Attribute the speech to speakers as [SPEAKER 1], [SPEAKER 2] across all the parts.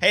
[SPEAKER 1] Hey,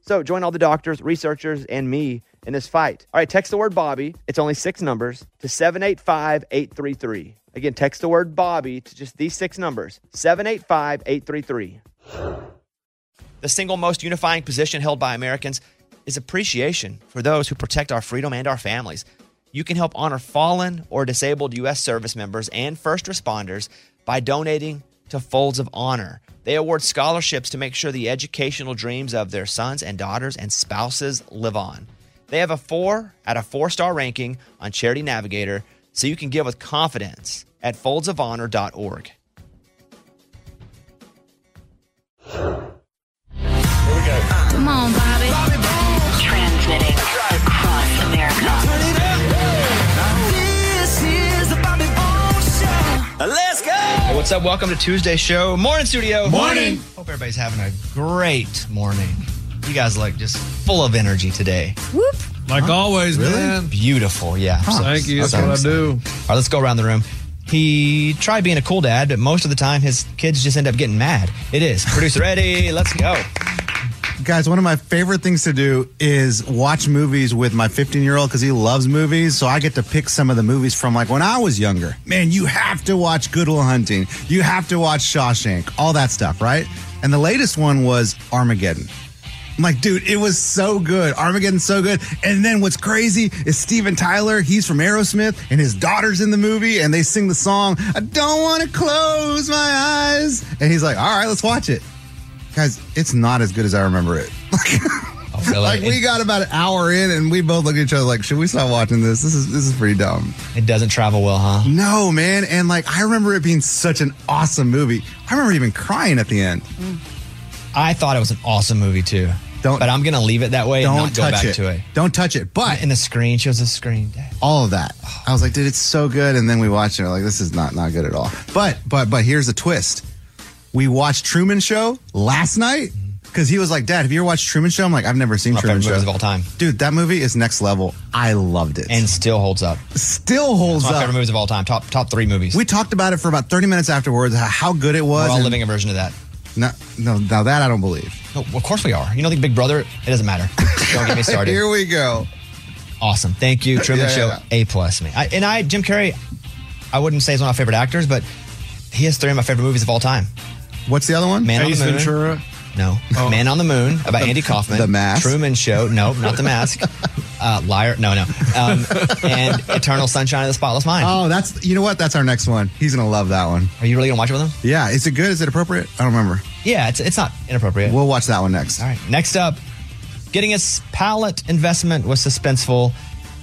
[SPEAKER 1] So join all the doctors, researchers, and me in this fight. All right, text the word Bobby. It's only six numbers to 785 833. Again, text the word Bobby to just these six numbers 785 833. The single most unifying position held by Americans is appreciation for those who protect our freedom and our families. You can help honor fallen or disabled U.S. service members and first responders by donating to Folds of Honor. They award scholarships to make sure the educational dreams of their sons and daughters and spouses live on. They have a four out of four star ranking on Charity Navigator, so you can give with confidence at foldsofhonor.org.
[SPEAKER 2] Here we go.
[SPEAKER 3] Come on, Bobby.
[SPEAKER 4] Transmitting across America.
[SPEAKER 2] This is the Bobby Bones Show. Let's go.
[SPEAKER 1] What's up? Welcome to Tuesday's show. Morning, studio.
[SPEAKER 5] Morning.
[SPEAKER 1] Hope everybody's having a great morning. You guys look just full of energy today.
[SPEAKER 3] Whoop.
[SPEAKER 5] Like always, man.
[SPEAKER 1] Beautiful, yeah. So-
[SPEAKER 5] Thank you. That's
[SPEAKER 1] so
[SPEAKER 5] what I
[SPEAKER 1] excited.
[SPEAKER 5] do.
[SPEAKER 1] All right, let's go around the room. He tried being a cool dad, but most of the time his kids just end up getting mad. It is. Producer Eddie, let's go.
[SPEAKER 6] Guys, one of my favorite things to do is watch movies with my 15 year old because he loves movies. So I get to pick some of the movies from like when I was younger. Man, you have to watch Good Will Hunting. You have to watch Shawshank, all that stuff, right? And the latest one was Armageddon. I'm like, dude, it was so good. Armageddon's so good. And then what's crazy is Steven Tyler, he's from Aerosmith, and his daughter's in the movie, and they sing the song, I don't want to close my eyes. And he's like, all right, let's watch it. Guys, it's not as good as I remember it.
[SPEAKER 1] Oh, really?
[SPEAKER 6] Like we got about an hour in, and we both looked at each other like, "Should we stop watching this? This is this is pretty dumb."
[SPEAKER 1] it, it doesn't travel well, huh?
[SPEAKER 6] No, man, and like I remember it being such an awesome movie. I remember even crying at the end.
[SPEAKER 1] I thought it was an awesome movie too.
[SPEAKER 6] Don't-
[SPEAKER 1] But I'm gonna leave it that way
[SPEAKER 6] Don't
[SPEAKER 1] and not
[SPEAKER 6] touch
[SPEAKER 1] go back
[SPEAKER 6] it.
[SPEAKER 1] to it.
[SPEAKER 6] Don't touch it. But
[SPEAKER 1] And the screen shows the screen. Dad.
[SPEAKER 6] all of that, I was like, "Dude, it's so good." And then we watched it, we're like, "This is not not good at all." But but but here's the twist: we watched Truman Show last night because he was like, "Dad, have you ever watched Truman Show?" I'm like, "I've never seen
[SPEAKER 1] My
[SPEAKER 6] Truman
[SPEAKER 1] favorite
[SPEAKER 6] Show."
[SPEAKER 1] movies of all time,
[SPEAKER 6] Dude, that movie is next level. I loved it,
[SPEAKER 1] and still holds up.
[SPEAKER 6] still holds
[SPEAKER 1] My
[SPEAKER 6] up.
[SPEAKER 1] favorite movies of all time. Top top three movies.
[SPEAKER 6] We talked about it for about 30 minutes afterwards, how- how good it was.
[SPEAKER 1] We're all
[SPEAKER 6] and-
[SPEAKER 1] living a version of that.
[SPEAKER 6] No, no, now that I don't believe.
[SPEAKER 1] No, of course we are. You know, the Big Brother. It doesn't matter. Don't get me started.
[SPEAKER 6] Here we go.
[SPEAKER 1] awesome. Thank you, Truman
[SPEAKER 6] Yeah, yeah,
[SPEAKER 1] Show.
[SPEAKER 6] yeah.
[SPEAKER 1] A plus me. I, and I, Jim Carrey. I wouldn't say he's one of my favorite actors, but he has three of my favorite movies of all time.
[SPEAKER 6] What's the other one?
[SPEAKER 1] Man
[SPEAKER 5] Ace
[SPEAKER 1] on the Moon.
[SPEAKER 5] Ventura.
[SPEAKER 1] No. Man on the Moon about Andy Kaufman.
[SPEAKER 6] Oh. The Mask.
[SPEAKER 1] Truman Show. No, not The Mask. Uh, liar. No, no. Um, and Eternal Sunshine of the Spotless Mind.
[SPEAKER 6] Oh, that's you know what? That's our next one. He's gonna love that one.
[SPEAKER 1] Are you really gonna watch it with him?
[SPEAKER 6] Yeah, is it good? Is it appropriate? I don't remember.
[SPEAKER 1] Yeah, it's it's not inappropriate.
[SPEAKER 6] We'll watch that one next.
[SPEAKER 1] All right. Next up, getting its pallet investment was suspenseful,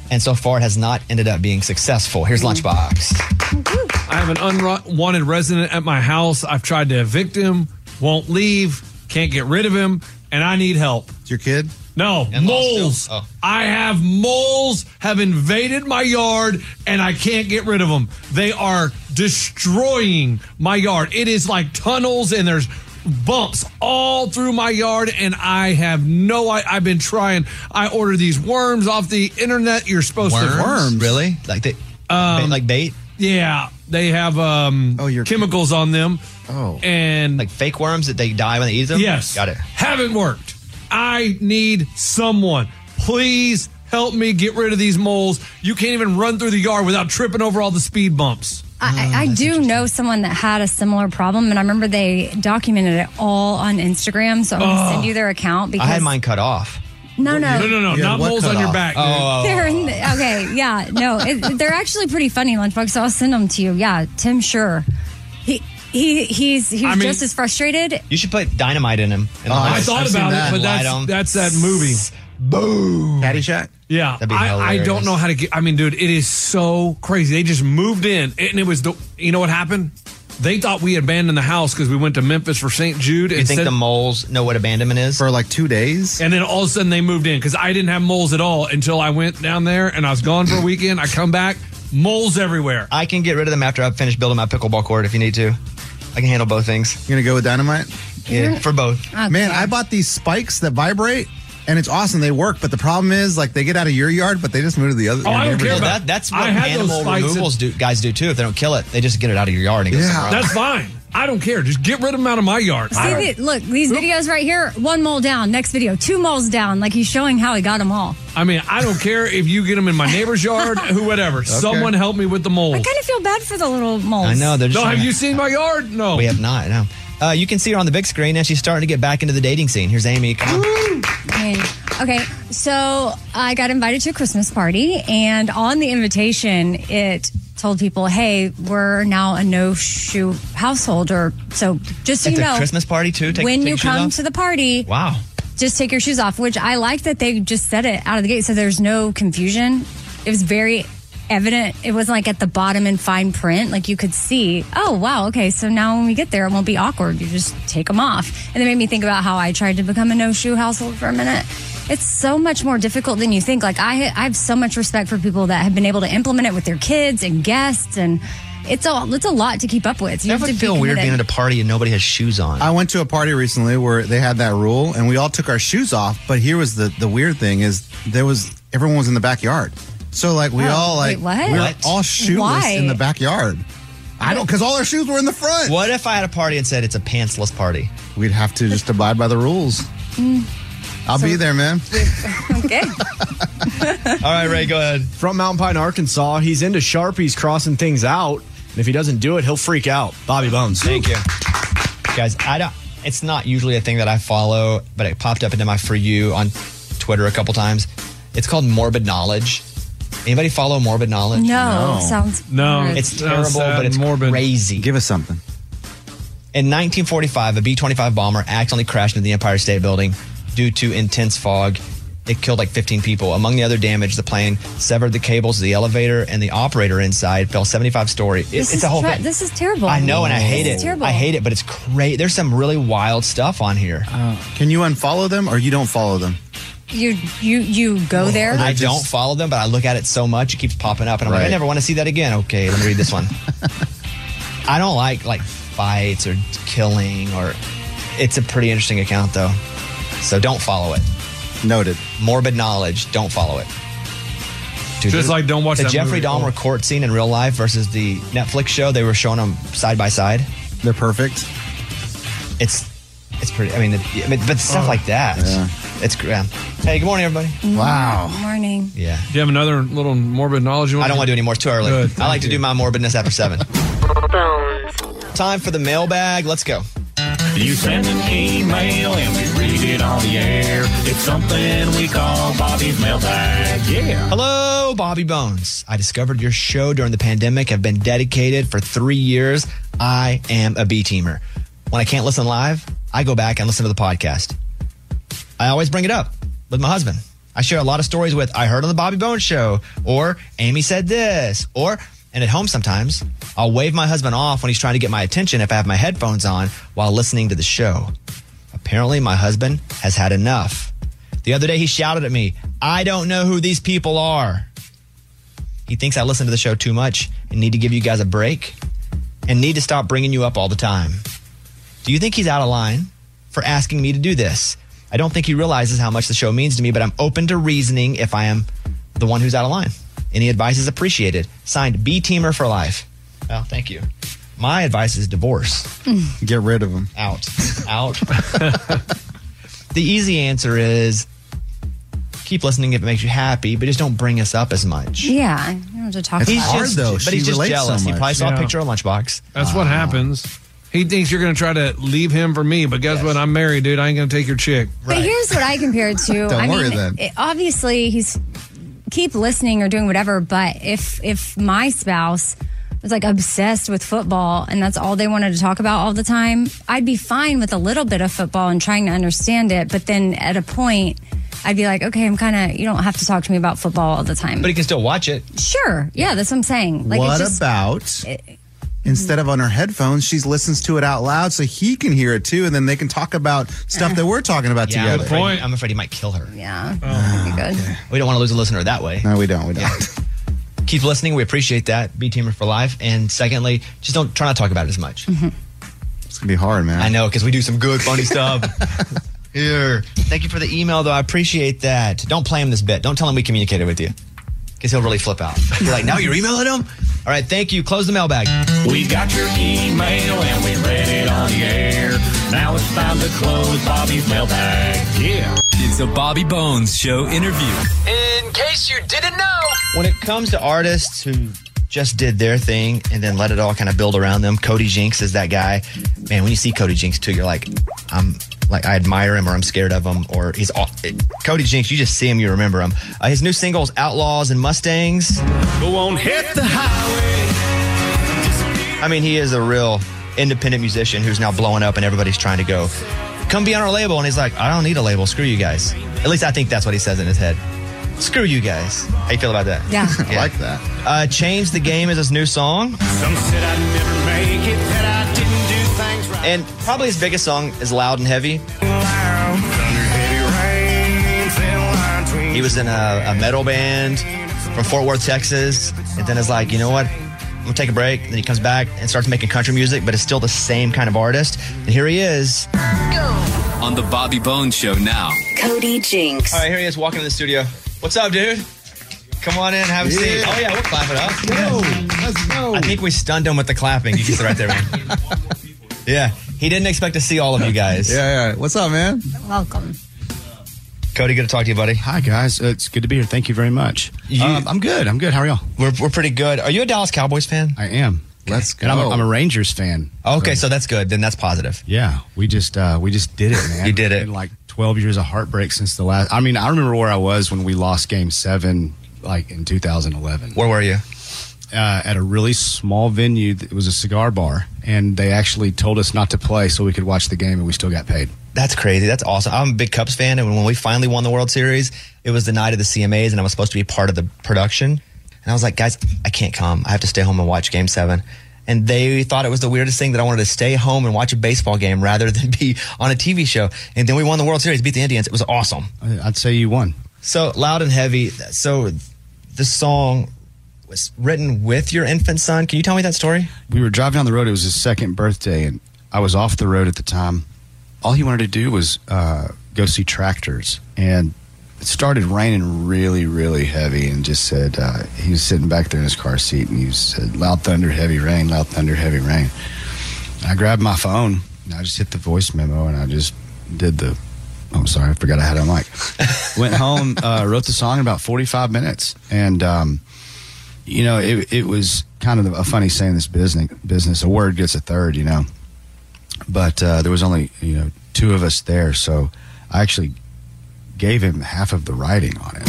[SPEAKER 1] and so far it has not ended up being successful. Here's Lunchbox.
[SPEAKER 5] I have an unwanted resident at my house. I've tried to evict him, won't leave, can't get rid of him, and I need help.
[SPEAKER 6] It's your kid.
[SPEAKER 5] No,
[SPEAKER 1] And lost
[SPEAKER 5] moles.
[SPEAKER 1] him. Oh.
[SPEAKER 5] I have moles have invaded my yard and I can't get rid of them. They are destroying my yard. It is like tunnels and there's bumps all through my yard and I have no I, I've been trying. I order these worms off the internet. You're supposed to
[SPEAKER 1] Really? Like they
[SPEAKER 5] Um,
[SPEAKER 1] bait, like bait?
[SPEAKER 5] Yeah, they have um
[SPEAKER 6] Oh, you're-
[SPEAKER 5] chemicals on them.
[SPEAKER 6] Oh.
[SPEAKER 5] And
[SPEAKER 1] Like fake worms that they die when they eat them?
[SPEAKER 5] Yes.
[SPEAKER 1] Got it.
[SPEAKER 5] Haven't worked. I need someone. Please help me get rid of these moles. You can't even run through the yard without tripping over all the speed bumps.
[SPEAKER 3] I, I do know someone that had a similar problem, and I remember they documented it all on Instagram. So I'm going to send you their account because
[SPEAKER 1] I had mine cut off.
[SPEAKER 3] No, no.
[SPEAKER 5] No, no, no,
[SPEAKER 6] Yeah,
[SPEAKER 5] not
[SPEAKER 6] what
[SPEAKER 5] moles
[SPEAKER 6] cut
[SPEAKER 5] on your
[SPEAKER 6] off?
[SPEAKER 5] back.
[SPEAKER 1] Oh,
[SPEAKER 3] They're in the, okay, yeah, no, it, they're actually pretty funny lunchbox. So I'll send them to you. Yeah, Tim Sure, he he he's he's
[SPEAKER 5] I mean-
[SPEAKER 3] just as frustrated.
[SPEAKER 1] You should put dynamite in him. And
[SPEAKER 6] Oh,
[SPEAKER 1] light
[SPEAKER 5] I
[SPEAKER 6] I've
[SPEAKER 5] thought
[SPEAKER 6] seen
[SPEAKER 5] about
[SPEAKER 6] that.
[SPEAKER 5] it, but
[SPEAKER 1] Light 'em.
[SPEAKER 5] that's that's that movie.
[SPEAKER 1] Boom.
[SPEAKER 6] Caddyshack?
[SPEAKER 5] Yeah,
[SPEAKER 1] That'd be
[SPEAKER 5] I, I don't
[SPEAKER 1] hilarious.
[SPEAKER 5] know how to get. I mean, dude, it is so crazy. They just moved in, and it was the. You know what happened? They thought we abandoned the house because we went to Memphis for St. Jude.
[SPEAKER 1] You think the moles know what abandonment is?
[SPEAKER 6] For like two days?
[SPEAKER 5] And then all of a sudden they moved in because I didn't have moles at all until I went down there and I was gone for a weekend. I come back, moles everywhere.
[SPEAKER 1] I can get rid of them after I've finished building my pickleball court. If you need to, I can handle both things.
[SPEAKER 6] You're going to go with dynamite?
[SPEAKER 1] Yeah, for both.
[SPEAKER 3] Okay.
[SPEAKER 6] Man, I bought these spikes that vibrate and it's awesome. They work, but the problem is like they get out of your yard, but they just move to the other.
[SPEAKER 5] Oh, I don't
[SPEAKER 6] your
[SPEAKER 5] care
[SPEAKER 1] Well,
[SPEAKER 6] neighbor's.
[SPEAKER 5] about-
[SPEAKER 1] that, that's what
[SPEAKER 5] I had those
[SPEAKER 1] animal
[SPEAKER 5] spikes
[SPEAKER 1] removals do, guys do too. If they don't kill it, they just get it out of your yard and go
[SPEAKER 6] Yeah.
[SPEAKER 1] somewhere else.
[SPEAKER 5] That's fine. I don't care. Just get rid of them out of my yard. I
[SPEAKER 3] See,
[SPEAKER 5] don't-
[SPEAKER 3] the- look, these videos right here, one mole down. Next video, two moles down. Like he's showing how he got them all.
[SPEAKER 5] I mean, I don't care if you get them in my neighbor's yard, who, whatever. Someone help me with the moles.
[SPEAKER 3] I kind of feel bad for the little moles.
[SPEAKER 1] I know. They're just
[SPEAKER 5] No,
[SPEAKER 1] trying
[SPEAKER 5] have
[SPEAKER 1] to-
[SPEAKER 5] you seen my yard? No.
[SPEAKER 1] We have not. No. Uh, you can see her on the big screen, and she's starting to get back into the dating scene. Here's Amy. Come on.
[SPEAKER 3] I mean, Okay, so I got invited to a Christmas party, and on the invitation, it told people, "Hey, we're now a no shoe household." Or so, just so
[SPEAKER 1] At
[SPEAKER 3] you
[SPEAKER 1] the
[SPEAKER 3] know,
[SPEAKER 1] Christmas party, too? Take-
[SPEAKER 3] when
[SPEAKER 1] take
[SPEAKER 3] you
[SPEAKER 1] your shoes
[SPEAKER 3] come
[SPEAKER 1] off?
[SPEAKER 3] to the party,
[SPEAKER 1] Wow.
[SPEAKER 3] just take your shoes off. Which I like that they just said it out of the gate, so there's no confusion. It was very evident. It wasn't like at the bottom in fine print, like you could see. Oh wow, okay. So now when we get there, it won't be awkward. You just take them off, and it made me think about how I tried to become a no shoe household for a minute. It's so much more difficult than you think. Like I, I have so much respect for people that have been able to implement it with their kids and guests, and it's a it's a lot to keep up with. You
[SPEAKER 1] That would
[SPEAKER 3] to be
[SPEAKER 1] feel weird
[SPEAKER 3] committed.
[SPEAKER 1] being at a party and nobody has shoes on.
[SPEAKER 6] I went to a party recently where they had that rule, and we all took our shoes off. But here was the the weird thing: is there was everyone was in the backyard, so like we
[SPEAKER 3] Oh,
[SPEAKER 6] all like
[SPEAKER 3] wait, what?
[SPEAKER 6] we were
[SPEAKER 1] What?
[SPEAKER 6] all shoeless
[SPEAKER 3] Why?
[SPEAKER 6] in the backyard. I don't because all our shoes were in the front.
[SPEAKER 1] what if I had a party and said it's a pantsless party?
[SPEAKER 6] We'd have to just abide by the rules.
[SPEAKER 3] Hmm.
[SPEAKER 6] I'll be there, man.
[SPEAKER 3] okay.
[SPEAKER 1] All right, Ray, go ahead.
[SPEAKER 7] From Mountain Pine, Arkansas, he's into Sharpies crossing things out. And if he doesn't do it, he'll freak out. Bobby Bones.
[SPEAKER 1] Thank you. Guys, I don't it's not usually a thing that I follow, but it popped up into my for you on Twitter a couple times. It's called morbid knowledge. Anybody follow morbid knowledge?
[SPEAKER 3] No, sounds
[SPEAKER 5] No.
[SPEAKER 3] weird.
[SPEAKER 1] It's
[SPEAKER 5] Sounds
[SPEAKER 1] terrible,
[SPEAKER 5] sad
[SPEAKER 1] but it's
[SPEAKER 5] and morbid.
[SPEAKER 1] crazy.
[SPEAKER 6] Give us something.
[SPEAKER 1] In 1945, a B 25 bomber accidentally crashed into the Empire State Building due to intense fog. It killed like 15 people. Among the other damage, the plane severed the cables of the elevator, and the operator inside fell 75 story. It-
[SPEAKER 3] This
[SPEAKER 1] it's
[SPEAKER 3] is
[SPEAKER 1] a whole
[SPEAKER 3] tra-
[SPEAKER 1] thing.
[SPEAKER 3] This is terrible.
[SPEAKER 1] I know, and I hate
[SPEAKER 3] This
[SPEAKER 1] it.
[SPEAKER 3] is terrible.
[SPEAKER 1] I hate it, but it's crazy. There's some really wild stuff on here.
[SPEAKER 6] Can you unfollow them or you don't follow them?
[SPEAKER 3] You you you go there.
[SPEAKER 1] Oh, I don't follow them, but I look at it so much it keeps popping up, and I'm like,
[SPEAKER 6] Right.
[SPEAKER 1] I never want to see that again. Okay, let me read this one. I don't like like fights or killing or. It's a pretty interesting account though, so don't follow it.
[SPEAKER 6] Noted.
[SPEAKER 1] Morbid knowledge, don't follow it. Dude,
[SPEAKER 5] Just
[SPEAKER 1] the-
[SPEAKER 5] like don't watch
[SPEAKER 1] the
[SPEAKER 5] that
[SPEAKER 1] Jeffrey
[SPEAKER 5] movie.
[SPEAKER 1] Dahmer court scene in real life versus the Netflix show. They were showing them side by side.
[SPEAKER 6] They're perfect.
[SPEAKER 1] It's it's pretty. I mean, it, I mean, but stuff like that.
[SPEAKER 6] Oh, Yeah.
[SPEAKER 1] It's grand. Hey, good morning, everybody.
[SPEAKER 3] Mm.
[SPEAKER 6] Wow.
[SPEAKER 3] Morning.
[SPEAKER 1] Yeah.
[SPEAKER 5] Do you have another little morbid knowledge? You
[SPEAKER 1] I
[SPEAKER 5] want
[SPEAKER 1] don't want to do any more. It's too early.
[SPEAKER 5] Good,
[SPEAKER 1] I like
[SPEAKER 5] thank
[SPEAKER 1] to do
[SPEAKER 5] you.
[SPEAKER 1] my morbidness after seven. Time for the mailbag. Let's go.
[SPEAKER 8] You send an email and we read it on the air. It's something we call Bobby's mailbag. Yeah.
[SPEAKER 1] Hello, Bobby Bones. I discovered your show during the pandemic. I've been dedicated for three years. I am a B teamer. When I can't listen live, I go back and listen to the podcast. I always bring it up with my husband. I share a lot of stories with I heard on the Bobby Bones show, or Amy said this, or and at home sometimes I'll wave my husband off when he's trying to get my attention if I have my headphones on while listening to the show. Apparently, my husband has had enough. The other day, he shouted at me, I don't know who these people are. He thinks I listen to the show too much and need to give you guys a break and need to stop bringing you up all the time. Do you think he's out of line for asking me to do this? I don't think he realizes how much the show means to me, but I'm open to reasoning if I am the one who's out of line. Any advice is appreciated. Signed, B Teamer for Life. Well, thank you. My advice is divorce
[SPEAKER 6] Get rid of them.
[SPEAKER 1] out, out. the easy answer is keep listening if it makes you happy, but just don't bring us up as much.
[SPEAKER 3] Yeah, I don't know what to talk
[SPEAKER 6] It's
[SPEAKER 3] about.
[SPEAKER 6] hard, though.
[SPEAKER 1] but he's
[SPEAKER 6] She
[SPEAKER 1] just
[SPEAKER 6] relates so
[SPEAKER 1] jealous. he
[SPEAKER 6] much.
[SPEAKER 1] probably saw
[SPEAKER 5] Yeah.
[SPEAKER 1] a picture of Lunchbox.
[SPEAKER 5] That's what happens. He thinks you're going to try to leave him for me, but guess what? I'm married, dude. I ain't going to take your chick.
[SPEAKER 3] But here's what I compare it to.
[SPEAKER 6] Don't
[SPEAKER 3] I
[SPEAKER 6] worry
[SPEAKER 3] mean,
[SPEAKER 6] then.
[SPEAKER 3] it- obviously he's keep listening or doing whatever. But if if my spouse was like obsessed with football and that's all they wanted to talk about all the time, I'd be fine with a little bit of football and trying to understand it. But then at a point, I'd be like, okay, I'm kind of you don't have to talk to me about football all the time.
[SPEAKER 1] But he can still watch it.
[SPEAKER 3] sure, yeah, that's what I'm saying. Like,
[SPEAKER 6] what
[SPEAKER 3] it's just, eh,
[SPEAKER 6] about instead of on her headphones, she listens to it out loud so he can hear it too, and then they can talk about stuff that we're talking about
[SPEAKER 1] Yeah, I'm
[SPEAKER 6] together.
[SPEAKER 1] afraid,
[SPEAKER 5] point.
[SPEAKER 1] I'm afraid he might kill her.
[SPEAKER 3] yeah, that'd be good.
[SPEAKER 1] We don't want to lose a listener that way.
[SPEAKER 6] No, we don't. We don't.
[SPEAKER 1] Keep listening. We appreciate that. B Teamer for life. And secondly, just don't try not to talk about it as much.
[SPEAKER 6] It's gonna be hard, man.
[SPEAKER 1] I know because we do some good funny stuff. Here. Thank you for the email, though. I appreciate that. Don't play him this bit. Don't tell him we communicated with you because he'll really flip out. You're like, now you're emailing him? All right, thank you. Close the mailbag.
[SPEAKER 8] We got your email and we read it on the air. Now it's time to close Bobby's mailbag. Yeah.
[SPEAKER 2] It's a Bobby Bones Show interview.
[SPEAKER 9] In case you didn't know.
[SPEAKER 1] When it comes to artists who just did their thing and then let it all kind of build around them, Cody Jinks is that guy. Man, when you see Cody Jinks too, you're like, I'm like I admire him or I'm scared of him or he's all, Cody Jinks. You just see him, you remember him. Uh, his new singles, Outlaws and Mustangs.
[SPEAKER 8] Go on, hit the
[SPEAKER 1] I mean, he is a real independent musician who's now blowing up and everybody's trying to go, come be on our label. And he's like, I don't need a label. Screw you guys. At least I think that's what he says in his head. Screw you guys. How you feel about that?
[SPEAKER 3] Yeah.
[SPEAKER 6] I like that.
[SPEAKER 1] Uh, Change the Game is his new song.
[SPEAKER 8] Some said I'd never make it, that I didn't do things right.
[SPEAKER 1] And probably his biggest song is Loud and Heavy.
[SPEAKER 8] Thunder, heavy rain, thin line between-
[SPEAKER 1] He was in a, a metal band from Fort Worth, Texas. And then is like, you know what? I'm going to take a break. And then he comes back and starts making country music, but it's still the same kind of artist. And here he is.
[SPEAKER 2] On the Bobby Bones Show now.
[SPEAKER 4] Cody Jinks.
[SPEAKER 1] All right, here he is walking in the studio. What's up, dude? Come on in, have a seat. Oh yeah, we're clapping up.
[SPEAKER 6] let's go.
[SPEAKER 1] I think we stunned him with the clapping. You can see right there, man. yeah, he didn't expect to see all of you guys.
[SPEAKER 6] Yeah, yeah. What's up, man?
[SPEAKER 3] Welcome.
[SPEAKER 1] Cody, good to talk to you, buddy.
[SPEAKER 10] Hi guys, it's good to be here. Thank you very much.
[SPEAKER 1] You-
[SPEAKER 10] Um, I'm good. I'm good. How are y'all?
[SPEAKER 1] We're, we're pretty good. Are you a Dallas Cowboys fan?
[SPEAKER 10] I am.
[SPEAKER 6] Let's
[SPEAKER 10] And I'm a,
[SPEAKER 6] go.
[SPEAKER 10] I'm a Rangers fan.
[SPEAKER 1] Okay, so that's good. Then that's positive.
[SPEAKER 10] Yeah, we just uh, we just did it, man.
[SPEAKER 1] You did it.
[SPEAKER 10] Been like 12 years of heartbreak since the last. I mean, I remember where I was when we lost Game Seven, like in 2011, uh,
[SPEAKER 1] Where were you?
[SPEAKER 10] at a really small venue. It was a cigar bar, and they actually told us not to play so we could watch the game, and we still got paid.
[SPEAKER 1] That's crazy. That's awesome. I'm a big Cubs fan, and when we finally won the World Series, it was the night of the CMAs, and I was supposed to be part of the production. And I was like, guys, I can't come. I have to stay home and watch Game Seven. And they thought it was the weirdest thing that I wanted to stay home and watch a baseball game rather than be on a TV show. And then we won the World Series, beat the Indians. It was awesome.
[SPEAKER 10] I- I'd say you won.
[SPEAKER 1] So loud and heavy. So the song was written with your infant son. Can you tell me that story?
[SPEAKER 10] we were driving down the road. It was his second birthday, and I was off the road at the time. All he wanted to do was uh, go see tractors, and it started raining really, really heavy. And just said uh, he was sitting back there in his car seat, and he said, "Loud thunder, heavy rain. Loud thunder, heavy rain." And I grabbed my phone, and I just hit the voice memo, and I just did the. I'm sorry, I forgot I had a mic. Went home, uh, wrote the song in about 45 minutes, and. Um, you know, it, it was kind of a funny saying this business, business, a word gets a third, you know, but, uh, there was only, you know, two of us there. So I actually gave him half of the writing on it.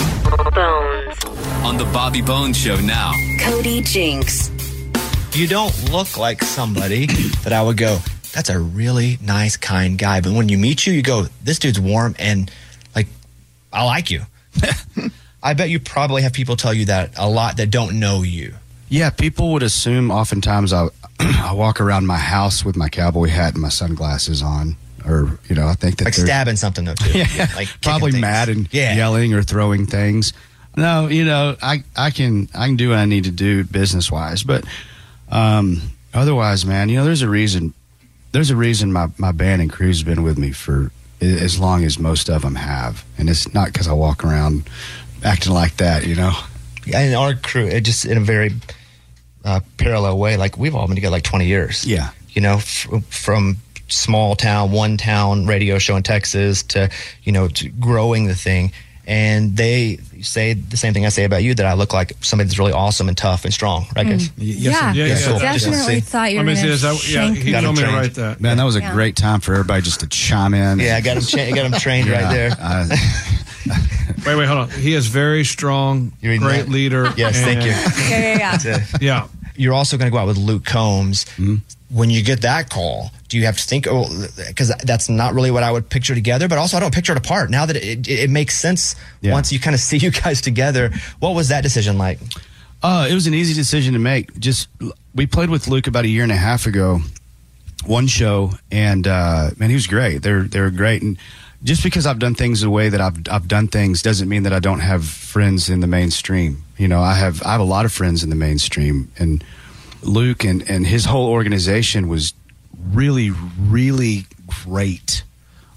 [SPEAKER 4] Bones.
[SPEAKER 2] On the Bobby Bones Show now.
[SPEAKER 4] Cody Jinks.
[SPEAKER 1] You don't look like somebody that I would go, that's a really nice, kind guy. But when you meet you, you go, this dude's warm and like, I like you. I bet you probably have people tell you that a lot that don't know you.
[SPEAKER 10] Yeah. People would assume oftentimes I, I walk around my house with my cowboy hat and my sunglasses on, or, you know, I think that
[SPEAKER 1] Like
[SPEAKER 10] there's-
[SPEAKER 1] stabbing something though too.
[SPEAKER 10] yeah,
[SPEAKER 1] Like kicking
[SPEAKER 10] probably
[SPEAKER 1] things.
[SPEAKER 10] mad and
[SPEAKER 1] yeah.
[SPEAKER 10] yelling or throwing things. No, you know, I I can I can do what I need to do business wise, but um, otherwise, man, you know, there's a reason. There's a reason my my band and crew's been with me for a- as long as most of them have, and it's not because I walk around acting like that, you know.
[SPEAKER 1] And our crew, it just in a very uh, parallel way, like we've all been together like 20 years.
[SPEAKER 10] Yeah.
[SPEAKER 1] You know, f- from small town, one town radio show in Texas to, you know, to growing the thing. and they say the same thing I say about you that I look like somebody that's really awesome and tough and strong, right, guys?
[SPEAKER 3] Mm. Y- yes, Yeah, sir. yeah, yeah. Definitely thought you Let were me see, gonna is that- yeah, shank he me. told me to write that.
[SPEAKER 10] Man, that was a
[SPEAKER 3] Yeah.
[SPEAKER 10] great time for everybody just to chime in.
[SPEAKER 1] Yeah, I got 'em cha- I got 'em trained right there.
[SPEAKER 10] I-
[SPEAKER 5] Wait, wait, hold on. He is very strong, great
[SPEAKER 1] that?
[SPEAKER 5] leader.
[SPEAKER 1] Yes, thank you.
[SPEAKER 3] Yeah, yeah, yeah.
[SPEAKER 5] yeah.
[SPEAKER 1] You're also going to go out with Luke Combs. When you get that call, do you have to think? Oh, because that's not really what I would picture together. But also, I don't picture it apart. Now that it, it, it makes sense,
[SPEAKER 10] Yeah.
[SPEAKER 1] once you kind of see you guys together, what was that decision like?
[SPEAKER 10] Uh, it was an easy decision to make. Just we played with Luke about a year and a half ago, one show, and uh, man, he was great. They're they're great. And just because I've done things the way that I've I've done things doesn't mean that I don't have friends in the mainstream. You know, I have I have a lot of friends in the mainstream, and Luke and and his whole organization was really really great.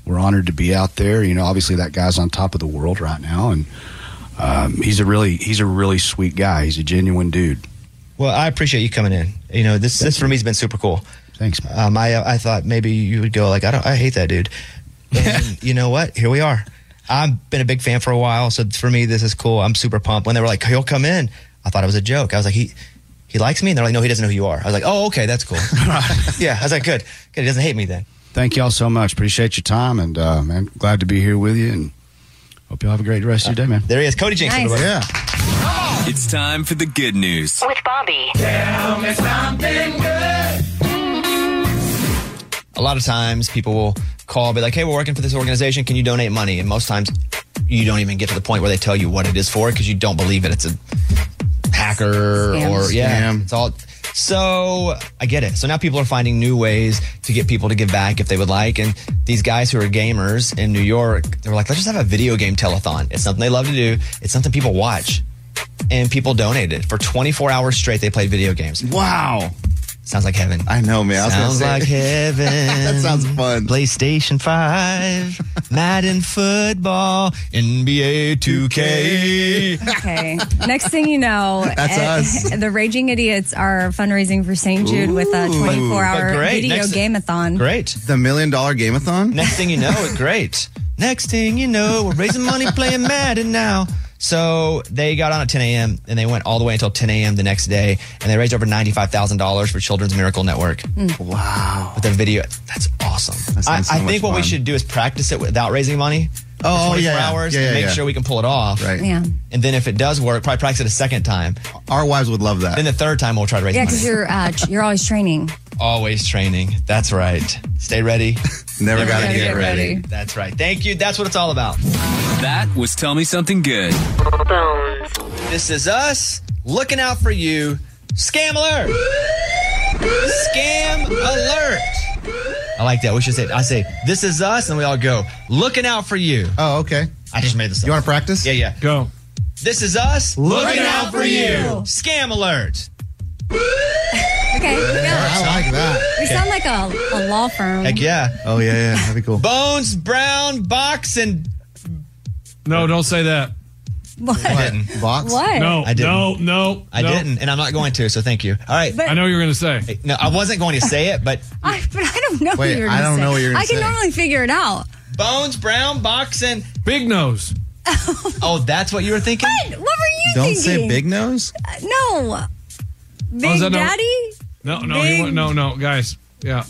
[SPEAKER 10] We're honored to be out there. You know, obviously that guy's on top of the world right now, and um, he's a really he's a really sweet guy. He's a genuine dude.
[SPEAKER 1] Well, I appreciate you coming in. You know, this this for me has been super cool.
[SPEAKER 10] Thanks.
[SPEAKER 1] Um, I I thought maybe you would go like I don't I hate that dude. And you know what? Here we are. I've been a big fan for a while, so for me this is cool. I'm super pumped. When they were like he'll come in, I thought it was a joke. I was like he. He likes me, and they're like, "No, he doesn't know who you are." I was like, "Oh, okay, that's cool." yeah, I was like, "Good, good." He doesn't hate me then.
[SPEAKER 10] Thank y'all so much. Appreciate your time, and uh, man, glad to be here with you. And hope y'all have a great rest of your day, man.
[SPEAKER 1] There he is, Cody Jinks.
[SPEAKER 2] Nice.
[SPEAKER 1] everybody.
[SPEAKER 10] Yeah.
[SPEAKER 2] It's time for the good news.
[SPEAKER 4] With Bobby.
[SPEAKER 9] Tell me something good.
[SPEAKER 1] a lot of times people will call be like hey we're working for this organization can you donate money and most times you don't even get to the point where they tell you what it is for because you don't believe it it's a hacker
[SPEAKER 11] Scam.
[SPEAKER 1] or yeah
[SPEAKER 11] Scam.
[SPEAKER 1] it's all so i get it so now people are finding new ways to get people to give back if they would like and these guys who are gamers in new york they were like let's just have a video game telethon it's something they love to do it's something people watch and people donated for 24 hours straight they played video games
[SPEAKER 10] wow
[SPEAKER 1] sounds like heaven
[SPEAKER 6] i know man I was gonna
[SPEAKER 1] sounds
[SPEAKER 6] say-
[SPEAKER 1] like heaven
[SPEAKER 6] That sounds
[SPEAKER 1] fun playstation 5 madden football nba 2k
[SPEAKER 3] Okay. Next thing you know, eh,
[SPEAKER 1] That's us.
[SPEAKER 3] the Raging Idiots are fundraising for St. Jude with a 24 hour
[SPEAKER 1] But great.
[SPEAKER 3] video
[SPEAKER 1] Next-
[SPEAKER 3] game-a-thon.
[SPEAKER 1] Great.
[SPEAKER 6] The million dollar gameathon.
[SPEAKER 1] Next thing you know, it's great. Next thing you know, we're raising money playing Madden now. So they got on at 10 a.m. and they went all the way until 10 a.m. the next day, and they raised over $95,000 for Children's Miracle Network. Wow! With a video, that's awesome.
[SPEAKER 11] That
[SPEAKER 1] I,
[SPEAKER 11] sounds so
[SPEAKER 1] I think
[SPEAKER 11] much
[SPEAKER 1] what we
[SPEAKER 11] fun.
[SPEAKER 1] should do is practice it without raising money. for
[SPEAKER 11] Oh,
[SPEAKER 1] 24
[SPEAKER 11] yeah.
[SPEAKER 1] hours
[SPEAKER 11] Yeah,
[SPEAKER 1] and
[SPEAKER 11] yeah,
[SPEAKER 1] make
[SPEAKER 11] yeah.
[SPEAKER 1] sure we can pull it off. Right.
[SPEAKER 3] Yeah.
[SPEAKER 1] And then if it does work, probably practice it a second time.
[SPEAKER 6] Our wives would love that.
[SPEAKER 1] Then the third time we'll try to raise
[SPEAKER 3] Yeah,
[SPEAKER 1] money.
[SPEAKER 3] because you're uh, tr- you're always training.
[SPEAKER 1] Always training. That's right. Stay ready.
[SPEAKER 6] Never,
[SPEAKER 2] gotta get
[SPEAKER 3] ready.
[SPEAKER 1] That's right. Thank you. That's what it's all about.
[SPEAKER 2] That was Tell Me Something Good.
[SPEAKER 1] This is us looking out for you. Scam alert. Scam alert. I like that. We should say, I say, this is us, and we all go, looking out for you.
[SPEAKER 6] Oh, okay.
[SPEAKER 1] I just made this up. You
[SPEAKER 6] want to practice?
[SPEAKER 1] Yeah, yeah.
[SPEAKER 5] Go.
[SPEAKER 1] This is us
[SPEAKER 11] Looking out for you.
[SPEAKER 1] Scam alert.
[SPEAKER 3] Okay.
[SPEAKER 1] I like that.
[SPEAKER 3] We sound like a, a law firm.
[SPEAKER 1] Heck yeah.
[SPEAKER 6] Oh, yeah, yeah. That'd be cool.
[SPEAKER 1] Bones, Brown, Box, and.
[SPEAKER 5] No, don't say that.
[SPEAKER 1] I didn't.
[SPEAKER 6] Box?
[SPEAKER 3] What?
[SPEAKER 5] No,
[SPEAKER 1] I didn't.
[SPEAKER 5] no, no.
[SPEAKER 1] I
[SPEAKER 5] no.
[SPEAKER 1] didn't, and I'm not going to, so thank you. All right.
[SPEAKER 5] I know you were going to say.
[SPEAKER 1] No, I wasn't going to say it, but
[SPEAKER 3] I, but I don't know
[SPEAKER 1] Wait,
[SPEAKER 3] what you're
[SPEAKER 1] I
[SPEAKER 3] gonna
[SPEAKER 1] don't
[SPEAKER 3] say.
[SPEAKER 1] know what you're gonna
[SPEAKER 3] I can
[SPEAKER 1] say.
[SPEAKER 3] normally figure it out.
[SPEAKER 1] Bones, Brown, Box, and.
[SPEAKER 5] Big nose.
[SPEAKER 1] oh, that's what you were thinking?
[SPEAKER 3] What were you
[SPEAKER 6] Don't say
[SPEAKER 3] thinking?
[SPEAKER 6] big nose.
[SPEAKER 3] Uh, No. Big
[SPEAKER 5] is that no-
[SPEAKER 3] Daddy?
[SPEAKER 5] No, no, he, wa-
[SPEAKER 3] Big-
[SPEAKER 5] no, no, guys. Yeah.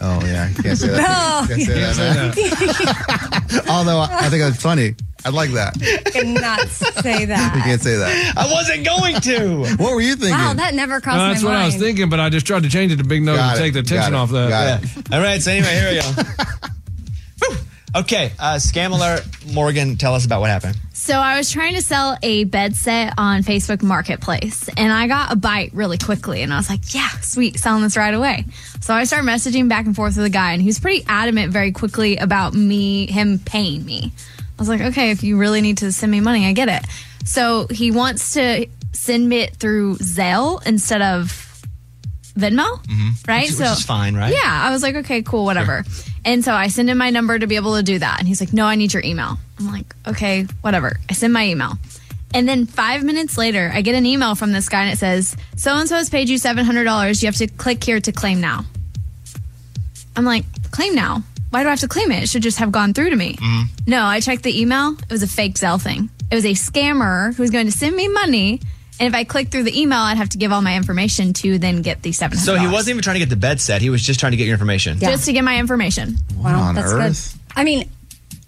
[SPEAKER 6] Oh yeah, I can't say
[SPEAKER 3] No.
[SPEAKER 6] that. Can't say
[SPEAKER 5] Can't say
[SPEAKER 6] that, man. Although I I think that's funny. I'd like that. You
[SPEAKER 3] Cannot say that.
[SPEAKER 6] can't say that.
[SPEAKER 1] I wasn't going to.
[SPEAKER 6] What were you thinking?
[SPEAKER 3] Wow, that never crossed
[SPEAKER 5] No, that's
[SPEAKER 3] my
[SPEAKER 5] what I
[SPEAKER 3] mind.
[SPEAKER 5] was thinking, but I just tried to change it to big nose
[SPEAKER 1] Got
[SPEAKER 5] to
[SPEAKER 1] it,
[SPEAKER 5] take the
[SPEAKER 1] got
[SPEAKER 5] tension
[SPEAKER 1] it,
[SPEAKER 5] off that.
[SPEAKER 1] got All right. So anyway, here we go. Whew. okay. Uh, scam alert. Morgan, tell us about what happened.
[SPEAKER 12] So I was trying to sell a bed set on Facebook Marketplace, and I got a bite really quickly, and I was like, "Yeah, sweet, selling this right away." So I started messaging back and forth with the guy, and he was pretty adamant very quickly about me him paying me. I was like, "Okay, if you really need to send me money, I get it." So he wants to send me it through Zelle instead of Venmo right?
[SPEAKER 1] Mm-hmm. Which, which is fine, right?
[SPEAKER 12] Yeah, I was like, okay, cool, whatever. And so I send him my number to be able to do that, and he's like, no, I need your email. I'm like, okay, whatever. I send my email, and then five minutes later, I get an email from this guy, and it says, so and so has paid you seven hundred dollars. You have to click here to claim now. I'm like, claim now. why do I have to claim it? It should just have gone through to me.
[SPEAKER 1] Mm-hmm.
[SPEAKER 12] No, I checked the email. It was a fake Zelle thing. It was a scammer who was going to send me money. And if I clicked through the email, I'd have to give all my information to then get the $700.
[SPEAKER 1] So he wasn't even trying to get the bed set. He was just trying to get your information.
[SPEAKER 12] Just to get my information.
[SPEAKER 1] What on That's good. earth?
[SPEAKER 3] I mean,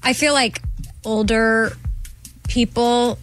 [SPEAKER 3] I feel like older people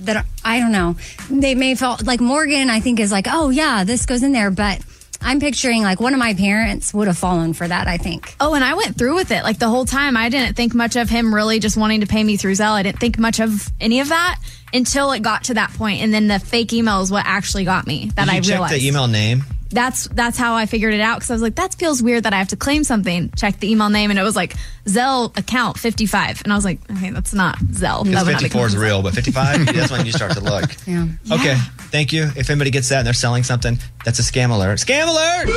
[SPEAKER 3] that are, I don't know, they may feel like Morgan, I think, is like, oh, yeah, this goes in there. But I'm picturing like one of my parents would have fallen for that, I think.
[SPEAKER 12] Oh, and I went through with it like the whole time. I didn't think much of him really just wanting to pay me through Zelle. I didn't think much of any of that until it got to that point, and then the fake email is what actually got me. That
[SPEAKER 1] Did you
[SPEAKER 12] I
[SPEAKER 1] check
[SPEAKER 12] realized.
[SPEAKER 1] the email name?
[SPEAKER 12] That's that's how I figured it out because I was like, that feels weird that I have to claim something. Check the email name, and it was like Zelle account fifty five, and I was like, okay, that's not Zelle. That
[SPEAKER 1] Because
[SPEAKER 12] would not be
[SPEAKER 1] 54 is
[SPEAKER 12] cool.
[SPEAKER 1] real, but 55, that's when you start to look.
[SPEAKER 12] Yeah.
[SPEAKER 1] Okay, thank you. If anybody gets that and they're selling something, that's a scam alert. Scam alert!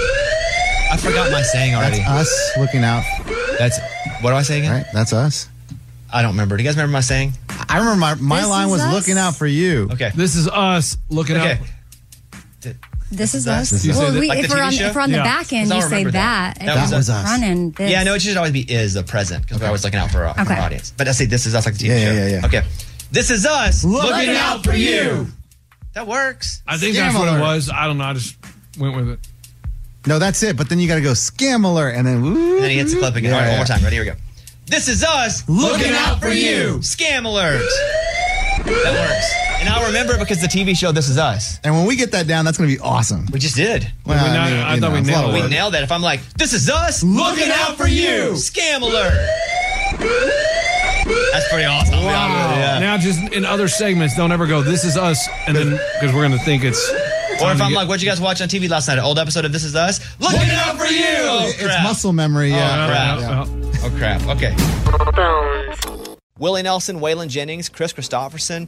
[SPEAKER 1] I forgot my saying already.
[SPEAKER 6] That's us looking out.
[SPEAKER 1] That's what do I say again?
[SPEAKER 6] that's us.
[SPEAKER 1] I don't remember. Do you guys remember my saying?
[SPEAKER 6] I remember my, my
[SPEAKER 1] This
[SPEAKER 6] line
[SPEAKER 1] is
[SPEAKER 6] was
[SPEAKER 1] us.
[SPEAKER 6] looking out for you.
[SPEAKER 1] Okay.
[SPEAKER 5] This is us looking
[SPEAKER 1] okay.
[SPEAKER 3] This is
[SPEAKER 1] us.
[SPEAKER 3] us.
[SPEAKER 1] This is
[SPEAKER 3] well,
[SPEAKER 1] us.
[SPEAKER 3] we,
[SPEAKER 1] Like
[SPEAKER 3] if,
[SPEAKER 1] the
[SPEAKER 3] we're
[SPEAKER 1] TV
[SPEAKER 3] on,
[SPEAKER 1] show?
[SPEAKER 3] if we're on
[SPEAKER 1] Yeah.
[SPEAKER 3] the back end,
[SPEAKER 1] 'Cause I
[SPEAKER 3] you say
[SPEAKER 1] remember that.
[SPEAKER 3] that.
[SPEAKER 1] That was us.
[SPEAKER 3] Front end, this.
[SPEAKER 1] Yeah, no, it should always be is the present because we're always looking out for our, our
[SPEAKER 3] Okay.
[SPEAKER 1] audience. But I say this is us like the TV show. Yeah, yeah, yeah. Okay. This is us That works.
[SPEAKER 5] I think that's
[SPEAKER 6] Scam
[SPEAKER 5] what it
[SPEAKER 6] alert.
[SPEAKER 5] was. I don't know. I just went with it.
[SPEAKER 6] No, that's it. But then you got to go scam alert, and then and
[SPEAKER 1] then he hits the clip again. All right, one more time. Ready? Here we go. This is us
[SPEAKER 6] Looking out for you.
[SPEAKER 1] Scam alert. that works. And I'll remember it because the TV show This Is Us.
[SPEAKER 6] And when we get that down, that's going to be awesome.
[SPEAKER 1] We just did.
[SPEAKER 6] Well, I mean, you know, it's a lot of
[SPEAKER 1] We
[SPEAKER 6] work.
[SPEAKER 1] nailed that. If I'm like, this is us looking out for you. Scam alert. That's pretty awesome. I'll be honest with you, yeah.
[SPEAKER 5] Now, just in other segments, don't ever go, this is us, and then because we're going to think it's.
[SPEAKER 1] Or if
[SPEAKER 5] time to
[SPEAKER 1] I'm
[SPEAKER 5] get-
[SPEAKER 1] like, what'd you guys watch on TV last night? An old episode of This Is Us? Looking out for you. Oh,
[SPEAKER 6] It's
[SPEAKER 1] crap.
[SPEAKER 6] muscle memory. Yeah.
[SPEAKER 1] Oh, crap. Oh, crap. Okay. Willie Nelson, Waylon Jennings, Chris Christopherson.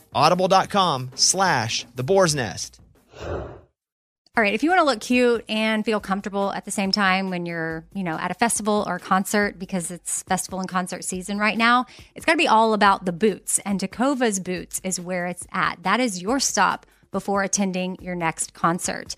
[SPEAKER 1] audible.com slash the boar's nest.
[SPEAKER 3] All right, if you want to look cute and feel comfortable at the same time when you're, you know, at a festival or a concert because it's festival and concert season right now, it's got to be all about the boots. And Takova's Boots is where it's at. That is your stop before attending your next concert.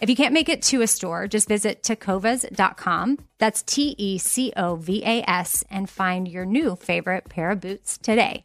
[SPEAKER 3] If you can't make it to a store, just visit tecovas.com. That's T E C O V A S and find your new favorite pair of boots today.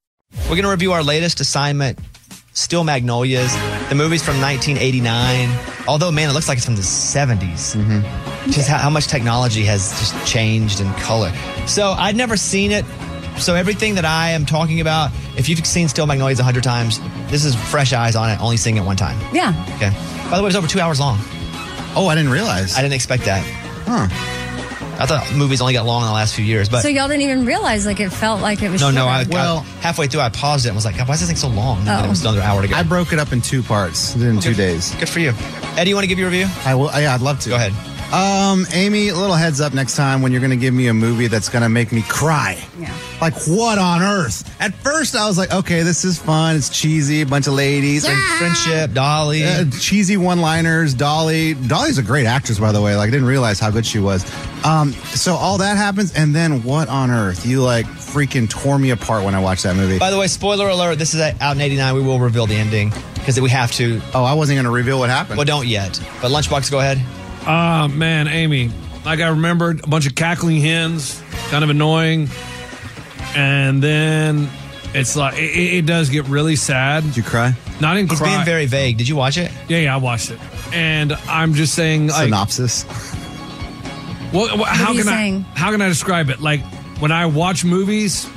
[SPEAKER 1] We're going to review our latest assignment, Still Magnolias, the movies from 1989. Although, man, it looks like it's from the 70s.
[SPEAKER 3] Mm-hmm.
[SPEAKER 1] Just how, how much technology has just changed in color. So I'd never seen it. So everything that I am talking about, if you've seen Still Magnolias a hundred times, this is fresh eyes on it, only seeing it one time.
[SPEAKER 3] Yeah.
[SPEAKER 1] Okay. By the way, it was over two hours long.
[SPEAKER 6] Oh, I didn't realize.
[SPEAKER 1] I didn't expect that.
[SPEAKER 6] Huh.
[SPEAKER 1] I thought movies only got long in the last few years, but
[SPEAKER 3] so y'all didn't even realize like it felt like it was.
[SPEAKER 1] no, no. I,
[SPEAKER 3] shorter.
[SPEAKER 1] well, halfway through, I paused it and was like, God, why is this thing so long? And then it
[SPEAKER 3] Oh.
[SPEAKER 1] was another hour to go.
[SPEAKER 6] I broke it up in two parts in two days.
[SPEAKER 1] Good for you. Eddie, you want to give your review?
[SPEAKER 6] I will. Yeah, I'd love to. Go
[SPEAKER 1] ahead.
[SPEAKER 6] Um, Amy, a little heads up next time when you're going to give me a movie that's going to make me cry.
[SPEAKER 3] Yeah.
[SPEAKER 6] Like, what on earth? At first, I was like, okay, this is fun. It's cheesy, a bunch of ladies.
[SPEAKER 1] Friendship, Dolly.
[SPEAKER 6] Uh, cheesy one liners, Dolly. Dolly's a great actress, by the way. Like, I didn't realize how good she was. Um, so, all that happens. And then, what on earth? You, like, freaking tore me apart when I watched that movie.
[SPEAKER 1] By the way, spoiler alert, this is out in 89. We will reveal the ending because we have to.
[SPEAKER 6] Oh, I wasn't going to reveal what happened.
[SPEAKER 1] Well, don't yet. But Lunchbox, go ahead.
[SPEAKER 5] Ah, man, Amy. Like I remembered, a bunch of cackling hens, kind of annoying. And then it's like it, it it does get really sad. Did
[SPEAKER 6] you cry?
[SPEAKER 5] Not in
[SPEAKER 1] It's
[SPEAKER 5] cry.
[SPEAKER 1] being very vague. Did you watch it?
[SPEAKER 5] Yeah, yeah, I watched it. And I'm just saying, like,
[SPEAKER 6] Synopsis.
[SPEAKER 5] Well, well,
[SPEAKER 6] are
[SPEAKER 5] how
[SPEAKER 6] you
[SPEAKER 5] can
[SPEAKER 6] saying?
[SPEAKER 5] I how can I describe it? Like when I watch movies,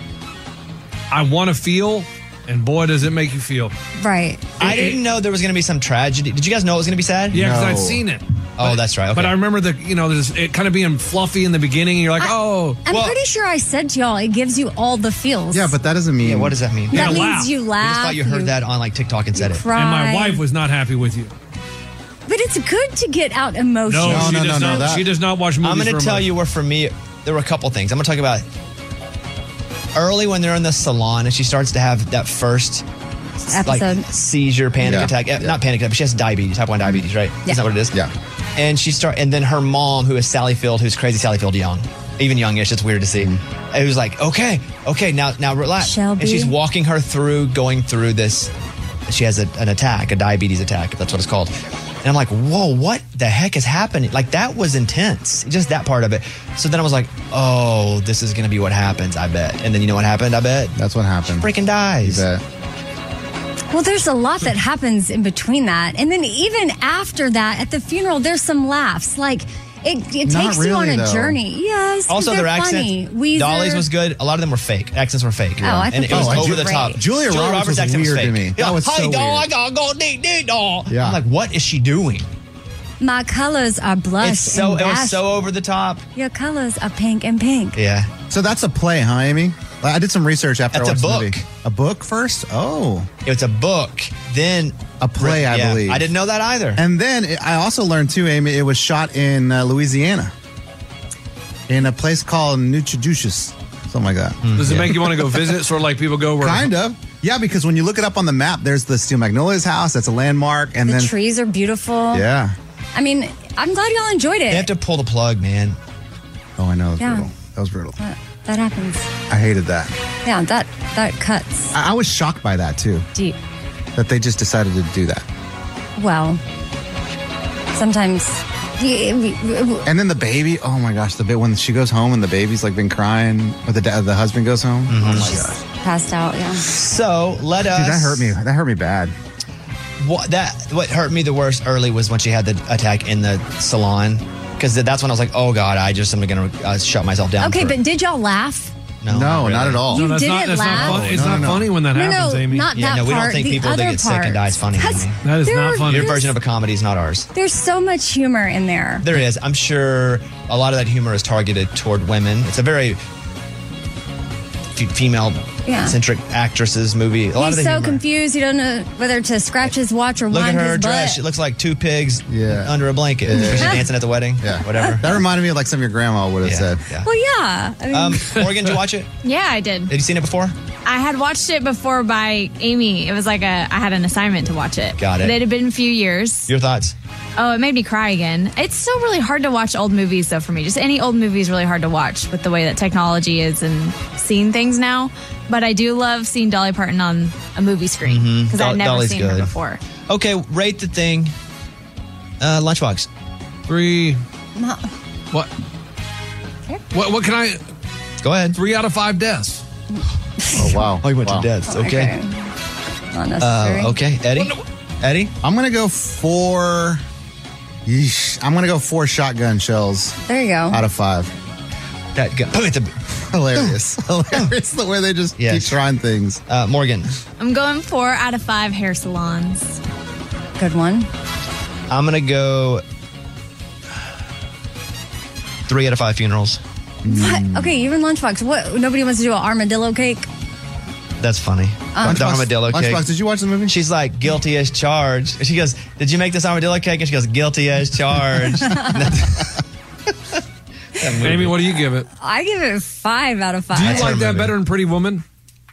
[SPEAKER 5] I want to feel, and boy, does it make you feel.
[SPEAKER 3] right.
[SPEAKER 1] I didn't know there was going to be some tragedy. Did you guys know it was going to be sad?
[SPEAKER 5] Yeah, because I'd seen it.
[SPEAKER 1] Oh, that's right. Okay.
[SPEAKER 5] But I remember the you know there's it kind of being fluffy in the beginning. And you're like, oh,
[SPEAKER 3] I'm pretty sure I said to y'all it gives you all the feels.
[SPEAKER 6] Yeah, but that doesn't mean.
[SPEAKER 1] Yeah, what does that mean?
[SPEAKER 3] That Yeah, means laugh. you
[SPEAKER 1] I just
[SPEAKER 3] laugh,
[SPEAKER 1] thought you heard
[SPEAKER 3] you-
[SPEAKER 1] that on like TikTok and said it.
[SPEAKER 3] cry. And my wife
[SPEAKER 5] was not happy with you.
[SPEAKER 3] But it's good to get out emotion.
[SPEAKER 1] No, No, she no, does no, no, not. that-
[SPEAKER 5] she does not watch movies.
[SPEAKER 1] I'm going
[SPEAKER 5] for
[SPEAKER 1] to tell
[SPEAKER 5] emotion.
[SPEAKER 1] you where for me there were a couple things. I'm going to talk about early when they're in the salon and she starts to have that first
[SPEAKER 3] Episode.
[SPEAKER 1] like seizure panic
[SPEAKER 3] Yeah.
[SPEAKER 1] attack. Eh, Not panic attack, but she has diabetes, type 1 diabetes, right? That's not what it is. Yeah. And she start and then her mom who is Sally Field, who's crazy Sally Field young. Even youngish, it's weird to see. It was like, "Okay, okay, now now relax."
[SPEAKER 3] Shelby.
[SPEAKER 1] And she's walking her through going through this she has a, an attack, a diabetes attack, if that's what it's called. And I'm like, whoa, what the heck is happening? Like, that was intense, just that part of it. So then I was like, oh, this is going to be what happens, I bet. And then you know what happened, I bet?
[SPEAKER 6] That's what happened.
[SPEAKER 1] Freaking dies.
[SPEAKER 3] Well, there's a lot that happens in between that. And then even after that, at the funeral, there's some laughs. Like, it, it
[SPEAKER 1] Not
[SPEAKER 3] takes you on
[SPEAKER 1] really,
[SPEAKER 3] a
[SPEAKER 1] though.
[SPEAKER 3] journey. Yes. 'cause
[SPEAKER 1] Also,
[SPEAKER 3] they're
[SPEAKER 1] their
[SPEAKER 3] funny.
[SPEAKER 1] accents.
[SPEAKER 3] Weezer,
[SPEAKER 1] Dolly's was good. A lot of them were fake. Accents were fake.
[SPEAKER 3] Oh, I
[SPEAKER 1] and
[SPEAKER 3] think
[SPEAKER 1] it was
[SPEAKER 3] those were
[SPEAKER 1] over the
[SPEAKER 3] great.
[SPEAKER 1] top.
[SPEAKER 3] Julia
[SPEAKER 6] Roberts was
[SPEAKER 1] accent
[SPEAKER 6] weird to
[SPEAKER 1] fake.
[SPEAKER 6] me. That
[SPEAKER 1] Yeah,
[SPEAKER 6] was
[SPEAKER 1] hey,
[SPEAKER 6] so
[SPEAKER 1] doll,
[SPEAKER 6] weird.
[SPEAKER 1] I gotta go dee dee doll.
[SPEAKER 6] Yeah.
[SPEAKER 1] I'm like, what is she doing?
[SPEAKER 3] My colors are blush.
[SPEAKER 1] It's so
[SPEAKER 3] and
[SPEAKER 1] it was
[SPEAKER 3] dash.
[SPEAKER 1] so over the top.
[SPEAKER 3] Your colors are pink and pink.
[SPEAKER 1] Yeah.
[SPEAKER 6] So that's a play, huh, Amy? I did some research after
[SPEAKER 1] That's
[SPEAKER 6] I
[SPEAKER 1] a
[SPEAKER 6] watched
[SPEAKER 1] book.
[SPEAKER 6] the movie. A book first? Oh.
[SPEAKER 1] It's a book, then
[SPEAKER 6] a play, I
[SPEAKER 1] Yeah,
[SPEAKER 6] believe.
[SPEAKER 1] I didn't know that either.
[SPEAKER 6] And then it, I also learned too, Amy, it was shot in uh, Louisiana, in a place called Nutridutious, something like that.
[SPEAKER 1] Hmm.
[SPEAKER 5] Does it make you want to go visit? Sort of like people go where
[SPEAKER 6] Kind of, yeah. Because when you look it up on the map, there's the Steel Magnolias house. That's a landmark, and
[SPEAKER 3] the
[SPEAKER 6] then
[SPEAKER 3] trees are beautiful.
[SPEAKER 6] yeah.
[SPEAKER 3] I mean, I'm glad y'all enjoyed
[SPEAKER 1] They have
[SPEAKER 3] it.
[SPEAKER 1] to pull the plug, man.
[SPEAKER 6] Oh, I know. That was
[SPEAKER 3] Yeah.
[SPEAKER 6] brutal. That was brutal.
[SPEAKER 3] That, that happens.
[SPEAKER 6] I hated that.
[SPEAKER 3] Yeah, that that cuts
[SPEAKER 6] I, I was shocked by that too.
[SPEAKER 3] deep.
[SPEAKER 6] That they just decided to do that.
[SPEAKER 3] Well, sometimes.
[SPEAKER 6] And then the baby. Oh my gosh, the bit when she goes home and the baby's like been crying, or the da- the husband goes home.
[SPEAKER 1] Mm-hmm.
[SPEAKER 6] Oh my gosh,
[SPEAKER 3] Passed out, yeah.
[SPEAKER 1] So let us.
[SPEAKER 6] dude, that hurt me. That hurt me bad.
[SPEAKER 1] What that what hurt me the worst early was when she had the attack in the salon because that's when I was like, oh god, I just am gonna uh, shut myself down.
[SPEAKER 3] Okay,
[SPEAKER 1] for-
[SPEAKER 3] but did y'all laugh?
[SPEAKER 1] no, not, at all.
[SPEAKER 3] You didn't laugh.
[SPEAKER 5] It's not funny when that
[SPEAKER 3] No, no,
[SPEAKER 5] happens, Amy.
[SPEAKER 3] not
[SPEAKER 1] yeah,
[SPEAKER 3] that
[SPEAKER 1] no, we
[SPEAKER 3] part,
[SPEAKER 1] don't think
[SPEAKER 3] the
[SPEAKER 1] people that
[SPEAKER 3] other
[SPEAKER 1] get sick and die is funny.
[SPEAKER 3] parts.
[SPEAKER 1] Amy.
[SPEAKER 5] That is
[SPEAKER 3] There not are- funny.
[SPEAKER 1] Your version of a comedy is not ours.
[SPEAKER 3] There's so much humor in there.
[SPEAKER 1] There is. I'm sure a lot of that humor is targeted toward women. It's a very female
[SPEAKER 3] Yeah.
[SPEAKER 1] centric actresses movie. A lot
[SPEAKER 3] He's
[SPEAKER 1] of the
[SPEAKER 3] so
[SPEAKER 1] humor.
[SPEAKER 3] confused. You don't know whether to scratch his watch or
[SPEAKER 1] Look at
[SPEAKER 3] wind
[SPEAKER 1] her
[SPEAKER 3] his
[SPEAKER 1] dress.
[SPEAKER 3] butt.
[SPEAKER 1] She looks like two pigs under a blanket.
[SPEAKER 6] Yeah.
[SPEAKER 1] She's dancing at the wedding. Yeah. Whatever.
[SPEAKER 6] That reminded me of like some of your grandma would have said.
[SPEAKER 3] Well, yeah. I mean,
[SPEAKER 1] Um, Morgan, did you watch it?
[SPEAKER 12] Yeah, I did.
[SPEAKER 1] Have you seen it before?
[SPEAKER 12] I had watched it before by Amy. It was like a I had an assignment to watch it.
[SPEAKER 1] Got it.
[SPEAKER 12] But it had been a few years.
[SPEAKER 1] Your thoughts?
[SPEAKER 12] Oh, it made me cry again. It's still really hard to watch old movies though for me. Just any old movie is really hard to watch with the way that technology is and seeing things now. But I do love seeing Dolly Parton on a movie screen
[SPEAKER 1] Mhm.
[SPEAKER 12] because
[SPEAKER 1] Dol-
[SPEAKER 12] I've never
[SPEAKER 1] Dolly's
[SPEAKER 12] seen
[SPEAKER 1] good.
[SPEAKER 12] her before.
[SPEAKER 1] Okay, rate the thing. Uh, lunchbox.
[SPEAKER 5] Three.
[SPEAKER 3] No.
[SPEAKER 5] What? What? What can I?
[SPEAKER 1] Go ahead.
[SPEAKER 5] Three out of five deaths.
[SPEAKER 6] Oh wow!
[SPEAKER 1] Oh, you went to deaths. Okay.
[SPEAKER 5] Uh,
[SPEAKER 3] Not necessary.
[SPEAKER 1] okay, Oh, Eddie. Eddie,
[SPEAKER 6] I'm gonna go four Yeesh. I'm gonna go four shotgun shells.
[SPEAKER 3] There you go.
[SPEAKER 6] Out of five.
[SPEAKER 1] That gun.
[SPEAKER 6] Hilarious. Hilarious the way they just keep trying things.
[SPEAKER 1] Uh, Morgan.
[SPEAKER 12] I'm going four out of five hair salons.
[SPEAKER 3] Good one.
[SPEAKER 1] I'm gonna go three out of five funerals.
[SPEAKER 3] What? Okay, you and Lunchbox. What? Nobody wants to do an armadillo cake.
[SPEAKER 1] That's funny.
[SPEAKER 3] Um,
[SPEAKER 1] the
[SPEAKER 3] Lunchbox-
[SPEAKER 1] armadillo cake.
[SPEAKER 3] Lunchbox,
[SPEAKER 6] did you watch the movie?
[SPEAKER 1] She's like guilty as charged. And She goes, "Did you make this armadillo cake?" And she goes, "Guilty as charged."
[SPEAKER 5] Amy, what do you give it?
[SPEAKER 3] I give it five out of five.
[SPEAKER 5] Do you like that better than Pretty Woman?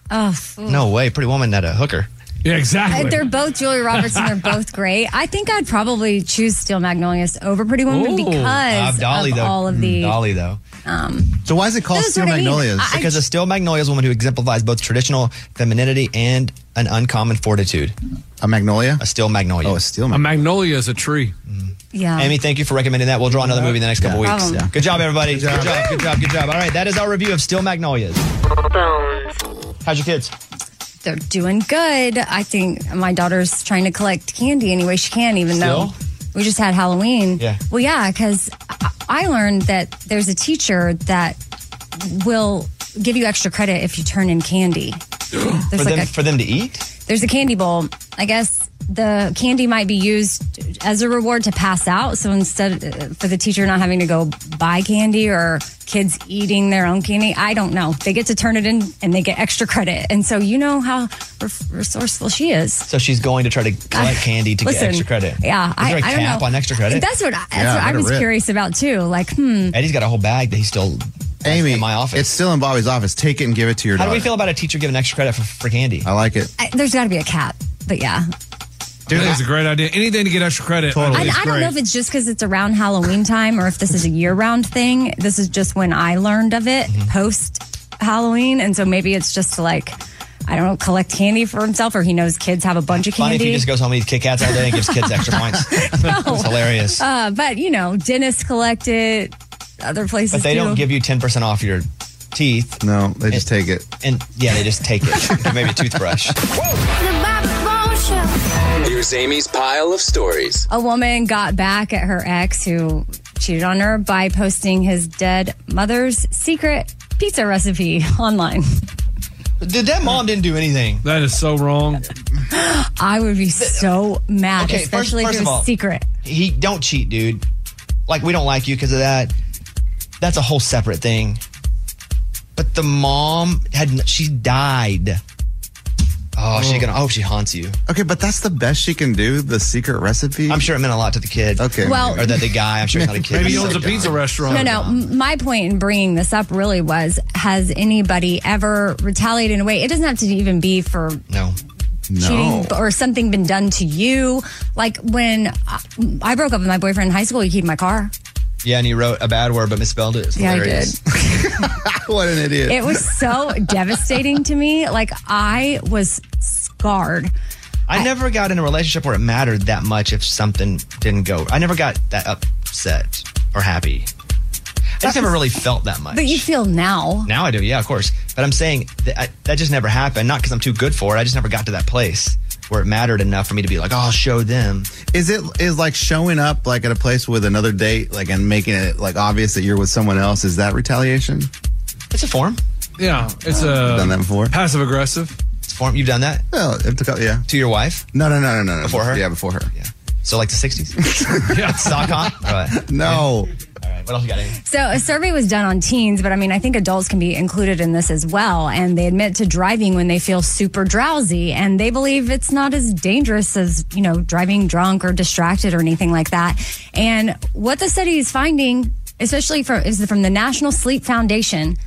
[SPEAKER 3] Oh,
[SPEAKER 1] No way, Pretty Woman at a hooker.
[SPEAKER 5] Yeah, exactly.
[SPEAKER 3] Uh, They're both Julia Roberts and they're both great. I think I'd probably choose Steel Magnolias over Pretty Woman because of all of
[SPEAKER 5] Mm,
[SPEAKER 1] Mm,
[SPEAKER 3] the.
[SPEAKER 1] Dolly though.
[SPEAKER 3] Um,
[SPEAKER 6] So why is it
[SPEAKER 3] called This is Steel what I mean. Magnolias? I- I-
[SPEAKER 1] because a Steel Magnolias woman who exemplifies both traditional femininity and an uncommon fortitude.
[SPEAKER 6] A magnolia?
[SPEAKER 1] A Steel Magnolia. Oh, a
[SPEAKER 6] Steel
[SPEAKER 5] A magnolia is a tree.
[SPEAKER 3] yeah.
[SPEAKER 1] Amy, thank you for recommending that. We'll draw another movie in the next couple
[SPEAKER 5] Yeah.
[SPEAKER 1] weeks.
[SPEAKER 5] Problem.
[SPEAKER 1] Good job, everybody. Good job. good job. Good job. All right, that is our review of Steel Magnolias. How's your kids?
[SPEAKER 3] They're doing good. I think my daughter's trying to collect candy any way she can, even
[SPEAKER 1] Still?
[SPEAKER 3] though we just had Halloween.
[SPEAKER 1] Yeah.
[SPEAKER 3] Well, yeah, because I learned that there's a teacher that will give you extra credit if you turn in candy.
[SPEAKER 1] For
[SPEAKER 3] There's
[SPEAKER 1] them,
[SPEAKER 3] like a
[SPEAKER 1] for them to eat?
[SPEAKER 3] there's a candy bowl. I guess the candy might be used as a reward to pass out. So instead, uh, for the teacher not having to go buy candy or kids eating their own candy, I don't know. They get to turn it in and they get extra credit. And so you know how re- resourceful she is.
[SPEAKER 1] So she's going to try to collect candy to
[SPEAKER 3] Listen,
[SPEAKER 1] get extra credit.
[SPEAKER 3] Yeah,
[SPEAKER 1] Is there a
[SPEAKER 3] I, I don't
[SPEAKER 1] cap
[SPEAKER 3] know.
[SPEAKER 1] on extra credit?
[SPEAKER 3] That's what I, that's
[SPEAKER 1] Yeah,
[SPEAKER 3] what I
[SPEAKER 1] let it
[SPEAKER 3] was
[SPEAKER 1] rip.
[SPEAKER 3] curious about too. Like, hmm.
[SPEAKER 1] Eddie's got a whole bag that he still.
[SPEAKER 6] Amy, in my office. It's still in Bobby's office. Take it and give it to your
[SPEAKER 1] How do
[SPEAKER 6] daughter.
[SPEAKER 1] we feel about a teacher giving extra credit for, for candy?
[SPEAKER 6] I like it.
[SPEAKER 3] I, there's got to be a cap. But yeah,
[SPEAKER 5] Dude, that's a great idea. Anything to get extra credit.
[SPEAKER 3] I, I don't know if it's just because it's around Halloween time or if this is a year round thing. This is just when I learned of it
[SPEAKER 1] Mm-hmm.
[SPEAKER 3] post Halloween. And so maybe it's just to like, I don't know, collect candy for himself or he knows kids have a bunch of
[SPEAKER 1] Funny if he
[SPEAKER 3] candy.
[SPEAKER 1] just goes home and eats Kit Kats all day and gives kids extra points. It's hilarious.
[SPEAKER 3] Uh, but, you know, dentists collect it, other places
[SPEAKER 1] But they
[SPEAKER 3] do.
[SPEAKER 1] don't give you 10% off your teeth.
[SPEAKER 6] No, they just take it.
[SPEAKER 1] And yeah, they just take it. Or maybe a toothbrush.
[SPEAKER 2] Here's Amy's pile of stories.
[SPEAKER 3] a woman got back at her ex who cheated on her by posting his dead mother's secret pizza recipe online.
[SPEAKER 1] Dude, that mom didn't do anything.
[SPEAKER 5] That is so wrong.
[SPEAKER 3] I would be so mad,
[SPEAKER 1] Okay, first-
[SPEAKER 3] especially
[SPEAKER 1] first
[SPEAKER 3] if
[SPEAKER 1] of
[SPEAKER 3] it was
[SPEAKER 1] all,
[SPEAKER 3] secret.
[SPEAKER 1] He don't cheat, dude. Like we don't like you because of that. That's a whole separate thing. But the mom had she died. Oh, she gonna. Oh, she haunts you.
[SPEAKER 6] Okay, but that's the best she can do. The secret recipe. I'm
[SPEAKER 1] sure it meant a lot to the kid.
[SPEAKER 6] Okay.
[SPEAKER 3] Well-
[SPEAKER 1] or that the guy. I'm sure it's not a kid.
[SPEAKER 5] Maybe he
[SPEAKER 1] That's
[SPEAKER 5] owns
[SPEAKER 1] so
[SPEAKER 5] a pizza
[SPEAKER 1] dumb.
[SPEAKER 5] restaurant.
[SPEAKER 3] No, no. m- My point in bringing this up really was: has anybody ever retaliated in a way? It doesn't have to even be for
[SPEAKER 1] No.
[SPEAKER 3] cheating b- or something been done to you. Like when I- I broke up with my boyfriend in high school, he kept my car.
[SPEAKER 1] Yeah, and he wrote a bad word but misspelled it. It's
[SPEAKER 3] Yeah, I did.
[SPEAKER 1] hilarious.
[SPEAKER 6] what an idiot.
[SPEAKER 3] It was so devastating to me. Like I was scarred.
[SPEAKER 1] I never got in a relationship where it mattered that much if something didn't go. I never got that upset or happy. I just never really felt that much.
[SPEAKER 3] But you feel now.
[SPEAKER 1] Now I do, yeah, of course. But I'm saying that, I, that just never happened. Not because I'm too good for it. I just never got to that place where it mattered enough for me to be like, oh, I'll show them.
[SPEAKER 6] Is it is like showing up like at a place with another date, like and making it like obvious that you're with someone else? Is that retaliation?
[SPEAKER 1] It's a form.
[SPEAKER 5] Yeah, it's
[SPEAKER 6] I've done
[SPEAKER 5] a
[SPEAKER 6] that before.
[SPEAKER 5] passive aggressive.
[SPEAKER 1] It's a form. You've done that?
[SPEAKER 6] Well, it took, yeah.
[SPEAKER 1] To your wife?
[SPEAKER 6] No, no, no, no, no, no.
[SPEAKER 1] Before her?
[SPEAKER 6] Yeah, before her.
[SPEAKER 1] Yeah. So like the 60s? yeah. Sock on? All right.
[SPEAKER 6] No.
[SPEAKER 1] All right. What else you got? Amy?
[SPEAKER 3] So a survey was done on teens, but I mean, I think adults can be included in this as well. And they admit to driving when they feel super drowsy, and they believe it's not as dangerous as you know driving drunk or distracted or anything like that. And what the study is finding, especially from is from the National Sleep Foundation,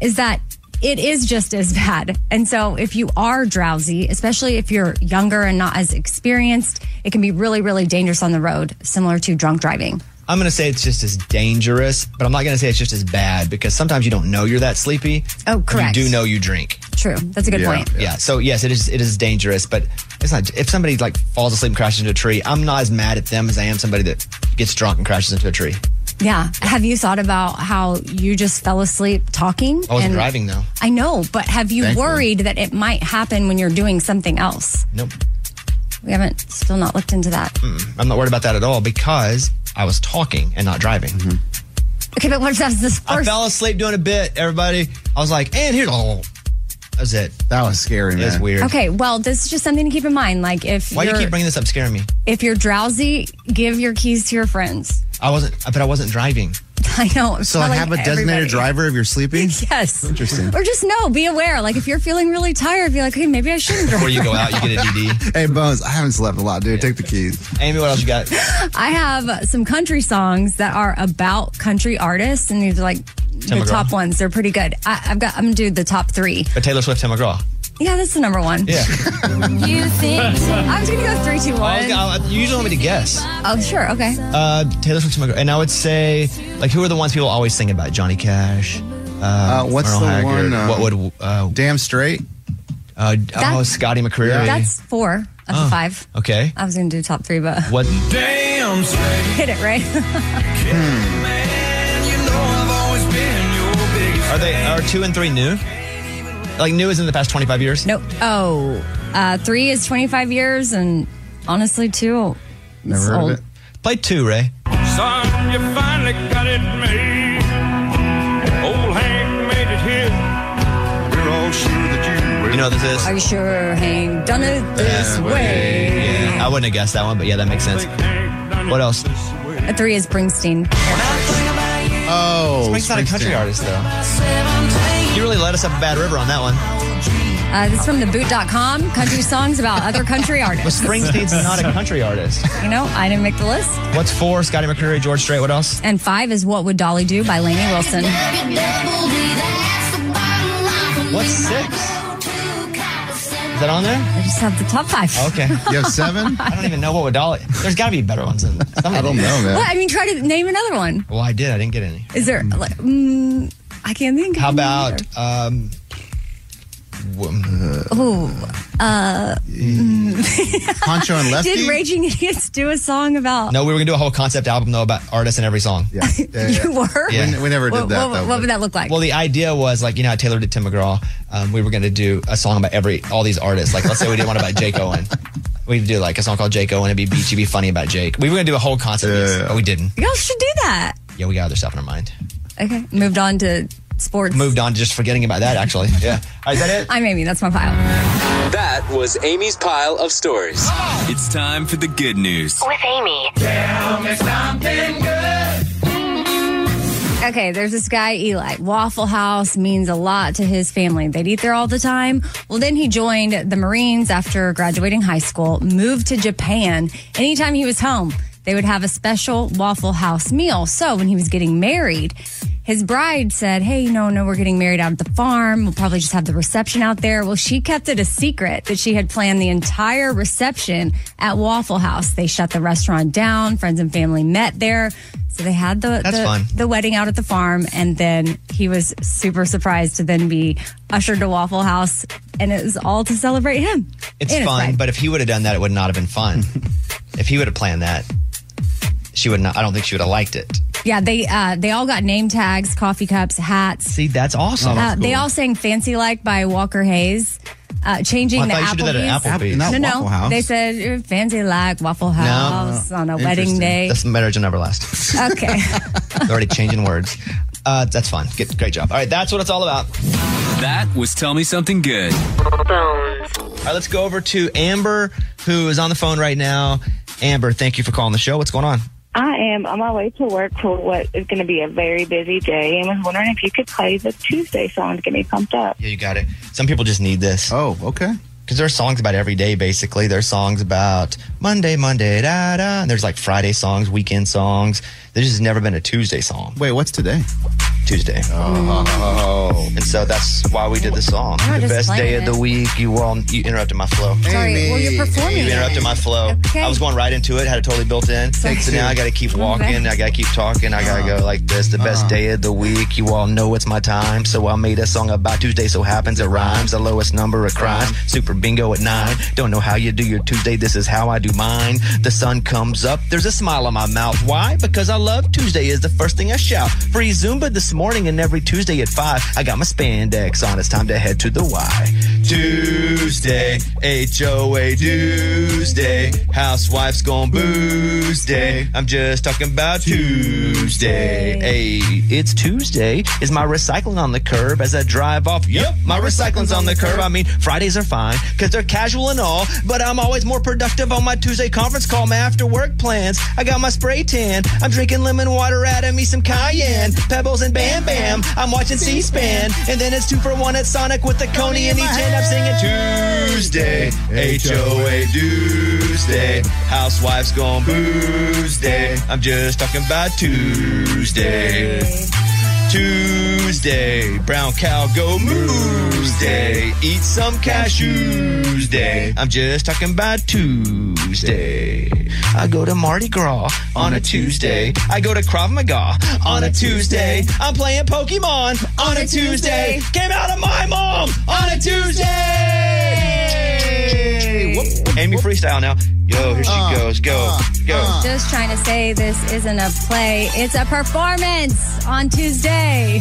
[SPEAKER 3] is that it is just as bad. And so if you are drowsy, especially if you're younger and not as experienced, it can be really, really dangerous on the road, similar to drunk driving.
[SPEAKER 1] I'm going to say it's just as dangerous, but I'm not going to say it's just as bad because sometimes you don't know you're that sleepy.
[SPEAKER 3] Oh, correct.
[SPEAKER 1] You do know you drink.
[SPEAKER 3] True. That's a good point.
[SPEAKER 1] Yeah. So yes, it is. It is dangerous, but it's not. If somebody like falls asleep and crashes into a tree, I'm not as mad at them as I am somebody that gets drunk and crashes into a tree.
[SPEAKER 3] Yeah. Have you thought about how you just fell asleep talking?
[SPEAKER 1] I was
[SPEAKER 3] And-
[SPEAKER 1] driving though.
[SPEAKER 3] I know, but have you
[SPEAKER 1] Thankfully.
[SPEAKER 3] worried that it might happen when you're doing something else?
[SPEAKER 1] Nope.
[SPEAKER 3] We haven't still not looked into that.
[SPEAKER 1] I'm not worried about that at all because I was talking and not driving.
[SPEAKER 6] Mm-hmm.
[SPEAKER 3] Okay, but what if that's this first?
[SPEAKER 1] I fell asleep doing a bit, everybody. I was like, and here, oh, that was it.
[SPEAKER 6] That was scary, man.
[SPEAKER 1] It was weird.
[SPEAKER 3] Okay, well, this is just something to keep in mind. Like if
[SPEAKER 1] Why do
[SPEAKER 3] you're,
[SPEAKER 1] you keep bringing this up? Scaring me.
[SPEAKER 3] if you're drowsy, give your keys to your friends.
[SPEAKER 1] I wasn't, but I wasn't driving.
[SPEAKER 3] I know. I'm
[SPEAKER 6] So like,
[SPEAKER 3] telling
[SPEAKER 6] have a designated
[SPEAKER 3] everybody.
[SPEAKER 6] driver if you're sleeping.
[SPEAKER 3] Yes.
[SPEAKER 6] Interesting.
[SPEAKER 3] Or just no, be aware. Like if you're feeling really tired, be like, hey, maybe I shouldn't drive.
[SPEAKER 1] get a DD.
[SPEAKER 6] hey, Bones, I haven't slept a lot, dude. Take the keys.
[SPEAKER 1] Amy, what else you got?
[SPEAKER 3] I have some country songs that are about country artists, and these are like
[SPEAKER 1] Tim
[SPEAKER 3] the
[SPEAKER 1] McGraw.
[SPEAKER 3] top ones. They're pretty good. I, I've got. I'm gonna do the top three.
[SPEAKER 1] But Taylor Swift, Tim McGraw.
[SPEAKER 3] Yeah, that's the number one.
[SPEAKER 1] Yeah.
[SPEAKER 3] you think? I was gonna go three, two,
[SPEAKER 1] I was
[SPEAKER 3] one.
[SPEAKER 1] gonna- I- you usually want me to guess.
[SPEAKER 3] Oh, sure. Okay.
[SPEAKER 1] Uh, Taylor Swift, Tim McGraw. And I would say, like, who are the ones people always sing about? Johnny Cash. Uh,
[SPEAKER 6] Uh, what's
[SPEAKER 1] Merle
[SPEAKER 6] the
[SPEAKER 1] Haggard,
[SPEAKER 6] one, um,
[SPEAKER 1] what would. Uh,
[SPEAKER 6] Damn straight.
[SPEAKER 1] Uh, oh, Scotty McCreery.
[SPEAKER 3] That's four. That's
[SPEAKER 1] Oh.
[SPEAKER 3] a five.
[SPEAKER 1] Okay.
[SPEAKER 3] I was gonna do top three, but
[SPEAKER 1] What?
[SPEAKER 9] Damn
[SPEAKER 3] hit it right.
[SPEAKER 1] Are they are two and three new? Like new is in the past twenty five years.
[SPEAKER 3] Nope. Oh, uh, three is 25 years, and honestly, two. is old.
[SPEAKER 1] Play two, Ray.
[SPEAKER 8] Son, you finally got it made. Old Hank made it here. We're all sure that you will.
[SPEAKER 1] You know what this is?
[SPEAKER 3] Are you sure, Hank? Done it this way.
[SPEAKER 1] Yeah, I wouldn't have guessed that one, but yeah, that makes sense. What else?
[SPEAKER 3] A three is Springsteen.
[SPEAKER 6] Oh,
[SPEAKER 1] Spring's not a country artist though. You really led us up a bad river on that one.
[SPEAKER 3] Uh, this is from theboot.com. Country songs about other country artists.
[SPEAKER 1] Springsteen's not a country artist.
[SPEAKER 3] You know, I didn't make the list.
[SPEAKER 1] What's four? Scotty McCreery, George Strait. What else?
[SPEAKER 3] And five is What Would Dolly Do by Lainey Wilson.
[SPEAKER 1] What's six? Is that on there?
[SPEAKER 3] I just have the top five.
[SPEAKER 1] Okay. I don't even know what would Dolly. There's got to be better ones than. I
[SPEAKER 6] don't know,
[SPEAKER 3] Well, I mean, try to name another one.
[SPEAKER 1] Well, I did. I didn't get any.
[SPEAKER 3] Is there, like, mm, I can't think of
[SPEAKER 1] How
[SPEAKER 3] one
[SPEAKER 1] about
[SPEAKER 3] either.
[SPEAKER 1] um? w-
[SPEAKER 3] Ooh, uh, mm.
[SPEAKER 1] Pancho and Lefty?
[SPEAKER 3] Did Raging Idiots do a song about?
[SPEAKER 1] No, we were gonna do a whole concept album though about artists and every song. Yeah,
[SPEAKER 3] You were.
[SPEAKER 1] Yeah.
[SPEAKER 3] What- What, what would that look like?
[SPEAKER 1] Well, the idea was like you know how Taylor did Tim McGraw. Um, we were gonna do a song about every all these artists. Like let's say we did one about Jake Owen. We'd do like a song called Jake Owen. It'd be beachy, be funny about Jake. We were gonna do a whole concept, piece, but we didn't.
[SPEAKER 3] Y'all should do that.
[SPEAKER 1] Yeah, we got other stuff in our mind.
[SPEAKER 3] Okay, moved on to sports.
[SPEAKER 1] Moved on to just forgetting about that. Actually, yeah. All right, is that it?
[SPEAKER 3] I'm Amy. That's my pile.
[SPEAKER 2] That was Amy's pile of stories.
[SPEAKER 11] It's time for the good news.
[SPEAKER 4] With Amy.
[SPEAKER 9] Tell me something good.
[SPEAKER 3] Okay, there's this guy, Eli. Waffle House means a lot to his family. They'd eat there all the time. Well, then he joined the Marines after graduating high school, moved to Japan. Anytime he was home, they would have a special Waffle House meal. So when he was getting married, his bride said, Hey, you know, no, we're getting married out at the farm. We'll probably just have the reception out there. Well, she kept it a secret that she had planned the entire reception at Waffle House. They shut the restaurant down. Friends and family met there. So they had the,
[SPEAKER 1] That's
[SPEAKER 3] the,
[SPEAKER 1] fun.
[SPEAKER 3] the wedding out at the farm, and then he was super surprised to then be ushered to Waffle House, and it was all to celebrate him.
[SPEAKER 1] It's
[SPEAKER 3] And his
[SPEAKER 1] fun,
[SPEAKER 3] bride.
[SPEAKER 1] but if he would have done that, it would not have been fun. if he would have planned that, she would not. I don't think she would have liked it.
[SPEAKER 3] yeah, they uh, they all got name tags, coffee cups, hats.
[SPEAKER 1] See, Oh, that's awesome.
[SPEAKER 3] Uh, They all sang "Fancy Like" by Walker Hayes. Uh, changing
[SPEAKER 1] Well, Oh, I thought
[SPEAKER 3] the
[SPEAKER 1] you should do that at
[SPEAKER 3] Applebee's.
[SPEAKER 1] Applebee's. Not
[SPEAKER 3] no, no,
[SPEAKER 1] Waffle House.
[SPEAKER 3] they said "You're "Fancy Like Waffle House" on a wedding day.
[SPEAKER 1] That's marriage will never last.
[SPEAKER 3] okay,
[SPEAKER 1] They're already changing words. Uh, that's fun. Good, great job. All right, that's what it's all about.
[SPEAKER 11] That was Tell Me Something Good.
[SPEAKER 1] All right, let's go over to Amber, who is on the phone right now. Amber, thank you for calling the show. What's going on?
[SPEAKER 13] I am on my way to work for what is going to be a very busy day and was wondering if you could play the Tuesday song to get me pumped up.
[SPEAKER 1] Yeah, you got it. Some people just need this.
[SPEAKER 6] Oh, okay.
[SPEAKER 1] Because there are songs about every day, basically. There's songs about Monday, Monday, da da. And there's like Friday songs, weekend songs. There's just never been a Tuesday song.
[SPEAKER 6] Wait, what's today?
[SPEAKER 1] Tuesday. Oh. And so that's why we did the song.
[SPEAKER 3] We're not
[SPEAKER 1] the
[SPEAKER 3] just
[SPEAKER 1] best
[SPEAKER 3] playing
[SPEAKER 1] day of the
[SPEAKER 3] it.
[SPEAKER 1] week. You all you interrupted my flow.
[SPEAKER 3] sorry. Well, you're performing.
[SPEAKER 1] You interrupted my flow.
[SPEAKER 3] Okay.
[SPEAKER 1] I was going right into it, had it totally built in.
[SPEAKER 3] Sorry.
[SPEAKER 1] So now I got to keep walking. I got to keep talking. I got to go like this. The best day of the week. You all know it's my time. So I made a song about Tuesday. So happens it rhymes. The lowest number of crimes. Super bingo at nine. Don't know how you do your Tuesday. This is how I do mine. The sun comes up. There's a smile on my mouth. Why? Because I love Tuesday is the first thing I shout. Free Zumba, the this morning and every Tuesday at 5. I got my spandex on. It's time to head to the Y. Tuesday, HOA Tuesday, housewife's gonna booze day. I'm just talking about Tuesday. Hey, it's Tuesday. Is my recycling on the curb as I drive off? Yep, my recycling's on the curb. I mean, Fridays are fine because they're casual and all, but I'm always more productive on my Tuesday conference call, my after work plans. I got my spray tan. I'm drinking lemon water, adding me some cayenne, pebbles, and bam bam. I'm watching C SPAN, and then it's two for one at Sonic with the Coney and each end. I'm singing Tuesday, HOA Tuesday, housewife's gone booze day. I'm just talking about Tuesday. Tuesday, brown cow go moose day. Eat some cashews day. I'm just talking about Tuesday. I go to Mardi Gras on a Tuesday. I go to Krav Maga on a Tuesday. I'm playing Pokemon on a Tuesday. Came out of my mom on a Tuesday. Whoop. Amy freestyle now. Yo, here she
[SPEAKER 3] Uh,
[SPEAKER 1] goes. Go, go.
[SPEAKER 3] Just trying to say this isn't a play, it's a performance on Tuesday.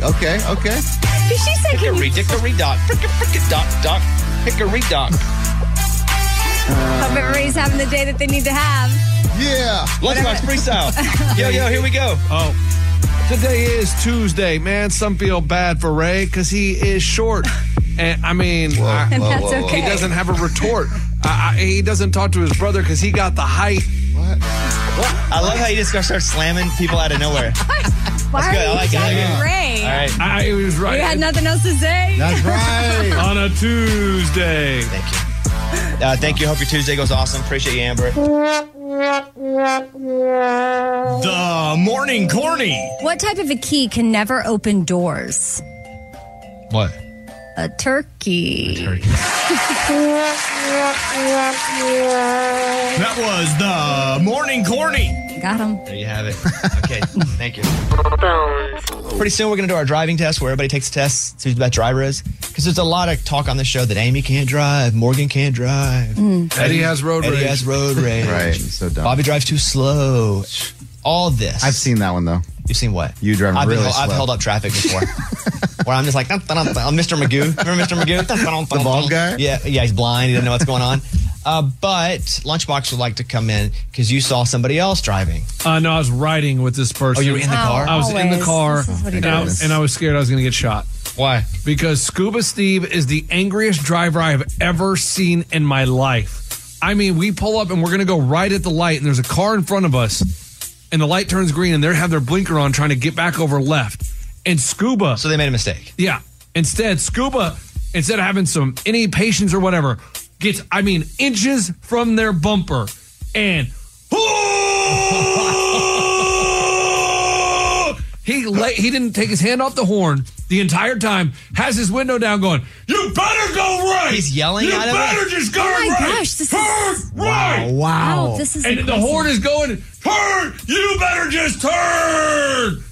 [SPEAKER 14] Okay, okay.
[SPEAKER 3] she said,
[SPEAKER 15] Hickory dickory dock. Fricka fricka dock dock. Hickory dock.
[SPEAKER 3] Hope everybody's having the day that they need to have.
[SPEAKER 14] Yeah.
[SPEAKER 15] Lunchbox freestyle. Yo, yo, here we go.
[SPEAKER 5] Oh. Today is Tuesday, man. Some feel bad for Ray because he is short. And I mean, I-
[SPEAKER 12] And that's Whoa, whoa, whoa.
[SPEAKER 5] he doesn't have a retort. I, I, he doesn't talk to his brother because he got the height. What?
[SPEAKER 15] I love how you just gonna start slamming people out of nowhere.
[SPEAKER 3] Why
[SPEAKER 15] good. I like it. I like it.
[SPEAKER 3] Ray?
[SPEAKER 15] All right.
[SPEAKER 5] I, it was
[SPEAKER 3] You had nothing else to say?
[SPEAKER 5] On a Tuesday.
[SPEAKER 15] Thank you. Uh, thank you. Hope your Tuesday goes awesome. Appreciate you, Amber.
[SPEAKER 3] The
[SPEAKER 15] morning corny.
[SPEAKER 3] What type of a key can never open doors?
[SPEAKER 5] What?
[SPEAKER 3] A turkey.
[SPEAKER 12] That was the morning corny.
[SPEAKER 3] Got him.
[SPEAKER 15] There you have it. Okay, thank you. Pretty soon we're going to do our driving test where everybody takes a test, see who's the best driver is. Because there's a lot of talk on the show that Amy can't drive, Morgan can't drive,
[SPEAKER 5] Mm. Eddie has road
[SPEAKER 15] Eddie
[SPEAKER 5] rage.
[SPEAKER 15] has road rage.
[SPEAKER 14] Right, so dumb.
[SPEAKER 15] Bobby drives too slow. All this.
[SPEAKER 14] I've seen that one though.
[SPEAKER 15] You've seen what?
[SPEAKER 14] You drive
[SPEAKER 15] I've, been
[SPEAKER 14] really
[SPEAKER 15] hel-
[SPEAKER 14] slow.
[SPEAKER 15] I've held up traffic before. where I'm just like, dun, dun, dun, dun. I'm Mr. Magoo. Remember Mr. Magoo? Dun, dun, dun,
[SPEAKER 14] The bald guy?
[SPEAKER 15] Yeah, yeah, he's blind. He doesn't know what's going on. Uh, but Lunchbox would like to come in because you saw somebody else driving.
[SPEAKER 5] Uh, no, I was riding with this person.
[SPEAKER 15] Oh, you were in the Oh, car?
[SPEAKER 5] I was in the
[SPEAKER 15] always.
[SPEAKER 5] car,
[SPEAKER 15] This is what he
[SPEAKER 5] and I,
[SPEAKER 15] does.
[SPEAKER 5] and I was scared I was going to get shot.
[SPEAKER 15] Why?
[SPEAKER 5] Because Scuba Steve is the angriest driver I have ever seen in my life. I mean, we pull up and we're going to go right at the light, and there's a car in front of us, and the light turns green, and they have their blinker on, trying to get back over left. And Scuba, so
[SPEAKER 15] they made a mistake.
[SPEAKER 5] Yeah. Instead, Scuba, instead of having some any patience or whatever, gets I mean inches from their bumper and He la- he didn't take his hand off the horn the entire time. Has his window down, going, "You better go right."
[SPEAKER 12] He's yelling
[SPEAKER 5] You
[SPEAKER 12] at him.
[SPEAKER 5] better just go
[SPEAKER 12] Oh my
[SPEAKER 5] right.
[SPEAKER 12] gosh, this is-
[SPEAKER 5] turn right.
[SPEAKER 12] Wow, wow. this is
[SPEAKER 5] and the
[SPEAKER 12] impressive.
[SPEAKER 5] horn is going. Turn. You better just turn.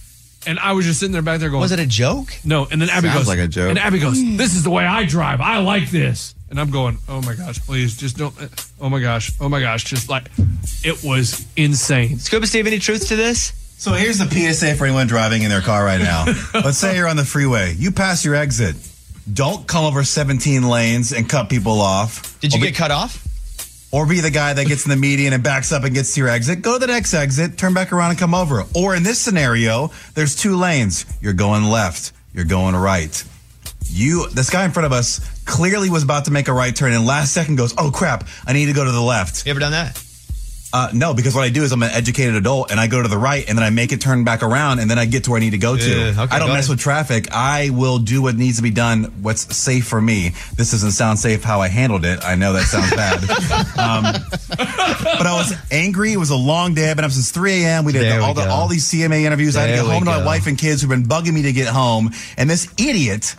[SPEAKER 5] And I was just sitting there back there going,
[SPEAKER 15] Was it a joke?
[SPEAKER 5] No. And then Abby
[SPEAKER 14] Sounds
[SPEAKER 5] goes
[SPEAKER 14] like a joke.
[SPEAKER 5] And Abby goes, "This is the way I drive. I like this." And I'm going, "Oh my gosh, please just don't. Oh my gosh, oh my gosh, just like it was insane."
[SPEAKER 15] Scuba Steve, any truth to this?
[SPEAKER 6] So here's the PSA for anyone driving in their car right now. Let's say you're on the freeway. You pass your exit. Don't come over 17 lanes and cut people off.
[SPEAKER 15] Did you get cut off?
[SPEAKER 6] Or be the guy that gets in the median and backs up and gets to your exit. Go to the next exit, turn back around and come over. Or in this scenario, there's two lanes. You're going left, you're going right. You, this guy in front of us clearly was about to make a right turn and last second goes, oh crap, I need to go to the left.
[SPEAKER 15] You ever done that?
[SPEAKER 6] Uh, no, because what I do is I'm an educated adult and I go to the right and then I make it turn back around and then I get to where I need to go to.
[SPEAKER 15] Yeah, okay,
[SPEAKER 6] I don't
[SPEAKER 15] go
[SPEAKER 6] mess
[SPEAKER 15] ahead.
[SPEAKER 6] with traffic. I will do what needs to be done, what's safe for me. This doesn't sound safe how I handled it. I know that sounds bad. um, but I was angry. It was a long day. I've been up since 3 a.m. We did
[SPEAKER 12] There we
[SPEAKER 6] all, the,
[SPEAKER 12] go.
[SPEAKER 6] all these CMA interviews. I had to
[SPEAKER 12] There
[SPEAKER 6] get
[SPEAKER 12] we
[SPEAKER 6] home to my
[SPEAKER 12] go.
[SPEAKER 6] wife and kids who've been bugging me to get home. And this idiot.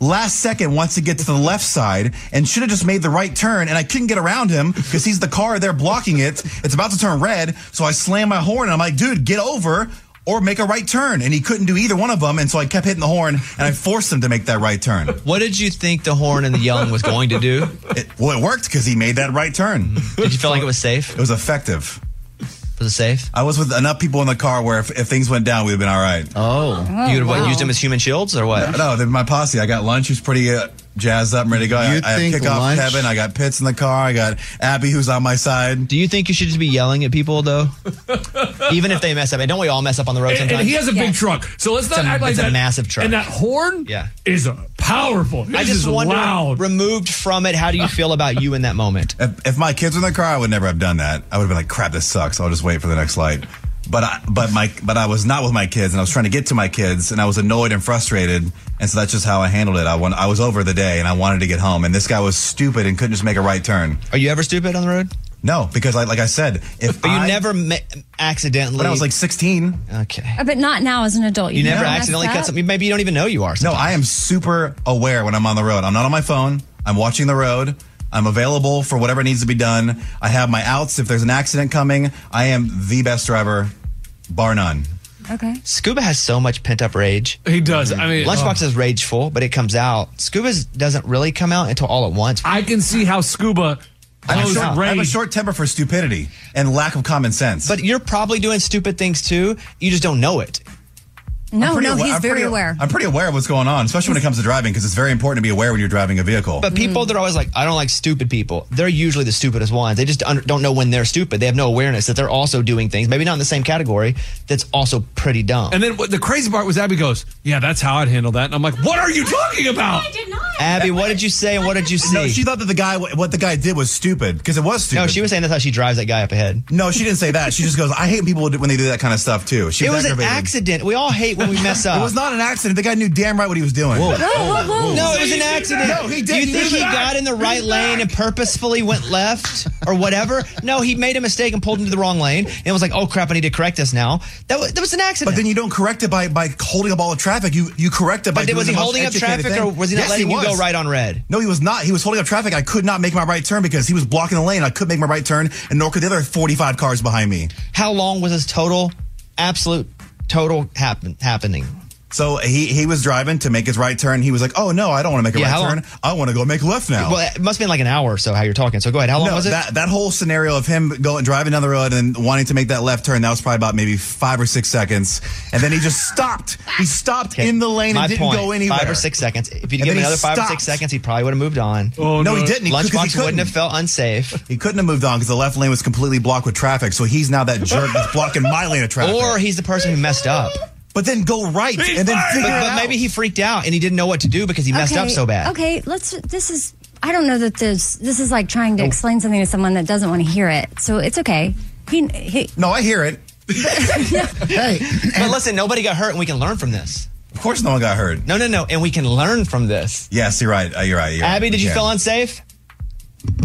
[SPEAKER 6] Last second wants to get to the left side and should have just made the right turn and I couldn't get around him because he's the car there blocking it. It's about to turn red, so I slam my horn and I'm like, dude, get over or make a right turn. And he couldn't do either one of them, and so I kept hitting the horn and I forced him to make that right turn.
[SPEAKER 15] What did you think the horn and the yelling was going to do?
[SPEAKER 6] It, well, it worked because he made that right turn.
[SPEAKER 15] Did you feel like it was safe? It
[SPEAKER 6] was effective. Was it safe? I was with enough people in the car where if, if things went down, we'd have been all right. Oh.
[SPEAKER 1] Oh, You would've, what, wow. used them as human shields or what?
[SPEAKER 6] No, no, my posse. I got lunch. Who's pretty uh, jazzed up and ready to go. I,
[SPEAKER 1] You
[SPEAKER 6] I
[SPEAKER 1] think
[SPEAKER 6] kick off
[SPEAKER 1] lunch-
[SPEAKER 6] Kevin. I got Pitts in the car. I got Abby, who's on my side.
[SPEAKER 1] Do you think you should just be yelling at people though? Even if they mess up, and don't we all mess up on the road
[SPEAKER 5] And,
[SPEAKER 1] sometimes?
[SPEAKER 5] and he has a big truck, so let's
[SPEAKER 1] It's
[SPEAKER 5] not
[SPEAKER 1] a-
[SPEAKER 5] act like
[SPEAKER 1] it's
[SPEAKER 5] that.
[SPEAKER 1] a massive truck.
[SPEAKER 5] And that horn
[SPEAKER 1] Yeah.
[SPEAKER 5] is a powerful. This
[SPEAKER 1] I just
[SPEAKER 5] is
[SPEAKER 1] wonder,
[SPEAKER 5] loud.
[SPEAKER 1] removed from it, how do you feel about you in that moment?
[SPEAKER 6] If, if my kids were in the car, I would never have done that. I would have been like, "Crap, this sucks." I'll just wait for the next light. But I, but my, but I was not with my kids, and I was trying to get to my kids, and I was annoyed and frustrated, and so that's just how I handled it. I want, I was over the day, and I wanted to get home, and this guy was stupid and couldn't just make a right turn.
[SPEAKER 1] Are you ever stupid on the road?
[SPEAKER 6] No, because like, like I said, if
[SPEAKER 1] But you
[SPEAKER 6] I-
[SPEAKER 1] never me- accidentally.
[SPEAKER 6] When I was like 16.
[SPEAKER 1] Okay.
[SPEAKER 3] Uh, But not now as an adult.
[SPEAKER 1] You never
[SPEAKER 3] messed
[SPEAKER 1] accidentally cut
[SPEAKER 3] up?
[SPEAKER 1] something. Maybe you don't even know you are.
[SPEAKER 6] No, I am super aware when I'm on the road. I'm not on my phone. I'm watching the road. I'm available for whatever needs to be done. I have my outs if there's an accident coming. I am the best driver, bar none.
[SPEAKER 3] Okay.
[SPEAKER 1] Scuba has so much pent up rage.
[SPEAKER 5] He does. I mean,
[SPEAKER 1] Lunchbox is rageful, but it comes out. Scuba's doesn't really come out until all at once.
[SPEAKER 5] I can see how Scuba.
[SPEAKER 6] I have, a short, I have a short temper for stupidity and lack of common sense.
[SPEAKER 1] But you're probably doing stupid things too. You just don't know it.
[SPEAKER 6] I'm
[SPEAKER 3] No,
[SPEAKER 6] pretty
[SPEAKER 3] no,
[SPEAKER 6] awa-
[SPEAKER 3] he's
[SPEAKER 6] I'm
[SPEAKER 3] very
[SPEAKER 6] pretty-
[SPEAKER 3] aware.
[SPEAKER 6] I'm pretty aware of what's going on, especially when it comes to driving, because it's very important to be aware when you're driving a vehicle.
[SPEAKER 1] But people that are always like, I don't like stupid people. They're usually the stupidest ones. They just un- don't know when they're stupid. They have no awareness that they're also doing things, maybe not in the same category, that's also pretty dumb.
[SPEAKER 5] And then what the crazy part was Abby goes, "Yeah, that's how I'd handle that." And I'm like, "What are you talking about?"
[SPEAKER 1] Abby, what did you say and what did you see?
[SPEAKER 6] No, she thought that the guy, what the guy did was stupid because it was stupid.
[SPEAKER 1] No, Oh, she was saying that's how she drives that guy up ahead.
[SPEAKER 6] No, she didn't say that. She just goes, I hate people when they do that kind of stuff too. She
[SPEAKER 1] it was an
[SPEAKER 6] aggravated.
[SPEAKER 1] accident. We all hate when we mess up.
[SPEAKER 6] It was not an accident. The guy knew damn right what he was doing.
[SPEAKER 1] Whoa. Whoa, whoa, whoa. No, it was an accident.
[SPEAKER 6] No, he did.
[SPEAKER 1] You think he got in the right lane and purposefully went left or whatever? No, he made a mistake and pulled into the wrong lane and was like, "Oh crap, I need to correct this now." That was, that was an accident.
[SPEAKER 6] But then you don't correct it by, by holding up all the traffic. You you correct it by.
[SPEAKER 1] But then
[SPEAKER 6] doing
[SPEAKER 1] was
[SPEAKER 6] the
[SPEAKER 1] he
[SPEAKER 6] most
[SPEAKER 1] holding up
[SPEAKER 6] educated
[SPEAKER 1] traffic or
[SPEAKER 6] thing.
[SPEAKER 1] was he not
[SPEAKER 6] Yes,
[SPEAKER 1] letting you go
[SPEAKER 6] was.
[SPEAKER 1] right on red?
[SPEAKER 6] No, he was not. He was holding up traffic. I could not make my right turn because he was blocking the lane. I could make my right turn, and nor could the other forty-five cars behind me.
[SPEAKER 1] How long was his total, absolute, total happen happening?
[SPEAKER 6] So he he was driving to make his right turn. He was like, "Oh no, I don't want to make a
[SPEAKER 1] Yeah, how
[SPEAKER 6] right
[SPEAKER 1] long-
[SPEAKER 6] turn. I want to go make left now."
[SPEAKER 1] Well, it must have been like an hour or so. How you're talking? So go ahead. How long
[SPEAKER 6] no,
[SPEAKER 1] was it?
[SPEAKER 6] That, that whole scenario of him going driving down the road and wanting to make that left turn, that was probably about maybe five or six seconds. And then he just stopped. He stopped in the lane
[SPEAKER 1] My
[SPEAKER 6] and didn't
[SPEAKER 1] point,
[SPEAKER 6] go anywhere.
[SPEAKER 1] Five or six seconds. If you'd
[SPEAKER 6] And
[SPEAKER 1] given
[SPEAKER 6] then he
[SPEAKER 1] another five or
[SPEAKER 6] stopped.
[SPEAKER 1] six seconds, he probably would have moved on.
[SPEAKER 6] no, he didn't. He could- 'cause
[SPEAKER 1] Lunchbox
[SPEAKER 6] he
[SPEAKER 1] Oh, wouldn't
[SPEAKER 6] couldn't.
[SPEAKER 1] have felt unsafe.
[SPEAKER 6] He couldn't have moved on because the left lane was completely blocked with traffic. So he's now that jerk that's blocking my lane of traffic.
[SPEAKER 1] Or he's the person who messed up.
[SPEAKER 6] But then go right and then
[SPEAKER 1] But,
[SPEAKER 6] figure it
[SPEAKER 1] but
[SPEAKER 6] out.
[SPEAKER 1] maybe he freaked out and he didn't know what to do because he messed up so bad.
[SPEAKER 3] Okay, let's. This is. I don't know that this. This is like trying
[SPEAKER 1] Oh.
[SPEAKER 3] to explain something to someone that doesn't want to hear it. So it's okay. He. he
[SPEAKER 6] no, I hear it.
[SPEAKER 1] hey, but listen, nobody got hurt, and we can learn from this.
[SPEAKER 6] Of course, no one got hurt.
[SPEAKER 1] No, no, no, and we can learn from this.
[SPEAKER 6] Yes, you're right. Uh, You're right. You're
[SPEAKER 1] Abby,
[SPEAKER 6] right.
[SPEAKER 1] did you
[SPEAKER 6] Yeah.
[SPEAKER 1] feel unsafe?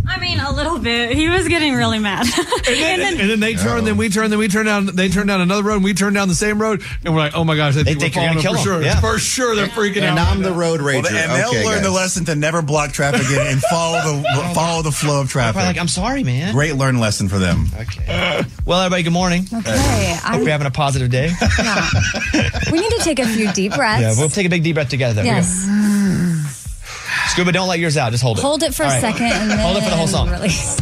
[SPEAKER 12] I mean, a little bit. He was getting really mad. and then,
[SPEAKER 5] And then they turn, then we turn, then we turn down. They turn down another road, and we turn down the same road, and we're like, "Oh my gosh, they, think,
[SPEAKER 1] think
[SPEAKER 5] we're
[SPEAKER 1] you're
[SPEAKER 5] falling
[SPEAKER 1] gonna
[SPEAKER 5] for
[SPEAKER 1] kill
[SPEAKER 5] sure.
[SPEAKER 1] them. Yeah.
[SPEAKER 5] For sure, they're freaking out.
[SPEAKER 16] road
[SPEAKER 6] Well, they- and they'll learn the lesson to never block traffic and, and follow the follow the flow of
[SPEAKER 1] Probably like,
[SPEAKER 6] traffic.
[SPEAKER 1] I'm sorry, man.
[SPEAKER 6] Great learned lesson for them.
[SPEAKER 1] Well, everybody, good morning.
[SPEAKER 3] Okay,
[SPEAKER 1] Hope
[SPEAKER 3] I'm-
[SPEAKER 1] you're having a positive day.
[SPEAKER 3] we need to take a few deep breaths.
[SPEAKER 1] yeah, we'll take a big deep breath together. Here we go.
[SPEAKER 3] yes.
[SPEAKER 1] Scuba, don't let yours out. Just hold it.
[SPEAKER 3] Hold it for
[SPEAKER 1] All
[SPEAKER 3] a
[SPEAKER 1] right.
[SPEAKER 3] second and then
[SPEAKER 1] hold it for the whole song.
[SPEAKER 3] Release.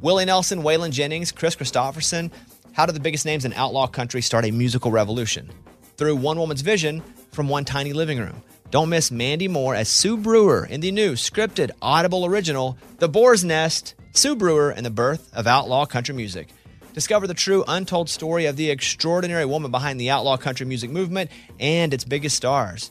[SPEAKER 1] Willie Nelson, Waylon Jennings, Chris Christopherson. How did the biggest names in outlaw country start a musical revolution? Through one woman's vision from one tiny living room. Don't miss Mandy Moore as Sue Brewer in the new scripted Audible original, The Boar's Nest, Sue Brewer and the Birth of Outlaw Country Music. Discover the true untold story of the extraordinary woman behind the outlaw country music movement and its biggest stars.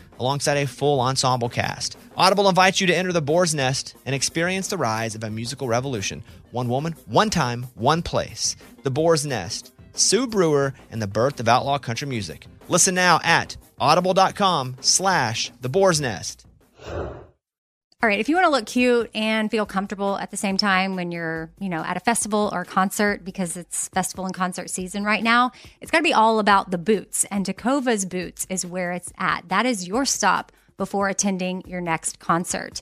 [SPEAKER 1] alongside a full ensemble cast. Audible invites you to enter the boar's nest and experience the rise of a musical revolution. One woman, one time, one place. The boar's nest. Sue Brewer and the birth of outlaw country music. Listen now at audible.com slash the boar's nest.
[SPEAKER 3] All right, if you want to look cute and feel comfortable at the same time when you're, you know, at a festival or concert because it's festival and concert season right now, it's got to be all about the boots. And Takova's Boots is where it's at. That is your stop before attending your next concert.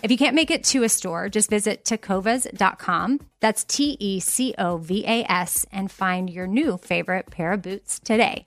[SPEAKER 3] If you can't make it to a store, just visit tecovas.com. That's T E C O V A S and find your new favorite pair of boots today.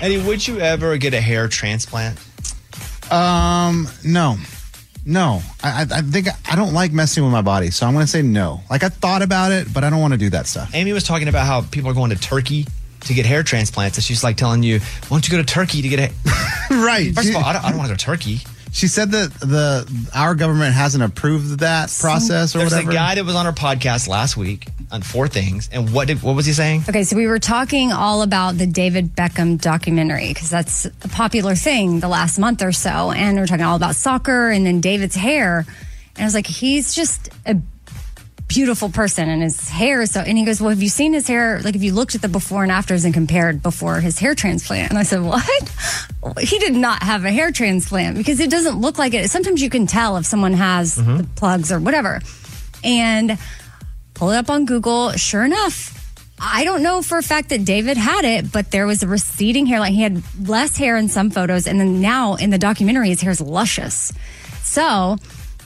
[SPEAKER 1] Eddie, would you ever get a hair transplant?
[SPEAKER 6] Um, no, no. I, I I think I don't like messing with my body, so I'm gonna say no. Like I thought about it, but I don't want to do that stuff.
[SPEAKER 1] Amy was talking about how people are going to Turkey to get hair transplants, and she's like telling you, "Why don't you go to Turkey to get a
[SPEAKER 6] right?"
[SPEAKER 1] First of all, I don't, I don't want to go to Turkey.
[SPEAKER 6] She said that the our government hasn't approved that process or
[SPEAKER 1] There's
[SPEAKER 6] whatever.
[SPEAKER 1] a guy that was on our podcast last week on four things, and what did what was he saying?
[SPEAKER 3] Okay, so we were talking all about the David Beckham documentary because that's a popular thing the last month or so. And we're talking all about soccer and then David's hair. And I was like, he's just a beautiful person and his hair is so. And he goes, Well, have you seen his hair? Like, if you looked at the before and afters and compared before his hair transplant? And I said, What? He did not have a hair transplant because it doesn't look like it. Sometimes you can tell if someone has the plugs or whatever. And pull it up on Google. Sure enough, I don't know for a fact that David had it, but there was a receding hairline. He had less hair in some photos, and then now in the documentary, his hair's luscious. So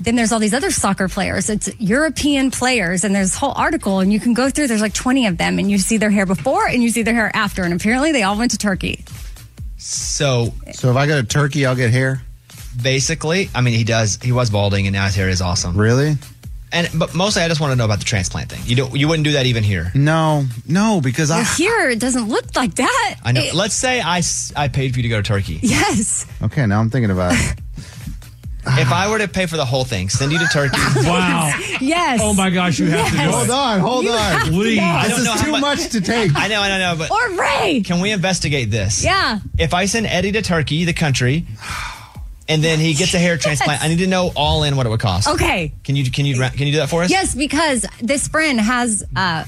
[SPEAKER 3] then there's all these other soccer players. It's European players, and there's a whole article, and you can go through. There's like 20 of them, and you see their hair before and you see their hair after. And apparently, they all went to Turkey.
[SPEAKER 1] So,
[SPEAKER 6] so if I go to Turkey, I'll get hair.
[SPEAKER 1] Basically, I mean, he does. He was balding, and now his hair is awesome.
[SPEAKER 6] Really?
[SPEAKER 1] And but mostly, I just want to know about the transplant thing. You don't. You wouldn't do that even here.
[SPEAKER 6] No, no, because
[SPEAKER 3] Your
[SPEAKER 6] I
[SPEAKER 3] hair doesn't look like that.
[SPEAKER 1] Ah. I know.
[SPEAKER 3] It-
[SPEAKER 1] Let's say I s- I paid for you to go to Turkey.
[SPEAKER 3] yes.
[SPEAKER 6] okay. Now I'm thinking about it.
[SPEAKER 1] If I were to pay for the whole thing, send you to Turkey.
[SPEAKER 3] Yes.
[SPEAKER 5] Oh my gosh, you have to do
[SPEAKER 6] Yes.
[SPEAKER 5] it.
[SPEAKER 6] Hold on, hold You on. have to Please. know. This is too much to take.
[SPEAKER 1] I know, I know, I know, but
[SPEAKER 3] or Ray.
[SPEAKER 1] Can we investigate this?
[SPEAKER 3] Yeah.
[SPEAKER 1] If I send Eddie to Turkey, the country, and then he gets a hair transplant, I need to know all in what it would cost.
[SPEAKER 3] Okay.
[SPEAKER 1] Can you can you ra- can you do that for us?
[SPEAKER 3] Yes, because this friend has uh,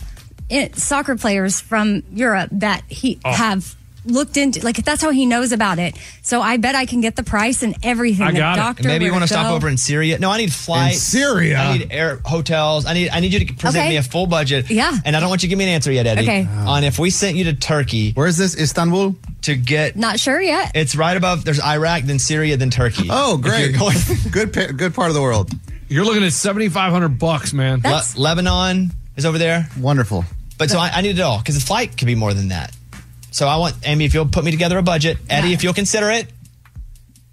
[SPEAKER 3] it, soccer players from Europe that he
[SPEAKER 1] Oh.
[SPEAKER 3] have looked into. Like that's how he knows about it. So I bet I can get the price and everything. the doctor.
[SPEAKER 1] Maybe you
[SPEAKER 3] where
[SPEAKER 1] want to stop
[SPEAKER 3] go.
[SPEAKER 1] over in Syria. No, I need flights.
[SPEAKER 6] Syria?
[SPEAKER 1] I need air hotels. I need I need you to present
[SPEAKER 3] Okay.
[SPEAKER 1] me a full budget.
[SPEAKER 3] Yeah.
[SPEAKER 1] And I don't want you to give me an answer yet, Eddie.
[SPEAKER 3] Okay.
[SPEAKER 1] On if we sent you to Turkey.
[SPEAKER 6] Where is this? Istanbul?
[SPEAKER 1] To get
[SPEAKER 3] Not sure yet.
[SPEAKER 1] It's right above. There's Iraq, then Syria, then Turkey.
[SPEAKER 6] Oh, great. good pa- good part of the world.
[SPEAKER 5] You're looking at 7500 bucks, man.
[SPEAKER 1] Le- Lebanon is over there.
[SPEAKER 6] Wonderful.
[SPEAKER 1] But so I, I need it all because the flight could be more than that. So I want Amy if you'll put me together a budget. Eddie, if you'll consider it.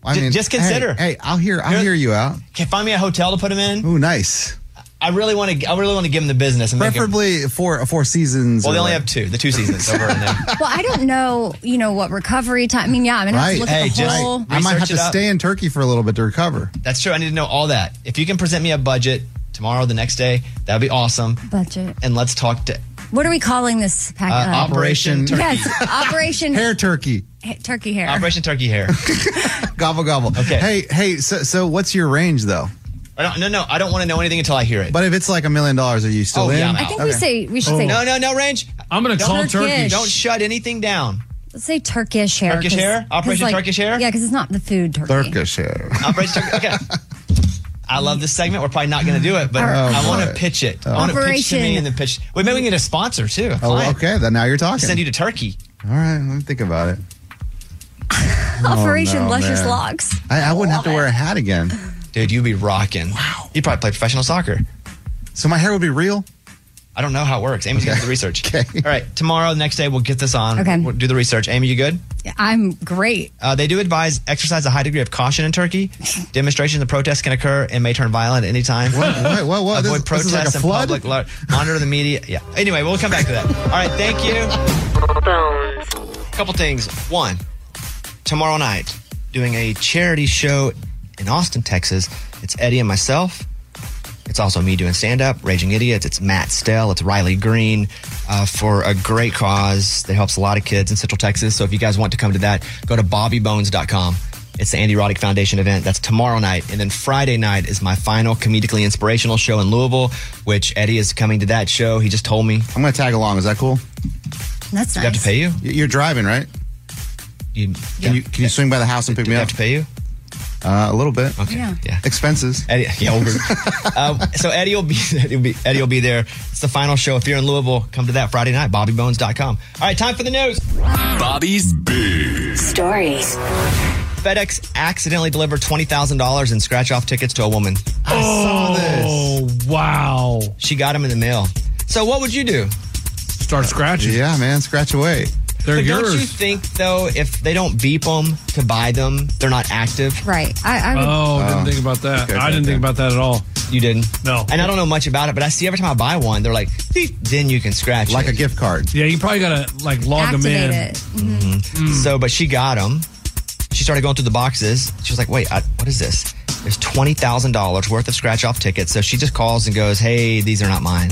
[SPEAKER 6] I
[SPEAKER 1] J-
[SPEAKER 6] mean,
[SPEAKER 1] just
[SPEAKER 6] hey,
[SPEAKER 1] consider.
[SPEAKER 6] Hey, I'll hear. I'll hear you out.
[SPEAKER 1] Can find me a hotel to put him in.
[SPEAKER 6] Ooh, nice.
[SPEAKER 1] I really want to. I really want to give him the business. And make him-
[SPEAKER 6] Preferably four four seasons.
[SPEAKER 1] well, they
[SPEAKER 6] or
[SPEAKER 1] only
[SPEAKER 6] like-
[SPEAKER 1] have two. The two seasons over in there.
[SPEAKER 3] well, I don't know. You know what recovery time? I mean, yeah, I'm gonna have to look at the whole.
[SPEAKER 6] I might have to stay in Turkey for a little bit to recover.
[SPEAKER 1] That's true. I need to know all that. If you can present me a budget tomorrow, the next day, that'd be awesome.
[SPEAKER 3] Budget.
[SPEAKER 1] And let's talk to
[SPEAKER 3] What are we calling this pack?
[SPEAKER 1] Uh, Operation Turkey.
[SPEAKER 3] Yes, Operation
[SPEAKER 6] Hair Turkey.
[SPEAKER 3] Ha- Turkey hair.
[SPEAKER 1] Operation Turkey Hair.
[SPEAKER 6] gobble gobble. Okay. Hey hey. So, so what's your range though?
[SPEAKER 1] I don't, no, no, I don't want to know anything until I hear it.
[SPEAKER 6] But if it's like a million dollars, are you still
[SPEAKER 1] Oh,
[SPEAKER 6] in?
[SPEAKER 1] yeah, I'm I out. think we
[SPEAKER 3] say- we should say-
[SPEAKER 1] No, no, no, range.
[SPEAKER 5] I'm gonna
[SPEAKER 1] Don't-
[SPEAKER 5] call Turkey.
[SPEAKER 1] Don't shut anything down.
[SPEAKER 3] Let's say Turkish hair.
[SPEAKER 17] Turkish
[SPEAKER 3] 'cause-
[SPEAKER 17] hair?
[SPEAKER 3] 'cause,
[SPEAKER 17] Operation
[SPEAKER 3] like-
[SPEAKER 17] Turkish hair?
[SPEAKER 3] Yeah, because it's not the food turkey.
[SPEAKER 6] Turkish hair.
[SPEAKER 17] Operation Turkey. Okay. I love this segment. We're probably not going to do it, but
[SPEAKER 6] Oh,
[SPEAKER 17] I want to
[SPEAKER 6] boy.
[SPEAKER 17] pitch it.
[SPEAKER 6] Oh.
[SPEAKER 17] I want to pitch to me
[SPEAKER 6] Operation-
[SPEAKER 17] and then pitch. Wait, maybe we can get a sponsor too. a
[SPEAKER 6] Oh,
[SPEAKER 17] client.
[SPEAKER 6] okay. Then now you're talking.
[SPEAKER 17] Send you to Turkey.
[SPEAKER 6] All right. Let me think about it.
[SPEAKER 3] Operation Luscious Locks.
[SPEAKER 6] I, I wouldn't have to wear a hat again.
[SPEAKER 1] Dude, you'd be rocking. Wow. You probably play professional soccer.
[SPEAKER 6] So my hair would be real?
[SPEAKER 1] I don't know how it works. Amy's got the research. okay. All right. Tomorrow, the next day, we'll get this on.
[SPEAKER 3] Okay.
[SPEAKER 1] We'll do the research. Amy, you good?
[SPEAKER 3] I'm great.
[SPEAKER 1] Uh, they do advise exercise a high degree of caution in Turkey. Demonstrations and protests can occur and may turn violent at any time.
[SPEAKER 6] What- what- what- what?
[SPEAKER 1] Avoid
[SPEAKER 6] This- this
[SPEAKER 1] protests
[SPEAKER 6] is like a
[SPEAKER 1] and
[SPEAKER 6] flood?
[SPEAKER 1] public lar- monitor the media. Yeah. Anyway, we'll come back to that. All right. Thank you. Couple things. One, tomorrow night, doing a charity show in Austin, Texas. It's Eddie and myself. It's also me doing stand up, Raging Idiots. It's Matt Stell. It's Riley Green uh, for a great cause that helps a lot of kids in Central Texas. So if you guys want to come to that, go to bobbybones.com. It's the Andy Roddick Foundation event. That's tomorrow night. And then Friday night is my final comedically inspirational show in Louisville, which Eddie is coming to that show. He just told me.
[SPEAKER 6] I'm going to tag along. Is that cool?
[SPEAKER 3] That's
[SPEAKER 1] Do we have to pay you?
[SPEAKER 6] You're driving, right?
[SPEAKER 1] You,
[SPEAKER 6] can you can you swing by the house and pick me up? Have to
[SPEAKER 1] pay you?
[SPEAKER 6] Uh, a little bit.
[SPEAKER 1] Okay. Yeah.
[SPEAKER 6] Expenses.
[SPEAKER 1] Eddie, yeah, over. uh, so Eddie will be Eddie will be Eddie will be there. It's the final show. If you're in Louisville, come to that Friday night. BobbyBones.com. All right, time for the news.
[SPEAKER 11] Bobby's Big
[SPEAKER 4] Stories.
[SPEAKER 1] FedEx accidentally delivered twenty thousand dollars in scratch-off tickets to a woman. I saw this. Oh wow! She got him in the mail. So what would you do?
[SPEAKER 5] Start scratching.
[SPEAKER 6] Yeah, man, scratch away.
[SPEAKER 1] but Don't you think though, if they don't beep them to buy them, they're not active?
[SPEAKER 3] Right. I, I would,
[SPEAKER 5] Oh, didn't think about that. I didn't think about that at all.
[SPEAKER 1] You didn't?
[SPEAKER 5] No.
[SPEAKER 1] And I don't know much about it, but I see every time I buy one, they're like, "Beep," then you can scratch like
[SPEAKER 6] a gift card.
[SPEAKER 5] Yeah, you probably gotta like log them in.
[SPEAKER 1] So, but she got them. She started going through the boxes. She was like, wait, I, what is this? There's $20,000 worth of scratch off tickets. So she just calls and goes, hey, these are not mine.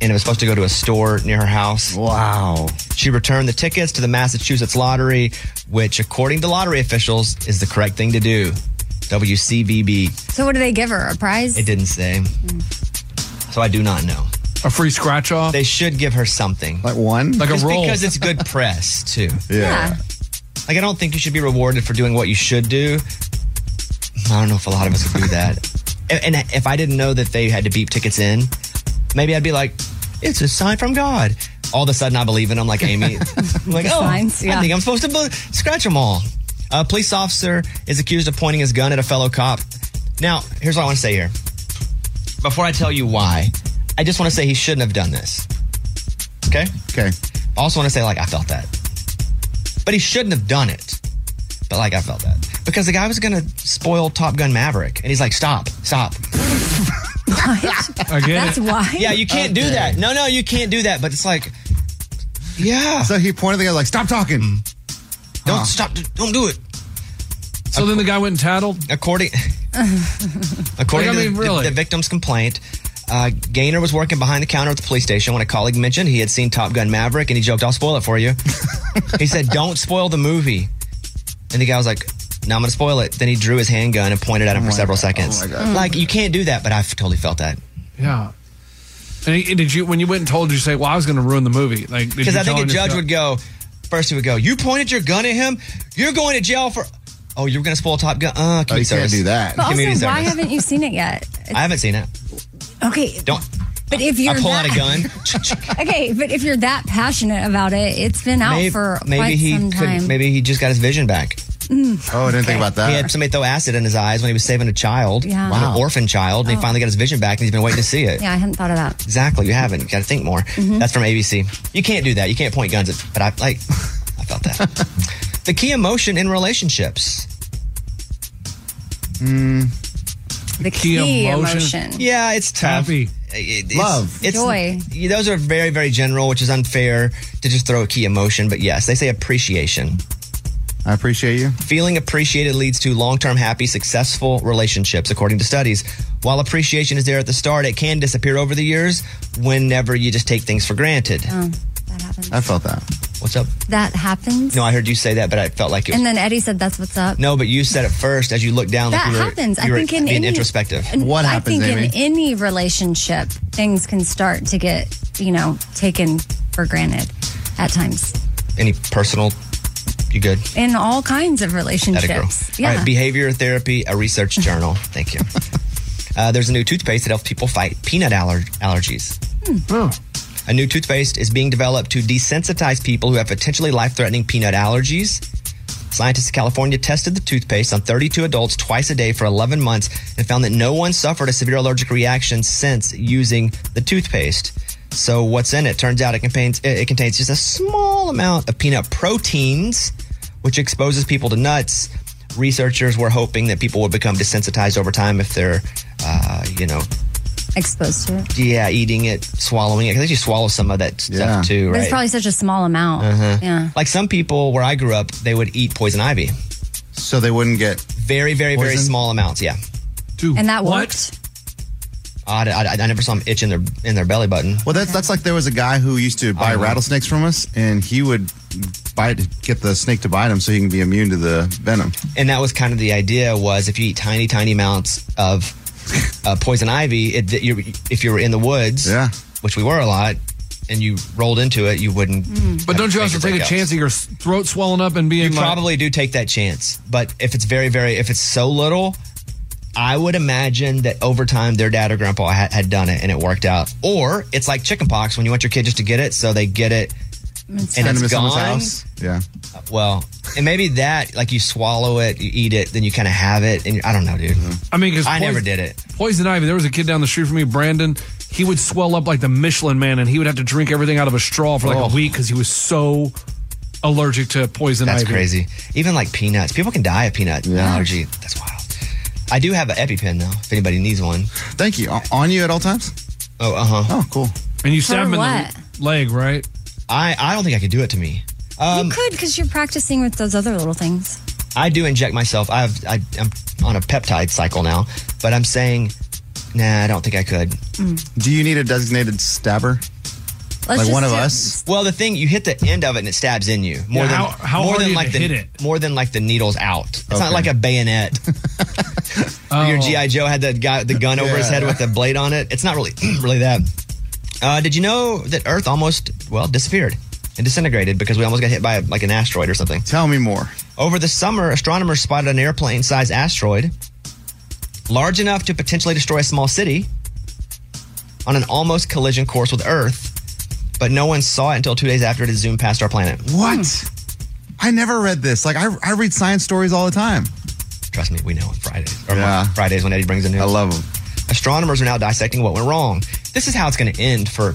[SPEAKER 1] And it was supposed to go to a store near her house.
[SPEAKER 6] Wow.
[SPEAKER 1] She returned the tickets to the Massachusetts lottery, which, according to lottery officials, is the correct thing to do. WCVB.
[SPEAKER 3] so what do they give her? A prize?
[SPEAKER 1] It didn't say. So I do not know.
[SPEAKER 5] A free scratch off?
[SPEAKER 1] They should give her something.
[SPEAKER 6] Like one?
[SPEAKER 5] Like a
[SPEAKER 1] Just
[SPEAKER 5] roll.
[SPEAKER 1] Because it's good press, too.
[SPEAKER 3] Yeah.
[SPEAKER 1] Like, I don't think you should be rewarded for doing what you should do. I don't know if a lot of us would do that. and, and if I didn't know that they had to beep tickets in, maybe I'd be like, it's a sign from God. All of a sudden, I believe in. I'm like, Amy, I'm like,
[SPEAKER 3] The
[SPEAKER 1] oh,
[SPEAKER 3] signs, yeah.
[SPEAKER 1] I think I'm supposed to bu- scratch them all. A police officer is accused of pointing his gun at a fellow cop. Now, here's what I want to say here. Before I tell you why, I just want to say he shouldn't have done this. Okay?
[SPEAKER 6] Okay.
[SPEAKER 1] I also want to say, like, I felt that. But he shouldn't have done it. But, like, I felt that. Because the guy was going to spoil Top Gun Maverick. And he's like, stop, stop.
[SPEAKER 5] I
[SPEAKER 6] get That's it. why?
[SPEAKER 1] Yeah, you can't do
[SPEAKER 6] Okay.
[SPEAKER 1] that. No, no, you can't do that. But it's like, Yeah.
[SPEAKER 6] So he pointed the guy like, stop talking.
[SPEAKER 1] Mm. Don't stop. Don't do it.
[SPEAKER 5] So then the guy went and tattled?
[SPEAKER 1] According According
[SPEAKER 5] Like, I
[SPEAKER 1] to
[SPEAKER 5] mean,
[SPEAKER 1] the,
[SPEAKER 5] really.
[SPEAKER 1] the victim's complaint, uh, Gaynor was working behind the counter at the police station when a colleague mentioned he had seen Top Gun Maverick and he joked, I'll spoil it for you. he said, Don't spoil the movie. And the guy was like, No, I'm going to spoil it. Then he drew his handgun and pointed at
[SPEAKER 5] Oh
[SPEAKER 1] him for several seconds. Like, you can't do that, but I've totally felt that.
[SPEAKER 5] Yeah. And he- did you when you went and told you say, "Well, I was going to ruin the movie"? Like did
[SPEAKER 1] Because
[SPEAKER 5] you
[SPEAKER 1] I think
[SPEAKER 5] tell
[SPEAKER 1] a
[SPEAKER 5] him
[SPEAKER 1] judge
[SPEAKER 5] yourself?
[SPEAKER 1] would go, First, he would go, You pointed your gun at him. You're going to jail for. Oh, you're going to spoil Top Gun? Uh,
[SPEAKER 5] Oh,
[SPEAKER 1] community
[SPEAKER 6] you can't
[SPEAKER 1] service.
[SPEAKER 6] do that.
[SPEAKER 3] But also,
[SPEAKER 1] Community
[SPEAKER 3] why
[SPEAKER 1] service.
[SPEAKER 3] haven't you seen it yet?
[SPEAKER 1] I haven't seen it.
[SPEAKER 3] Okay.
[SPEAKER 1] Don't.
[SPEAKER 3] But if you're
[SPEAKER 1] I pull
[SPEAKER 3] that,
[SPEAKER 1] out a gun.
[SPEAKER 3] okay, but if you're that passionate about it, it's been out
[SPEAKER 1] Maybe-
[SPEAKER 3] for
[SPEAKER 1] maybe
[SPEAKER 3] quite
[SPEAKER 1] he
[SPEAKER 3] some
[SPEAKER 1] could-
[SPEAKER 3] time.
[SPEAKER 1] maybe he just got his vision back.
[SPEAKER 3] Mm.
[SPEAKER 6] Oh, I didn't think about that.
[SPEAKER 1] He had somebody throw acid in his eyes when he was saving a child,
[SPEAKER 3] Yeah.
[SPEAKER 1] an
[SPEAKER 3] Wow.
[SPEAKER 1] orphan child, and
[SPEAKER 3] Oh.
[SPEAKER 1] he finally got his vision back, and he's been waiting to see it.
[SPEAKER 3] Yeah, I hadn't thought of that.
[SPEAKER 1] Exactly, you haven't. You got to think more.
[SPEAKER 3] Mhm.
[SPEAKER 1] That's from ABC. You can't do that. You can't point guns at. But I like. I felt that. the key emotion in relationships.
[SPEAKER 3] The key key emotion. emotion.
[SPEAKER 1] Yeah, it's tough.
[SPEAKER 5] Happy.
[SPEAKER 1] It- it's-
[SPEAKER 3] Love. Joy.
[SPEAKER 1] yeah, Those are very, very general, which is unfair to just throw a key emotion. But yes, they say appreciation.
[SPEAKER 6] I appreciate you.
[SPEAKER 1] Feeling appreciated leads to long term happy, successful relationships, according to studies. While appreciation is there at the start, it can disappear over the years whenever you just take things for granted.
[SPEAKER 3] Oh,
[SPEAKER 1] I
[SPEAKER 6] felt that.
[SPEAKER 1] What's up?
[SPEAKER 3] that happens.
[SPEAKER 1] No, I heard you say that, but I felt like it was.
[SPEAKER 3] And then Eddie said, "That's what's up."
[SPEAKER 1] no, but you said it first as you looked down.
[SPEAKER 3] That
[SPEAKER 1] like you were,
[SPEAKER 3] happens. I
[SPEAKER 1] you were
[SPEAKER 3] think in
[SPEAKER 1] being
[SPEAKER 3] any-
[SPEAKER 1] introspective.
[SPEAKER 3] And I think in any relationship, things can start to get you know taken for granted at times.
[SPEAKER 1] any personal You're good.
[SPEAKER 3] in all kinds of relationships.
[SPEAKER 1] Atta girl. All right, behavior therapy, a research journal. Thank you. Uh, there's a new toothpaste that helps people fight peanut aller- allergies. A new toothpaste is being developed to desensitize people who have potentially life threatening peanut allergies. Scientists in California tested the toothpaste on 32 adults twice a day for 11 months and found that no one suffered a severe allergic reaction since using the toothpaste. So, what's in it? Turns out it contains, it it contains just a small amount of peanut proteins, which exposes people to nuts. Researchers were hoping that people would become desensitized over time if they're, uh, you know,
[SPEAKER 3] Exposed to it.
[SPEAKER 1] yeah, eating it, swallowing it. 'Cause I think you swallow some of that stuff too,
[SPEAKER 3] But
[SPEAKER 1] right?
[SPEAKER 3] it's probably such a small amount.
[SPEAKER 1] Uh-huh.
[SPEAKER 3] Yeah.
[SPEAKER 1] Like some people where I grew up, they would eat poison ivy.
[SPEAKER 6] So they wouldn't get
[SPEAKER 1] very, very, very
[SPEAKER 3] poisoned?
[SPEAKER 1] small amounts. Yeah.
[SPEAKER 3] And that worked.
[SPEAKER 1] I, I, I never saw them itch in their in their belly button.
[SPEAKER 6] Well, that's that's like there was a guy who used to buy rattlesnakes from us, and he would bite, get the snake to bite him so he can be immune to the venom.
[SPEAKER 1] And that was kind of the idea was if you eat tiny, tiny amounts of uh, poison ivy, it, that you if you were in the woods, yeah. which we were a lot, and you rolled into it, you wouldn't.
[SPEAKER 6] Mm.
[SPEAKER 5] But don't you also take a chance of your s- throat swelling up and being
[SPEAKER 1] You
[SPEAKER 5] like,
[SPEAKER 1] probably do take that chance, but if it's very, very, if it's so little, I would imagine that over time their dad or grandpa had, had done it and it worked out. Or it's like chickenpox when you want your kid just to get it, so they get it and
[SPEAKER 6] Send him
[SPEAKER 1] it's
[SPEAKER 6] to someone's
[SPEAKER 1] gone.
[SPEAKER 6] house. Yeah.
[SPEAKER 1] Well, and maybe that, like you swallow it, you eat it, then you kind of have it, and you- I don't know, dude.
[SPEAKER 6] Mm-hmm.
[SPEAKER 5] I mean, 'cause
[SPEAKER 1] I
[SPEAKER 5] poison-
[SPEAKER 1] never did it.
[SPEAKER 5] Poison ivy. There was a kid down the street from me, Brandon. He would swell up like the Michelin man, and he would have to drink everything out of a straw for like
[SPEAKER 1] Oh.
[SPEAKER 5] a week because he was so allergic to poison
[SPEAKER 1] That's
[SPEAKER 5] ivy.
[SPEAKER 1] crazy. Even like peanuts, people can die of peanut allergy. That's wild. I do have an EpiPen though. If anybody needs one,
[SPEAKER 6] thank you. On you at all times.
[SPEAKER 1] Oh, uh huh.
[SPEAKER 6] Oh, cool.
[SPEAKER 5] And you
[SPEAKER 3] For stab him in the what?
[SPEAKER 5] leg, right?
[SPEAKER 1] I I don't think I could do it to me. Um,
[SPEAKER 3] you could because you're practicing with those other little things.
[SPEAKER 1] I do inject myself. I've I, I'm on a peptide cycle now, but I'm saying, nah, I don't think I could.
[SPEAKER 6] Do you need a designated stabber? Like just one of do- us?
[SPEAKER 1] Well, the thing you hit the end of it and it stabs in you more
[SPEAKER 6] Yeah,
[SPEAKER 1] than
[SPEAKER 6] how- how
[SPEAKER 1] more
[SPEAKER 6] hard
[SPEAKER 1] than
[SPEAKER 6] is it
[SPEAKER 1] like
[SPEAKER 6] to
[SPEAKER 1] the
[SPEAKER 6] hit it?
[SPEAKER 1] more than like the needles out. It's not
[SPEAKER 6] Okay.
[SPEAKER 1] like a bayonet.
[SPEAKER 5] Oh.
[SPEAKER 1] Your GI Joe had that guy the gun over his
[SPEAKER 6] Yeah.
[SPEAKER 1] head with the blade on it. It's not really really that. Uh, did you know that Earth almost well disappeared and disintegrated because we almost got hit by like an asteroid or something?
[SPEAKER 6] Tell me more.
[SPEAKER 1] Over the summer, astronomers spotted an airplane-sized asteroid large enough to potentially destroy a small city on an almost collision course with Earth, but no one saw it until two days after it had zoomed past our planet.
[SPEAKER 6] What?
[SPEAKER 1] Hmm.
[SPEAKER 6] I never read this. Like I, I read science stories all the time.
[SPEAKER 1] Trust me, we know on Fridays. Or Mon- Fridays when Eddie brings the news. I love them. Astronomers are now dissecting what went wrong. This is how it's going to end for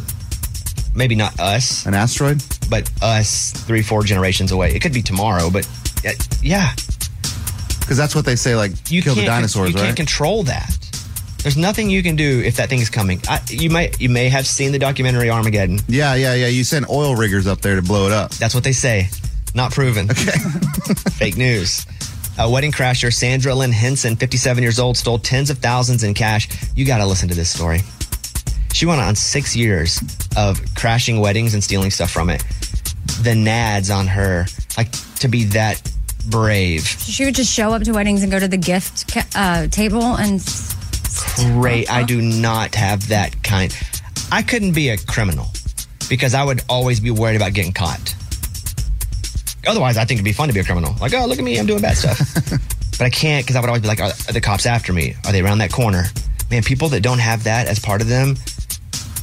[SPEAKER 1] maybe not us.
[SPEAKER 6] An asteroid?
[SPEAKER 1] But us three, four generations away. It could be tomorrow, but uh, yeah.
[SPEAKER 6] Because that's what they say. Like
[SPEAKER 1] you
[SPEAKER 6] kill the
[SPEAKER 1] can't con-
[SPEAKER 6] dinosaurs,
[SPEAKER 1] You
[SPEAKER 6] right?
[SPEAKER 1] can't control that. There's nothing you can do if that thing is coming. I, you might you may have seen the documentary Armageddon.
[SPEAKER 6] Yeah, yeah, yeah. You send oil riggers up there to blow it up.
[SPEAKER 1] That's what they say. Not proven. Okay. Fake news. A wedding crasher, Sandra Lynn Henson, 57 years old, stole tens of thousands in cash. You got to listen to this story. She went on six years of crashing weddings and stealing stuff from it. The nads on her, like to be that brave.
[SPEAKER 3] She would just show up to weddings and go to the gift ca- uh, table and s-
[SPEAKER 1] great. I do not have that kind. I couldn't be a criminal because I would always be worried about getting caught. Otherwise, I think it'd be fun to be a criminal. Like, oh, look at me, I'm doing bad stuff. but I can't because I would always be like, are, are the cops after me? Are they around that corner? Man, people that don't have that as part of them,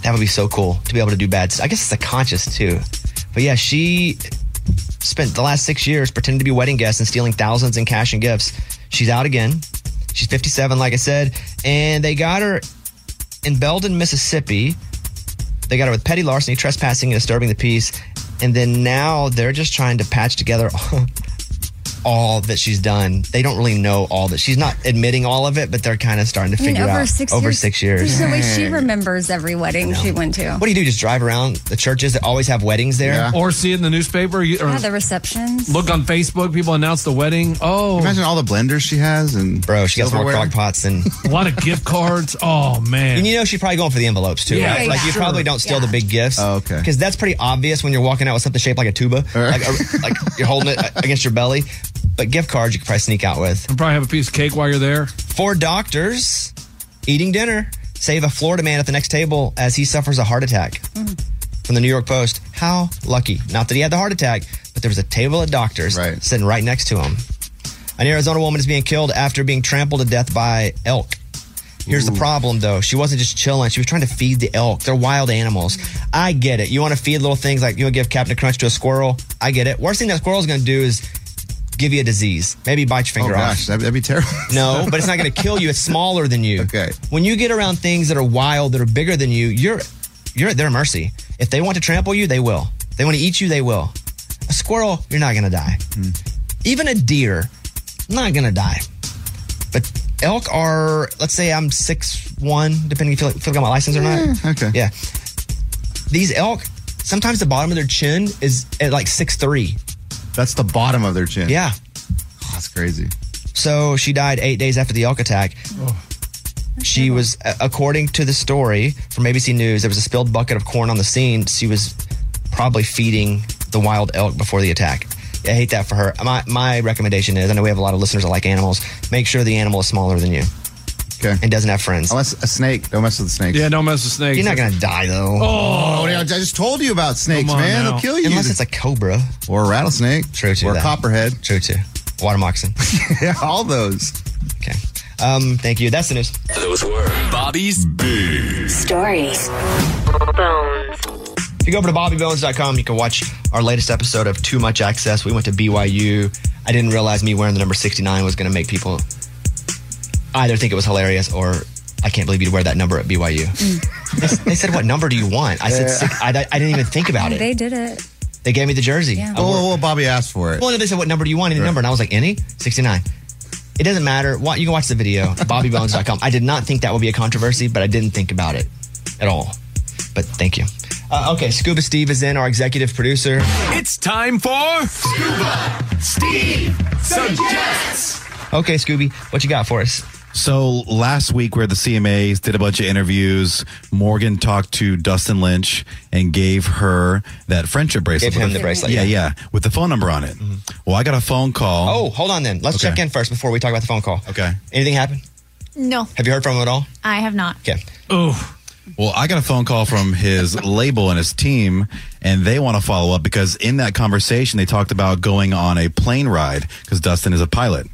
[SPEAKER 1] that would be so cool to be able to do bad stuff. I guess it's the conscious too. But yeah, she spent the last six years pretending to be wedding guests and stealing thousands in cash and gifts. She's out again. She's 57, like I said, and they got her in Belden, Mississippi. They got her with petty larceny, trespassing, and disturbing the peace. And then now they're just trying to patch together all that she's done. They don't really know all that she's not admitting all of it, but they're kind of starting to
[SPEAKER 3] I mean,
[SPEAKER 1] figure
[SPEAKER 3] over
[SPEAKER 1] out
[SPEAKER 3] six
[SPEAKER 1] over
[SPEAKER 3] years,
[SPEAKER 1] six years.
[SPEAKER 3] There's no way she remembers every wedding she went to.
[SPEAKER 1] What do you do? Just drive around the churches that always have weddings there?
[SPEAKER 5] Or see it in the newspaper. you- Or
[SPEAKER 3] Yeah, the receptions.
[SPEAKER 5] look on Facebook. People announce the wedding. Oh,
[SPEAKER 6] imagine all the blenders she has and
[SPEAKER 1] bro, she got some more crock pots and
[SPEAKER 5] a lot of gift cards. Oh man,
[SPEAKER 1] And you know she's probably going for the envelopes too,
[SPEAKER 5] Yeah,
[SPEAKER 1] right? Like you
[SPEAKER 5] sure.
[SPEAKER 1] probably don't steal the big gifts.
[SPEAKER 6] Oh, okay.
[SPEAKER 1] Because that's pretty obvious when you're walking out with something shaped like a tuba, like, like you're holding it against your belly. But gift cards you could probably sneak out with.
[SPEAKER 5] And probably have a piece of cake while you're there.
[SPEAKER 1] Four doctors
[SPEAKER 18] Mm-hmm.
[SPEAKER 1] eating dinner save a Florida man at the next table as he suffers a heart attack. from the New York Post. How lucky. Not that he had the heart attack, but there was a table at doctors sitting right next to him. An Arizona woman is being killed after being trampled to death by elk. Here's the problem, though. She wasn't just chilling. She was trying to feed the elk. They're wild animals. I get it. You want to feed little things like you want to give Captain Crunch to a squirrel. I get it. Worst thing that squirrel's going to do is give you a disease. Maybe bite your finger
[SPEAKER 18] Oh, gosh,
[SPEAKER 1] off.
[SPEAKER 18] that'd, that'd be terrible.
[SPEAKER 1] No, but it's not going to kill you. It's smaller than you. Okay. When you get around things that are wild, that are bigger than you, you're you're at their mercy. If they want to trample you, they will. If they want to eat you, they will. A squirrel, you're not going to die. Even a deer, not going to die. But elk are, let's say I'm six one, depending if you feel like my license or not. Okay. Yeah. These elk, sometimes the bottom of their chin is at like six three.
[SPEAKER 18] That's the bottom of their chin.
[SPEAKER 1] Yeah.
[SPEAKER 18] That's crazy.
[SPEAKER 1] So she died eight days after the elk attack. She was, a- according to the story from ABC News, there was a spilled bucket of corn on the scene. She was probably feeding the wild elk before the attack. I hate that for her. My, my recommendation is I know we have a lot of listeners that like animals. Make sure the animal is smaller than you.
[SPEAKER 18] Okay.
[SPEAKER 1] And doesn't have friends.
[SPEAKER 18] Unless a snake. Don't mess with the snake.
[SPEAKER 5] Yeah, don't mess with snakes.
[SPEAKER 1] You're not going to die, though.
[SPEAKER 18] Oh, yeah, I just told you about snakes,
[SPEAKER 1] Come on
[SPEAKER 18] man.
[SPEAKER 1] now.
[SPEAKER 18] They'll kill you.
[SPEAKER 1] Unless it's a cobra
[SPEAKER 18] or a rattlesnake.
[SPEAKER 1] True too.
[SPEAKER 18] Or a
[SPEAKER 1] that.
[SPEAKER 18] copperhead.
[SPEAKER 1] True too. Water moccasin.
[SPEAKER 18] yeah, all those.
[SPEAKER 1] Okay. Um, thank you. That's the news.
[SPEAKER 2] Those were Bobby's Big
[SPEAKER 4] Stories. Bones.
[SPEAKER 1] If you go over to bobbybones.com, you can watch our latest episode of Too Much Access. We went to BYU. I didn't realize me wearing the number 69 was going to make people either think it was hilarious or I can't believe you'd wear that number at BYU.
[SPEAKER 3] Mm.
[SPEAKER 1] they, s- they said, What number do you want? I said,
[SPEAKER 18] Yeah.
[SPEAKER 1] six, I, I didn't even think about it.
[SPEAKER 3] They did it.
[SPEAKER 1] They gave me the jersey.
[SPEAKER 3] Yeah.
[SPEAKER 1] I wore-
[SPEAKER 18] Well, well, Bobby asked for it.
[SPEAKER 1] well, they said, "What number do you want?" Any number, and I was like, "Any 69." It doesn't matter. Wa- You can watch the video, BobbyBones.com. I did not think that would be a controversy, but I didn't think about it at all. But thank you. Uh, okay, Scuba Steve is in, our executive producer.
[SPEAKER 2] It's time for Scuba Steve Suggests.
[SPEAKER 1] Okay, Scooby, what you got for us?
[SPEAKER 6] So last week, where the CMAs did a bunch of interviews, Morgan talked to Dustin Lynch and gave her that friendship bracelet.
[SPEAKER 1] Gave him
[SPEAKER 6] with
[SPEAKER 1] the bracelet,
[SPEAKER 6] Yeah,
[SPEAKER 1] yeah.
[SPEAKER 6] yeah, with the phone number on it. Well, I got a phone call.
[SPEAKER 1] Mm-hmm. Oh, hold on then. Let's
[SPEAKER 6] Okay.
[SPEAKER 1] check in first before we talk about the phone call.
[SPEAKER 6] Okay.
[SPEAKER 1] Anything happen?
[SPEAKER 12] No,
[SPEAKER 1] Have you heard from him at all?
[SPEAKER 12] I have not.
[SPEAKER 1] Okay.
[SPEAKER 6] Oh. Well, I got a phone call from his label and his team, and they want to follow up because in that conversation, they talked about going on a plane ride because Dustin is a pilot.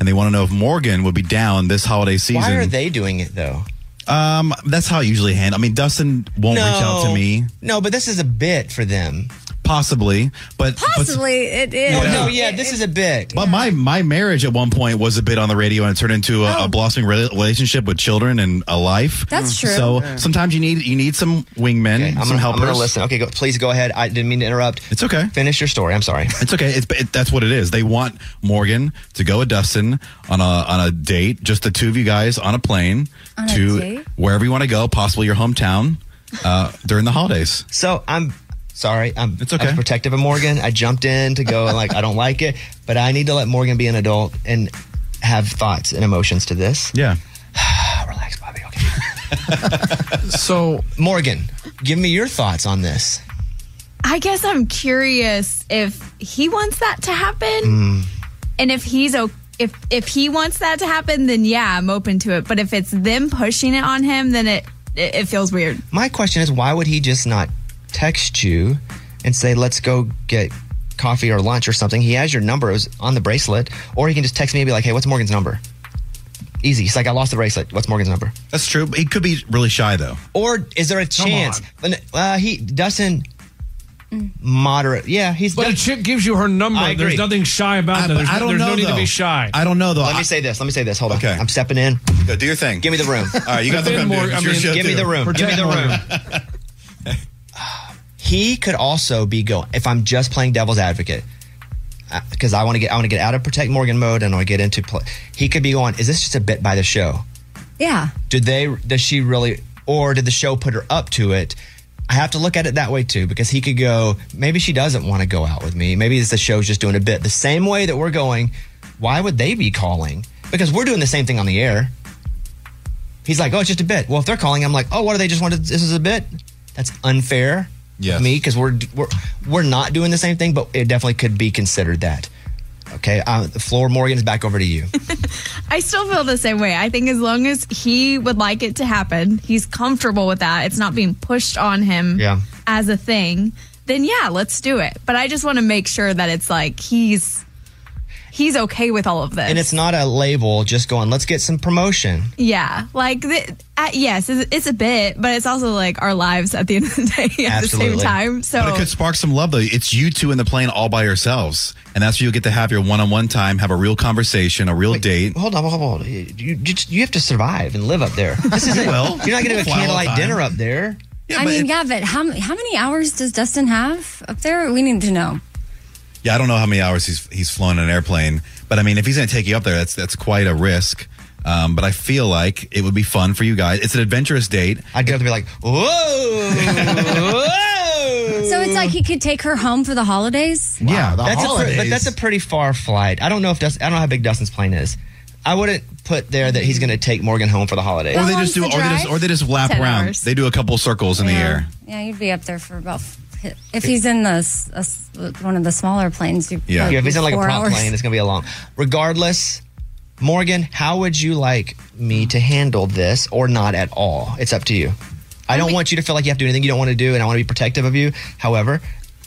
[SPEAKER 6] And they want to know if Morgan would be down this holiday season.
[SPEAKER 1] Why are they doing it though?
[SPEAKER 6] Um, that's how I usually handle. I mean, Dustin won't reach out to
[SPEAKER 1] No.
[SPEAKER 6] me.
[SPEAKER 1] No, but this is a bit for them.
[SPEAKER 6] Possibly, but but-
[SPEAKER 3] Possibly it is.
[SPEAKER 6] Well, no,
[SPEAKER 1] Oh, yeah, this is a bit.
[SPEAKER 6] But my my marriage at one point was a bit on the radio and it turned into a, a blossoming rela- relationship with children and a life.
[SPEAKER 3] That's Mm. true.
[SPEAKER 6] So
[SPEAKER 3] Yeah.
[SPEAKER 6] sometimes you need you need some wingmen, some
[SPEAKER 1] I'm gonna, I'm
[SPEAKER 6] helpers.
[SPEAKER 1] gonna listen. Okay, go, please go ahead. I didn't mean to interrupt.
[SPEAKER 6] It's okay.
[SPEAKER 1] Finish your story. I'm sorry.
[SPEAKER 6] It's okay. It's it, that's what it is. They want Morgan to go with Dustin on a on a date, just the two of you guys on a plane
[SPEAKER 1] On a
[SPEAKER 6] to
[SPEAKER 1] date?
[SPEAKER 6] wherever you want to go, possibly your hometown uh, during the holidays.
[SPEAKER 1] So I'm sorry. I'm it's
[SPEAKER 6] okay.
[SPEAKER 1] I was protective of Morgan. I jumped in to go and like I don't like it, but I need to let Morgan be an adult and have thoughts and emotions to this.
[SPEAKER 6] Yeah.
[SPEAKER 1] so Morgan, give me your thoughts on this.
[SPEAKER 12] I guess I'm curious if he wants that to happen, and if he's okay. If, if he wants that to happen, then yeah, I'm open to it. But if it's them pushing it on him, then it it, it feels weird.
[SPEAKER 1] My question is why would he just not text you and say let's go get coffee or lunch or something? He has your number it was on the bracelet, or he can just text me and be like, hey, what's Morgan's number? Easy. He's like, I lost the bracelet. What's Morgan's number?
[SPEAKER 6] That's true. He could be really shy though.
[SPEAKER 1] Or is there a
[SPEAKER 6] Come
[SPEAKER 1] chance? Uh, he Dustin, moderate. Yeah, he's.
[SPEAKER 5] But a chick gives you her number.
[SPEAKER 1] I agree.
[SPEAKER 5] There's nothing shy about that. There's, Oh, no- there's no need to be shy.
[SPEAKER 6] I don't know though.
[SPEAKER 1] Let me say this. Let me say this. Hold on. I'm stepping in.
[SPEAKER 6] Go do your thing.
[SPEAKER 1] Give me the room.
[SPEAKER 6] All right, you got the room, dude. It's your show,
[SPEAKER 1] give me
[SPEAKER 6] too.
[SPEAKER 1] the room. Give me
[SPEAKER 6] Protect
[SPEAKER 1] the
[SPEAKER 6] Morgan.
[SPEAKER 1] room. he could also be going. If I'm just playing devil's advocate, because I want to get I want to get out of protect Morgan mode and I want to get into play. He could be going. Is this just a bit by the show?
[SPEAKER 3] Yeah.
[SPEAKER 1] Did they? Does she really? Or did the show put her up to it? I have to look at it that way too, because he could go. Maybe she doesn't want to go out with me. Maybe it's the show's just doing a bit the same way that we're going. Why would they be calling? Because we're doing the same thing on the air. He's like, oh, it's just a bit. Well, if they're calling, I'm like, oh, what do they just want? To, this is a bit. That's unfair. Yeah, me because we're we're we're not doing the same thing, but it definitely could be considered that. Okay, uh, the floor, Morgan is back over to you.
[SPEAKER 12] I still feel the same way. I think as long as he would like it to happen, he's comfortable with that. It's not being pushed on him.
[SPEAKER 1] Yeah.
[SPEAKER 12] as a thing, then yeah, let's do it. But I just want to make sure that it's like he's he's okay with all of this.
[SPEAKER 1] And it's not a label just going, let's get some promotion.
[SPEAKER 12] yeah, like the, uh, yes, it's, it's a bit, but it's also like our lives at the end of the day at the same time. So
[SPEAKER 19] but it could spark some love though. It's you two in the plane all by yourselves, and that's where you'll get to have your one-on-one time, have a real conversation, a real date.
[SPEAKER 1] Hold on, hold on. You, you, you have to survive and live up there. This
[SPEAKER 19] You
[SPEAKER 1] isn't.
[SPEAKER 19] will.
[SPEAKER 1] You're not going to have a
[SPEAKER 19] Fly all the
[SPEAKER 1] candlelight
[SPEAKER 19] time.
[SPEAKER 1] dinner up there.
[SPEAKER 3] I mean, yeah, but how how many hours does Dustin have up there? We need to know.
[SPEAKER 19] Yeah, I don't know how many hours he's he's flown in an airplane, but I mean, if he's going to take you up there, that's that's quite a risk. Um, but I feel like it would be fun for you guys. It's an adventurous date.
[SPEAKER 1] I'd get up to be like, whoa.
[SPEAKER 3] So it's like he could take her home for the holidays.
[SPEAKER 1] yeah, that's a pre- but that's a pretty far flight. I don't know if Dust, I don't know how big Dustin's plane is. I wouldn't put there that he's going to take Morgan home for the holidays.
[SPEAKER 19] or they just do, or they just, or they just lap
[SPEAKER 3] Ten
[SPEAKER 19] around.
[SPEAKER 3] hours.
[SPEAKER 19] They do a couple circles in the air.
[SPEAKER 3] Yeah, you'd be up there for about. If he's in the s- a s- one of the smaller planes, you
[SPEAKER 1] Yeah, if he's in like a
[SPEAKER 3] four
[SPEAKER 1] prop
[SPEAKER 3] hours.
[SPEAKER 1] plane, it's gonna be a long. Regardless, Morgan, how would you like me to handle this, or not at all? It's up to you. I don't want you to feel like you have to do anything you don't want to do, and I want to be protective of you. However,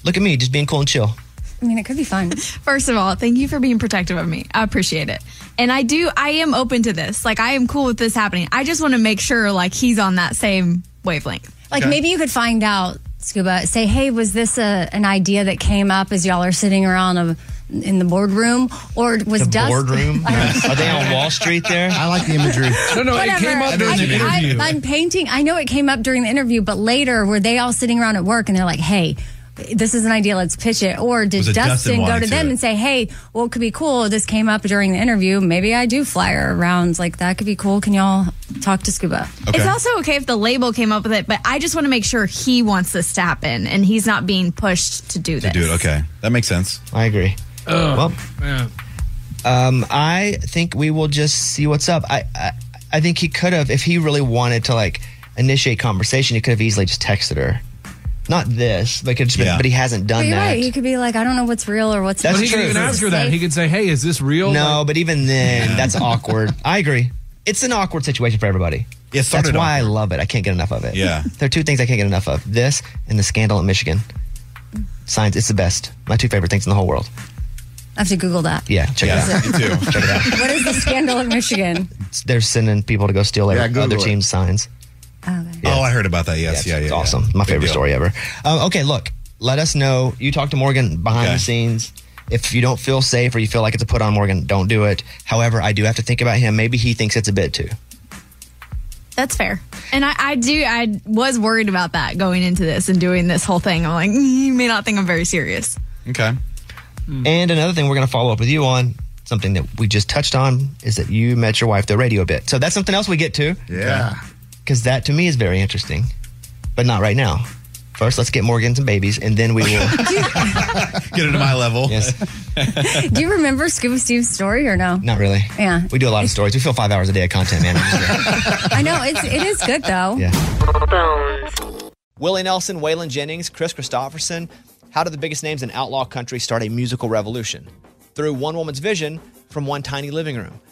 [SPEAKER 1] look at me, just being cool and chill.
[SPEAKER 3] I mean, it could be fun.
[SPEAKER 12] First of all, thank you for being protective of me. I appreciate it. And I do, I am open to this. Like, I am cool with this happening. I just want to make sure, like, he's on that same wavelength.
[SPEAKER 3] Like maybe you could find out, Scuba. Say, hey, was this a, an idea that came up as y'all are sitting around a, in the boardroom, or was Dustin?
[SPEAKER 1] Boardroom? Are they on Wall Street there? I
[SPEAKER 6] like the imagery.
[SPEAKER 5] No, no, it came up during the
[SPEAKER 3] I,
[SPEAKER 5] interview.
[SPEAKER 3] I'm painting. I know it came up during the interview, but later were they all sitting around at work and they're like, "Hey, this is an idea. Let's pitch it." Or did
[SPEAKER 20] Was it
[SPEAKER 3] Dustin,
[SPEAKER 20] Dustin
[SPEAKER 3] go
[SPEAKER 20] wanting
[SPEAKER 3] to
[SPEAKER 20] to
[SPEAKER 3] them
[SPEAKER 20] it?
[SPEAKER 3] and say, "Hey, well, it could be cool. This came up during the interview. Maybe I do flyer around. Like that could be cool. Can y'all talk to Scuba?"
[SPEAKER 12] It's also okay if the label came up with it, but I just want to make sure he wants this to happen and he's not being pushed to do
[SPEAKER 19] To
[SPEAKER 12] this.
[SPEAKER 19] do it, okay, that makes sense.
[SPEAKER 1] I agree. well, um, I think we will just see what's up. I, I, I think he could have, if he really wanted to, like initiate conversation, he could have easily just texted her. Not this, but could just been- but he hasn't
[SPEAKER 3] But
[SPEAKER 1] done
[SPEAKER 3] you're
[SPEAKER 1] that.
[SPEAKER 3] right. You could be like, "I don't know what's real or what's."
[SPEAKER 1] That's
[SPEAKER 3] not
[SPEAKER 1] true.
[SPEAKER 3] Is it safe?"
[SPEAKER 1] could say, "Hey, is this real?" No, but even then, that's awkward. I agree. It's an awkward situation for everybody.
[SPEAKER 19] Yeah, it
[SPEAKER 1] that's
[SPEAKER 19] started
[SPEAKER 1] why I love it. I can't get enough of it.
[SPEAKER 19] Yeah.
[SPEAKER 1] there are two things I can't get enough of: this and the scandal in Michigan. Science, it's the best. My two favorite things in the whole world.
[SPEAKER 3] I have to Google that.
[SPEAKER 1] Yeah, check
[SPEAKER 3] Yeah,
[SPEAKER 1] it out.
[SPEAKER 3] me
[SPEAKER 1] too. Check it out.
[SPEAKER 3] What is the scandal in Michigan?
[SPEAKER 1] They're sending people to go steal their
[SPEAKER 19] Yeah, Google
[SPEAKER 1] other
[SPEAKER 19] it.
[SPEAKER 1] team's signs.
[SPEAKER 19] Oh, I heard about that. Yes, yeah, yeah, it's awesome.
[SPEAKER 1] My favorite story ever. Um, okay, look, let us know. You talk to Morgan behind the scenes. If you don't feel safe or you feel like it's a put on Morgan, don't do it. However, I do have to think about him. Maybe he thinks it's a bit too.
[SPEAKER 12] That's fair. And I, I do, I was worried about that going into this and doing this whole thing. I'm like, "Mm, you may not think I'm very serious.
[SPEAKER 19] Okay.
[SPEAKER 1] And another thing we're going to follow up with you on, something that we just touched on, is that you met your wife through radio a bit. So that's something else we get to.
[SPEAKER 6] Yeah.
[SPEAKER 1] Because that to me is very interesting, but not right now. First, let's get Morgan some babies, and then we will
[SPEAKER 19] get into my level.
[SPEAKER 1] Yes.
[SPEAKER 3] Do you remember Scuba Steve's story or no?
[SPEAKER 1] Not really.
[SPEAKER 3] Yeah.
[SPEAKER 1] We do a lot of stories. We fill five hours a day of content, man.
[SPEAKER 3] I know it's it is good though.
[SPEAKER 1] Willie Nelson, Waylon Jennings, Chris Christopherson. How did the biggest names in outlaw country start a musical revolution? Through one woman's vision from one tiny living room.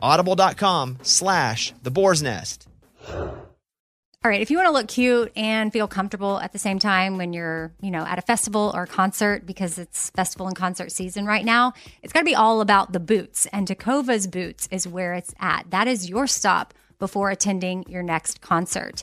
[SPEAKER 1] audible.com slash the boar's nest.
[SPEAKER 3] All right, if you want to look cute and feel comfortable at the same time when you're, you know, at a festival or a concert because it's festival and concert season right now, it's got to be all about the boots. And Takova's Boots is where it's at. That is your stop before attending your next concert.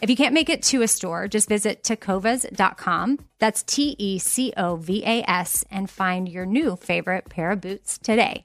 [SPEAKER 3] If you can't make it to a store, just visit tecovas.com. That's T E C O V A S and find your new favorite pair of boots today.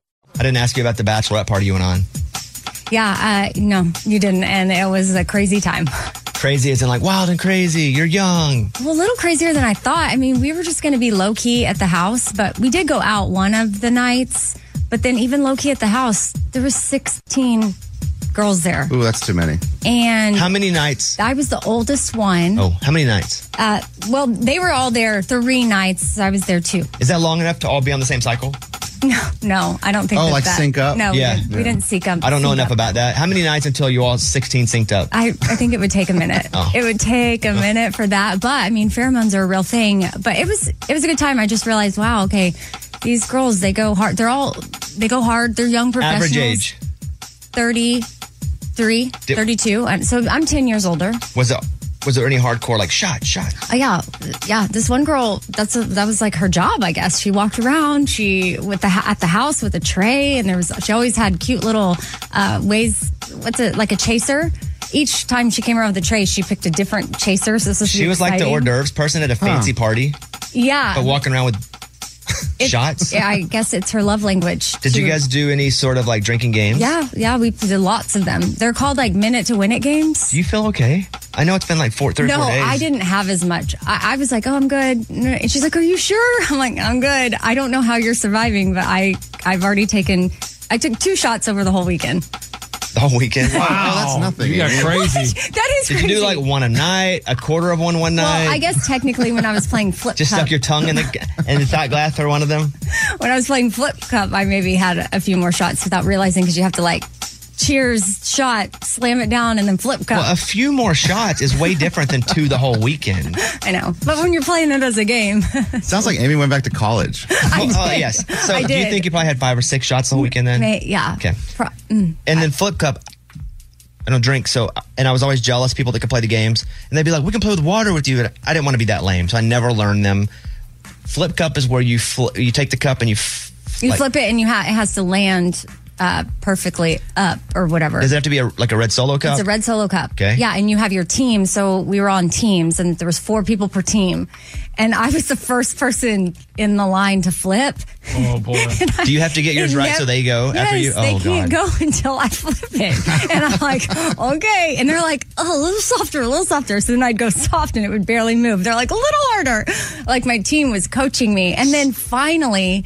[SPEAKER 1] I didn't ask you about the bachelorette party you went on.
[SPEAKER 3] Yeah, uh, no, you didn't. And it was a crazy time.
[SPEAKER 1] Crazy as in like wild and crazy. You're young.
[SPEAKER 3] Well, a little crazier than I thought. I mean, we were just going to be low key at the house, but we did go out one of the nights. But then even low key at the house, there was 16 girls there.
[SPEAKER 6] Ooh, that's too many.
[SPEAKER 1] Oh,
[SPEAKER 3] And
[SPEAKER 1] how many nights?
[SPEAKER 3] I was the oldest one.
[SPEAKER 1] Oh, how many nights?
[SPEAKER 3] Uh, well, they were all there three nights. I was there too.
[SPEAKER 1] Is that long enough to all be on the same cycle?
[SPEAKER 3] No, no, I don't think.
[SPEAKER 1] Oh,
[SPEAKER 3] that
[SPEAKER 1] like
[SPEAKER 3] that,
[SPEAKER 1] sync up?
[SPEAKER 3] No,
[SPEAKER 1] Yeah.
[SPEAKER 3] we, didn't, we
[SPEAKER 1] Yeah.
[SPEAKER 3] didn't sync up.
[SPEAKER 1] I don't know
[SPEAKER 3] sync
[SPEAKER 1] enough
[SPEAKER 3] up.
[SPEAKER 1] about that. How many nights until you all 16 synced up?
[SPEAKER 3] I, I think it would take a minute.
[SPEAKER 1] Oh.
[SPEAKER 3] It would take a minute for that. But I mean, pheromones are a real thing. But it was it was a good time. I just realized, wow, okay, these girls they go hard. They're all they go hard. They're young professionals.
[SPEAKER 1] Average age.
[SPEAKER 3] 33,
[SPEAKER 1] Did-
[SPEAKER 3] 32. And so I'm 10 years older.
[SPEAKER 1] Was it? Was there any hardcore like shot, shot?
[SPEAKER 3] Oh, yeah, yeah. This one girl, that's a, that was like her job, I guess. She walked around, she with the ha- at the house with a tray, and there was she always had cute little uh, ways. What's it like a chaser? Each time she came around with a tray, she picked a different chaser. So this was
[SPEAKER 1] She was like the hors
[SPEAKER 3] exciting.
[SPEAKER 1] d'oeuvres person at a fancy party,
[SPEAKER 3] Yeah,
[SPEAKER 1] but walking around with shots.
[SPEAKER 3] yeah. I guess it's her love language.
[SPEAKER 1] Did
[SPEAKER 3] She
[SPEAKER 1] you
[SPEAKER 3] would-
[SPEAKER 1] guys do any sort of like drinking games?
[SPEAKER 3] Yeah, yeah. We did lots of them. They're called like minute to win it games.
[SPEAKER 1] Do you feel okay? I know it's been like four, three,
[SPEAKER 3] no,
[SPEAKER 1] four days.
[SPEAKER 3] I didn't have as much. I, I was like, "Oh, I'm good," and she's like, "Are you sure?" I'm like, "I'm good. I don't know how you're surviving, but I I've already taken. I took two shots over the whole weekend.
[SPEAKER 1] the whole weekend.
[SPEAKER 6] Wow. Oh, that's nothing. You got crazy.
[SPEAKER 3] That is
[SPEAKER 1] Did
[SPEAKER 3] crazy.
[SPEAKER 1] you do like one a night, a quarter of one one
[SPEAKER 3] well,
[SPEAKER 1] night?
[SPEAKER 3] I guess technically when I was playing flip
[SPEAKER 1] Just
[SPEAKER 3] cup,
[SPEAKER 1] stuck your tongue in the in the shot glass or one of them.
[SPEAKER 3] when I was playing flip cup, I maybe had a, a few more shots without realizing because you have to like cheers, shot, slam it down, and then flip cup.
[SPEAKER 1] Well, a few more shots is way different than two the whole weekend.
[SPEAKER 3] I know, but when you're playing it as a game,
[SPEAKER 6] Sounds like Amy went back to college.
[SPEAKER 3] I
[SPEAKER 1] Oh
[SPEAKER 3] did.
[SPEAKER 1] yes. So
[SPEAKER 3] I
[SPEAKER 1] do you
[SPEAKER 3] did.
[SPEAKER 1] think you probably had five or six shots the whole weekend then?
[SPEAKER 3] May- yeah.
[SPEAKER 1] Okay.
[SPEAKER 3] Pro- mm.
[SPEAKER 1] And then flip cup. I don't drink, so and I was always jealous people that could play the games, and they'd be like, "We can play with water with you." And I didn't want to be that lame, so I never learned them. Flip cup is where you fl- you take the cup and you f-
[SPEAKER 3] You
[SPEAKER 1] like-
[SPEAKER 3] flip it and you ha- it has to land uh, perfectly up or whatever.
[SPEAKER 1] Does it have to be a, like a red solo cup?
[SPEAKER 3] It's a red solo cup.
[SPEAKER 1] Okay.
[SPEAKER 3] Yeah, and you have your team. So we were on teams, and there was four people per team, and I was the first person in the line to flip.
[SPEAKER 1] Oh boy! Do you have to get yours
[SPEAKER 3] And
[SPEAKER 1] right
[SPEAKER 3] nev-
[SPEAKER 1] so they go
[SPEAKER 3] yes,
[SPEAKER 1] after you?
[SPEAKER 3] they
[SPEAKER 1] oh
[SPEAKER 3] can't go until I flip it, and I'm like, okay. And they're like, oh, a little softer, a little softer. So then I'd go soft, and it would barely move. They're like, a little harder. Like my team was coaching me, and then finally.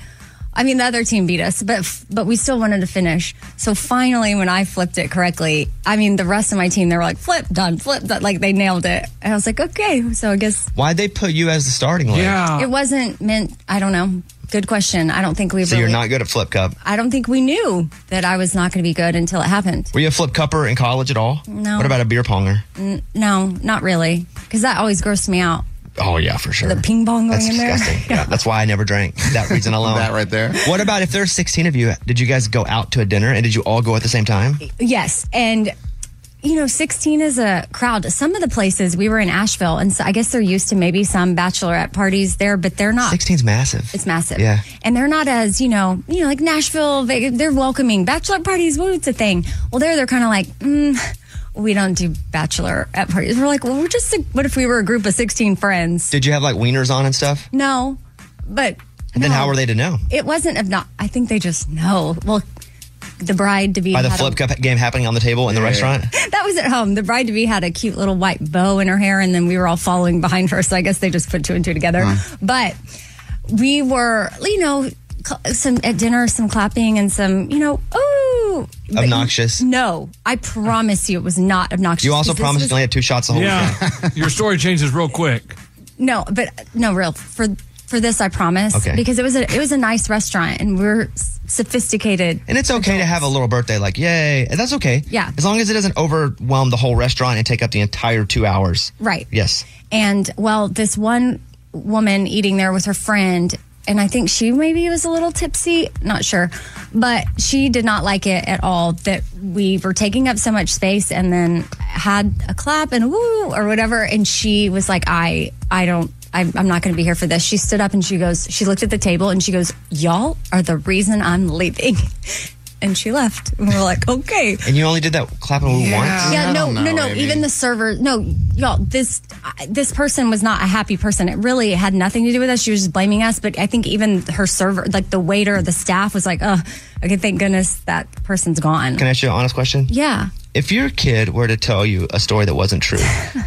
[SPEAKER 3] I mean, the other team beat us, but f- but we still wanted to finish. So finally, when I flipped it correctly, I mean, the rest of my team they were like, "Flip, done, flip, done," like they nailed it. And I was like, "Okay." So I guess
[SPEAKER 1] Why'd they put you as the starting line?
[SPEAKER 3] it wasn't meant. I don't know. Good question. I don't think we.
[SPEAKER 1] So
[SPEAKER 3] really,
[SPEAKER 1] you're not good at flip cup.
[SPEAKER 3] I don't think we knew that I was not going to be good until it happened.
[SPEAKER 1] Were you a flip cupper in college at all?
[SPEAKER 3] No. Mm.
[SPEAKER 1] What about a beer ponger?
[SPEAKER 3] N- no, not really, because that always grossed me out.
[SPEAKER 1] Oh yeah, for sure.
[SPEAKER 3] The ping pong going
[SPEAKER 1] That's
[SPEAKER 3] in there.
[SPEAKER 1] disgusting. Yeah, that's why I never drank. That reason alone. that right there. What about if there's 16 of you? Did you guys go out to a dinner and did you all go at the same time?
[SPEAKER 3] Yes, and you know, 16 is a crowd. Some of the places we were in Asheville, and so I guess they're used to maybe some bachelorette parties there, but they're not.
[SPEAKER 1] 16's massive.
[SPEAKER 3] It's massive.
[SPEAKER 1] Yeah.
[SPEAKER 3] And they're not as, you know, you know, like Nashville, they, they're welcoming. Bachelorette parties, well, it's a thing. Well, there they're kind of like, mm, we don't do bachelorette parties. We're like, well, we're just, a, what if we were a group of 16 friends?
[SPEAKER 1] Did you have like wieners on and stuff?
[SPEAKER 3] No, but
[SPEAKER 1] And then
[SPEAKER 3] no.
[SPEAKER 1] how were they to know?
[SPEAKER 3] It wasn't, obno- I think they just know. Well, the bride to be
[SPEAKER 1] By the
[SPEAKER 3] had a-
[SPEAKER 1] flip cup game happening on the table in the restaurant?
[SPEAKER 3] that was at home. The bride to be had a cute little white bow in her hair, and then we were all following behind her. So I guess they just put two and two together. But we were, you know, cl- some at dinner, some clapping, and some, you know, ooh, But
[SPEAKER 1] Obnoxious.
[SPEAKER 3] no, I promise you, it was not obnoxious.
[SPEAKER 1] You also
[SPEAKER 3] 'Cause this
[SPEAKER 1] promised
[SPEAKER 3] was-
[SPEAKER 1] you only had two shots the whole weekend.
[SPEAKER 5] Yeah. Your story changes real quick.
[SPEAKER 3] No, but no, real for for this, I promise.
[SPEAKER 1] Okay.
[SPEAKER 3] Because it was a it was a nice restaurant, and we're s- sophisticated.
[SPEAKER 1] And it's okay to have a little birthday, like, yay. And That's okay.
[SPEAKER 3] Yeah.
[SPEAKER 1] As long as it doesn't overwhelm the whole restaurant and take up the entire two hours.
[SPEAKER 3] Right.
[SPEAKER 1] Yes.
[SPEAKER 3] And well, this one woman eating there with her friend, and I think she maybe was a little tipsy, not sure, but she did not like it at all that we were taking up so much space and then had a clap and woo or whatever. And she was like, I, I don't. I'm I'm not going to be here for this. She stood up and she goes, she looked at the table and she goes, Y'all are the reason I'm leaving. And she left. And we were like, Okay.
[SPEAKER 1] And you only did that clapping woo once?
[SPEAKER 3] Yeah, no, no, no. Even the server, no, y'all. This I- this person was not a happy person. It really had nothing to do with us. She was just blaming us. But I think even her server, like the waiter, the staff, was like, "Oh, okay, thank goodness that person's gone."
[SPEAKER 1] Can I ask you an honest question?
[SPEAKER 3] Yeah.
[SPEAKER 1] If your kid were to tell you a story that wasn't true,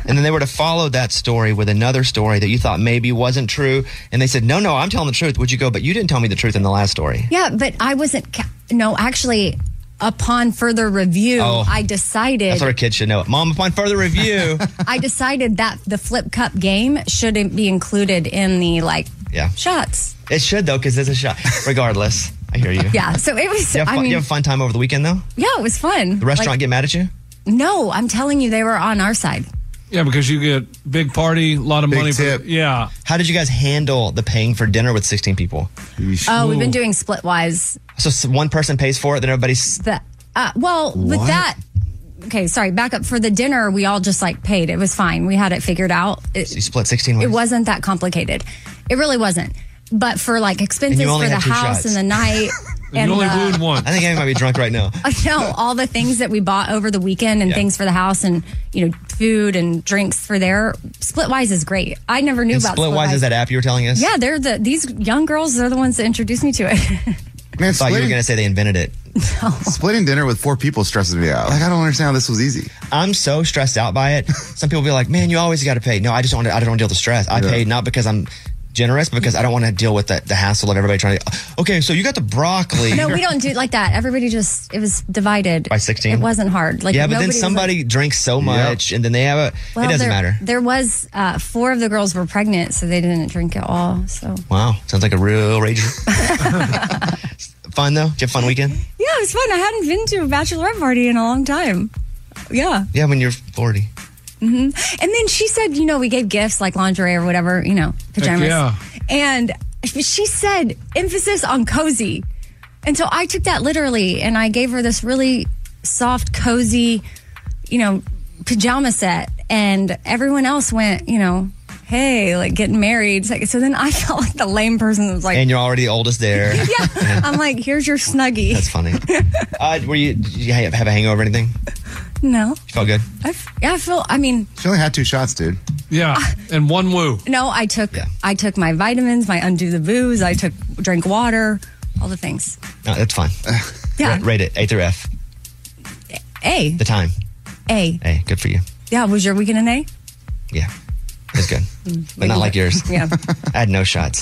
[SPEAKER 1] and then they were to follow that story with another story that you thought maybe wasn't true, and they said, No, no, I'm telling the truth, would you go, But you didn't tell me the truth in the last story?
[SPEAKER 3] Yeah, but I wasn't. Ca- no, actually, upon further review,
[SPEAKER 1] Oh.
[SPEAKER 3] I decided.
[SPEAKER 1] That's what our kids should know. Mom, upon further review,
[SPEAKER 3] I decided that the flip cup game shouldn't be included in the like
[SPEAKER 1] Yeah.
[SPEAKER 3] shots.
[SPEAKER 1] it should, though, because it's a shot. Regardless, I hear you.
[SPEAKER 3] Yeah, so it was.
[SPEAKER 1] You have,
[SPEAKER 3] I
[SPEAKER 1] fun,
[SPEAKER 3] mean,
[SPEAKER 1] you have a fun time over the weekend, though?
[SPEAKER 3] yeah, it was fun.
[SPEAKER 1] The restaurant
[SPEAKER 3] Like,
[SPEAKER 1] get mad at you?
[SPEAKER 3] No, I'm telling you, they were on our side.
[SPEAKER 5] Yeah, because you get big party, a lot of money. For, yeah.
[SPEAKER 1] How did you guys handle the paying for dinner with 16 people?
[SPEAKER 3] Oh, we've been doing split wise.
[SPEAKER 1] So s- one person pays for it, then everybody's.
[SPEAKER 3] The uh, well, with
[SPEAKER 1] What?
[SPEAKER 3] that. Okay, sorry. Back up for the dinner. We all just like paid. It was fine. We had it figured out. It,
[SPEAKER 1] You split 16
[SPEAKER 3] it
[SPEAKER 1] ways.
[SPEAKER 3] wasn't that complicated. It really wasn't. But for like expenses
[SPEAKER 1] only
[SPEAKER 3] for the
[SPEAKER 1] had two
[SPEAKER 3] house
[SPEAKER 1] shots.
[SPEAKER 3] and the night and uh, the,
[SPEAKER 1] one. I think Amy might be drunk right now.
[SPEAKER 3] I know all the things that we bought over the weekend and
[SPEAKER 1] Yeah.
[SPEAKER 3] things for the house and you know food and drinks for there. Splitwise is great. I never knew
[SPEAKER 1] And
[SPEAKER 3] about
[SPEAKER 1] Splitwise is that app you were telling us?
[SPEAKER 3] Yeah, they're the these young girls. They're the ones that introduced me to it.
[SPEAKER 1] I thought you were
[SPEAKER 6] splitting-
[SPEAKER 1] going to say they invented it.
[SPEAKER 6] Splitting dinner with four people stresses me out. Like I don't understand how this was easy.
[SPEAKER 1] I'm so stressed out by it. Some people be like, "Man, you always got to pay." No, I just don't. I don't want to deal with the stress. I paid not because I'm generous, but because I don't want to deal with the, the hassle of everybody trying to. Okay, so you got the broccoli.
[SPEAKER 3] No, we don't do it like that. Everybody just it was divided
[SPEAKER 1] By 16?
[SPEAKER 3] It wasn't hard. Like
[SPEAKER 1] yeah, but
[SPEAKER 3] nobody
[SPEAKER 1] then
[SPEAKER 3] was
[SPEAKER 1] somebody drinks so much, and then they have a.
[SPEAKER 3] like- Well,
[SPEAKER 1] it doesn't
[SPEAKER 3] there,
[SPEAKER 1] matter.
[SPEAKER 3] There was uh, four of the girls were pregnant, so they didn't drink at all. So
[SPEAKER 1] Wow, sounds like a real rager. fun though. Did you have a fun weekend?
[SPEAKER 3] yeah, it was fun. I hadn't been to a bachelorette party in a long time. Yeah.
[SPEAKER 1] Yeah, when you're 40.
[SPEAKER 3] hmm And then she said, you know, we gave gifts like lingerie or whatever, you know, pajamas.
[SPEAKER 1] yeah.
[SPEAKER 3] And she said, emphasis on cozy. And so I took that literally and I gave her this really soft, cozy, you know, pajama set. And everyone else went, you know, hey, like getting married. It's like- So then I felt like the lame person that was like,
[SPEAKER 1] and you're already the oldest there.
[SPEAKER 3] yeah. I'm like, here's your snuggie.
[SPEAKER 1] That's funny. Uh, were you? Did you ha- have a hangover or anything?
[SPEAKER 3] No.
[SPEAKER 1] You felt good.
[SPEAKER 3] I, f- yeah, I feel, I mean,
[SPEAKER 6] She only had two shots, dude.
[SPEAKER 5] Yeah, and one woo.
[SPEAKER 3] No, I took I took my vitamins, my undo the booze, I took drank water, all the things.
[SPEAKER 1] No, that's fine.
[SPEAKER 3] Yeah.
[SPEAKER 1] Ra- rate it A through F.
[SPEAKER 3] A.
[SPEAKER 1] The time.
[SPEAKER 3] A.
[SPEAKER 1] Hey, good for you.
[SPEAKER 3] Yeah, was your weekend an A?
[SPEAKER 1] Yeah, it's good, but not like yours.
[SPEAKER 3] Mm. Yeah.
[SPEAKER 1] I had no shots.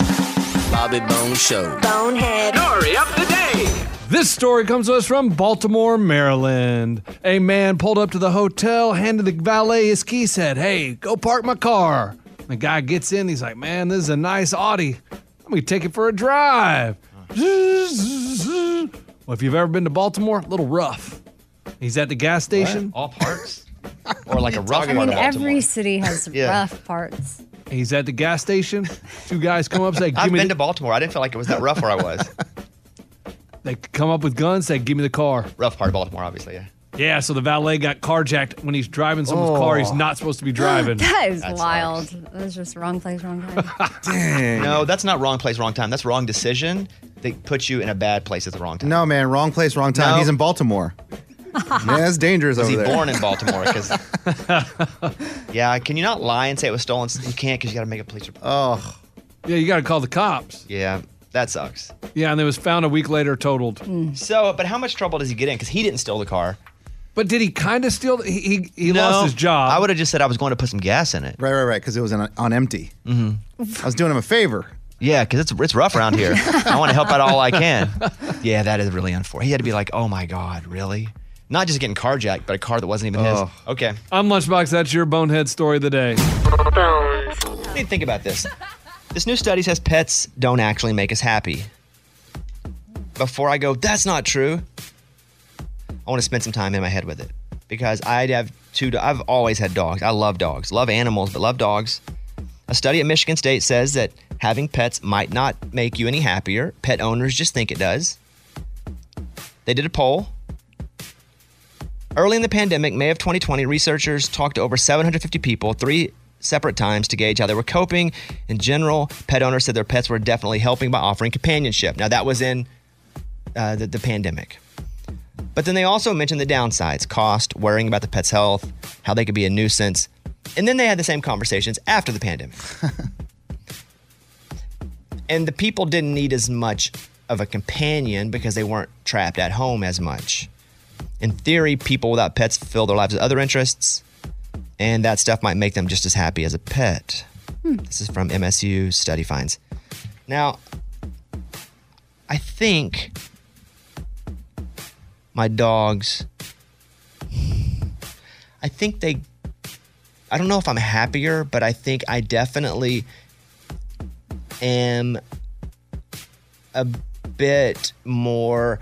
[SPEAKER 2] Bobby Bone Show.
[SPEAKER 4] Bonehead. Story of the day.
[SPEAKER 5] This story comes to us from Baltimore, Maryland. A man pulled up to the hotel, handed the valet his key, said, Hey, go park my car. The guy gets in, he's like, Man, this is a nice Audi. Let me take it for a drive. Well, if you've ever been to Baltimore, a little rough. He's at the gas station.
[SPEAKER 1] All parts, or like a rough
[SPEAKER 3] I mean, every city has
[SPEAKER 5] Yeah.
[SPEAKER 3] rough parts.
[SPEAKER 5] He's at the gas station. Two guys come up, say, "Give
[SPEAKER 1] I've
[SPEAKER 5] me
[SPEAKER 1] been
[SPEAKER 5] the-"
[SPEAKER 1] to Baltimore. I didn't feel like it was that rough where I was.
[SPEAKER 5] They come up with guns, say, "Give me the car."
[SPEAKER 1] Rough part of Baltimore, obviously. Yeah.
[SPEAKER 5] Yeah, so the valet got carjacked when he's driving someone's car
[SPEAKER 1] Oh.
[SPEAKER 5] he's not supposed to be driving.
[SPEAKER 3] that is wild. That was just wrong place, wrong time.
[SPEAKER 1] No, that's not wrong place, wrong time. That's wrong decision. They put you in a bad place at the wrong time.
[SPEAKER 6] No, man, wrong place, wrong time.
[SPEAKER 1] No.
[SPEAKER 6] He's in Baltimore. yeah, it's dangerous
[SPEAKER 1] Was
[SPEAKER 6] over
[SPEAKER 1] he
[SPEAKER 6] there.
[SPEAKER 1] born in Baltimore? 'Cause- yeah, can you not lie and say it was stolen? You can't because you got to make a police report.
[SPEAKER 5] Oh. Yeah, you got to call the cops.
[SPEAKER 1] Yeah, that sucks.
[SPEAKER 5] Yeah, and it was found a week later totaled.
[SPEAKER 1] Mm. So, but how much trouble does he get in? Because he didn't steal the car.
[SPEAKER 5] But did he kind of steal? He he, he
[SPEAKER 1] No,
[SPEAKER 5] lost his job.
[SPEAKER 1] I would have just said I was going to put some gas in it.
[SPEAKER 6] Right, right, right. Because it was on, on empty. Mm-hmm. I was doing him a favor.
[SPEAKER 1] Yeah, because it's it's rough around here. I want to help out all I can. Yeah, that is really unfortunate. He had to be like, oh my god, really? Not just getting carjacked, but a car that wasn't even
[SPEAKER 5] Oh.
[SPEAKER 1] his. Okay.
[SPEAKER 5] I'm Lunchbox. That's your bonehead story of the day.
[SPEAKER 1] I need to think about this. This new study says pets don't actually make us happy. Before I go, that's not true. I want to spend some time in my head with it because I have two. do- I've always had dogs. I love dogs. Love animals, but love dogs. A study at Michigan State says that having pets might not make you any happier. Pet owners just think it does. They did a poll. Early in the pandemic, May of 2020, researchers talked to over 750 people three separate times to gauge how they were coping. In general, pet owners said their pets were definitely helping by offering companionship. Now, that was in uh, the, the pandemic. But then they also mentioned the downsides cost, worrying about the pet's health, how they could be a nuisance. And then they had the same conversations after the pandemic. and the people didn't need as much of a companion because they weren't trapped at home as much. In theory, people without pets fill their lives with other interests, and that stuff might make them just as happy as a pet. This is from MSU study finds. Now, I think my dogs, I think they, I don't know if I'm happier, but I think I definitely am a bit more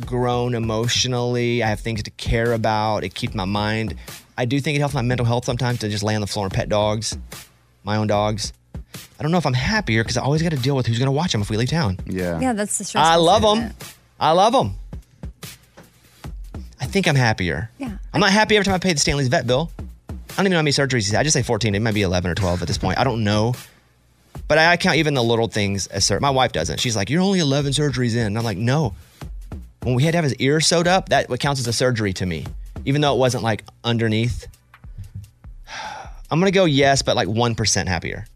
[SPEAKER 1] grown emotionally. I have things to care about. It keeps my mind. I do think it helps my mental health sometimes to just lay on the floor and pet dogs, my own dogs. I don't know if I'm happier because I always got to deal with who's going to watch them if we leave town.
[SPEAKER 3] yeah, that's the stress.
[SPEAKER 1] I love
[SPEAKER 3] inside of
[SPEAKER 1] them. I love them. I think I'm happier.
[SPEAKER 3] Yeah.
[SPEAKER 1] I'm not happy every time I pay the Stanley's vet bill. I don't even know how many surgeries he's had. I just say 14. It might be 11 or 12 at this point. I don't know. But I I count even the little things as certain. My wife doesn't. She's like, you're only 11 surgeries in. And I'm like, no. When we had to have his ear sewed up, that what counts as a surgery to me, even though it wasn't like underneath. I'm going to go yes, but like 1% happier.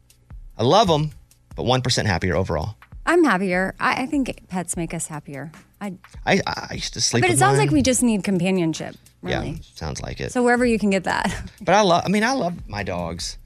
[SPEAKER 1] I love them, but 1% happier overall.
[SPEAKER 3] it. I'm happier. I, I think pets make us happier. I,
[SPEAKER 1] I, I I used to sleep
[SPEAKER 3] but
[SPEAKER 1] with
[SPEAKER 3] it sounds
[SPEAKER 1] mine.
[SPEAKER 3] like we just need companionship, really.
[SPEAKER 1] Yeah, sounds like it.
[SPEAKER 3] So wherever you can get that.
[SPEAKER 1] but I love. I mean, I love my dogs.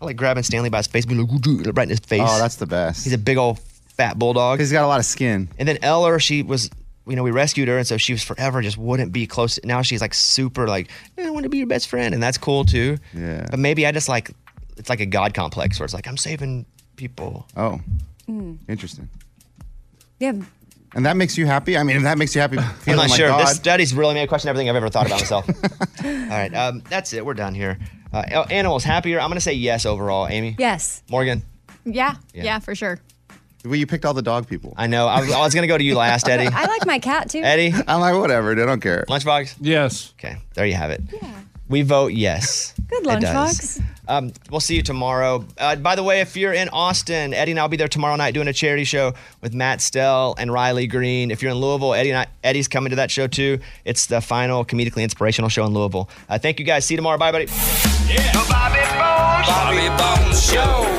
[SPEAKER 1] I like grabbing Stanley by his face, being like, "Woo, doo," right in his face.
[SPEAKER 6] Oh, that's
[SPEAKER 1] the best. He's a big old fat bulldog. He's got a lot of skin. And then Eller, she was, you know, we rescued her, and so she was forever just wouldn't be close. Now she's like super, like I want to be your best friend, and that's cool too. Yeah. But maybe I just like it's like a god complex where it's like I'm saving people.
[SPEAKER 6] Oh,
[SPEAKER 3] Mm.
[SPEAKER 6] interesting.
[SPEAKER 3] Yeah.
[SPEAKER 6] And that makes you happy? I mean, if that makes you happy,
[SPEAKER 1] I'm
[SPEAKER 6] feeling
[SPEAKER 1] not
[SPEAKER 6] like
[SPEAKER 1] sure.
[SPEAKER 6] God.
[SPEAKER 1] This study's really made me question everything I've ever thought about myself. All right, um, that's it. We're done here. Uh, oh, animals happier. I'm gonna say yes overall. Amy,
[SPEAKER 12] Yes.
[SPEAKER 1] Morgan.
[SPEAKER 12] Yeah,
[SPEAKER 1] Yeah.
[SPEAKER 12] yeah. for sure.
[SPEAKER 6] Well, you picked all the dog people.
[SPEAKER 1] I know. I was, I was gonna go to you last, Eddie.
[SPEAKER 3] I like my cat too.
[SPEAKER 1] Eddie,
[SPEAKER 6] I'm like whatever, dude. I don't care.
[SPEAKER 1] Lunchbox.
[SPEAKER 5] Yes.
[SPEAKER 1] Okay, there you have it. Yeah. We vote yes.
[SPEAKER 3] Good
[SPEAKER 1] It does.
[SPEAKER 3] lunchbox.
[SPEAKER 1] Um, we'll see you tomorrow. Uh, by the way, if you're in Austin, Eddie and I'll be there tomorrow night doing a charity show with Matt Stell and Riley Green. If you're in Louisville, Eddie and I, Eddie's coming to that show too. It's the final comedically inspirational show in Louisville. Uh, thank you guys. See you tomorrow. Bye, buddy.
[SPEAKER 4] The Bobby Bones, Bobby Bones Show.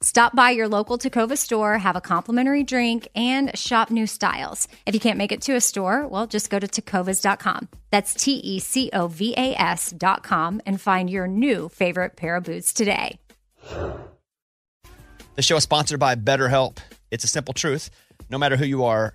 [SPEAKER 3] Stop by your local Tacova store, have a complimentary drink, and shop new styles. If you can't make it to a store, well, just go to tacovas.com. That's T E C O V A S.com and find your new favorite pair of boots today.
[SPEAKER 1] The show is sponsored by BetterHelp. It's a simple truth. No matter who you are,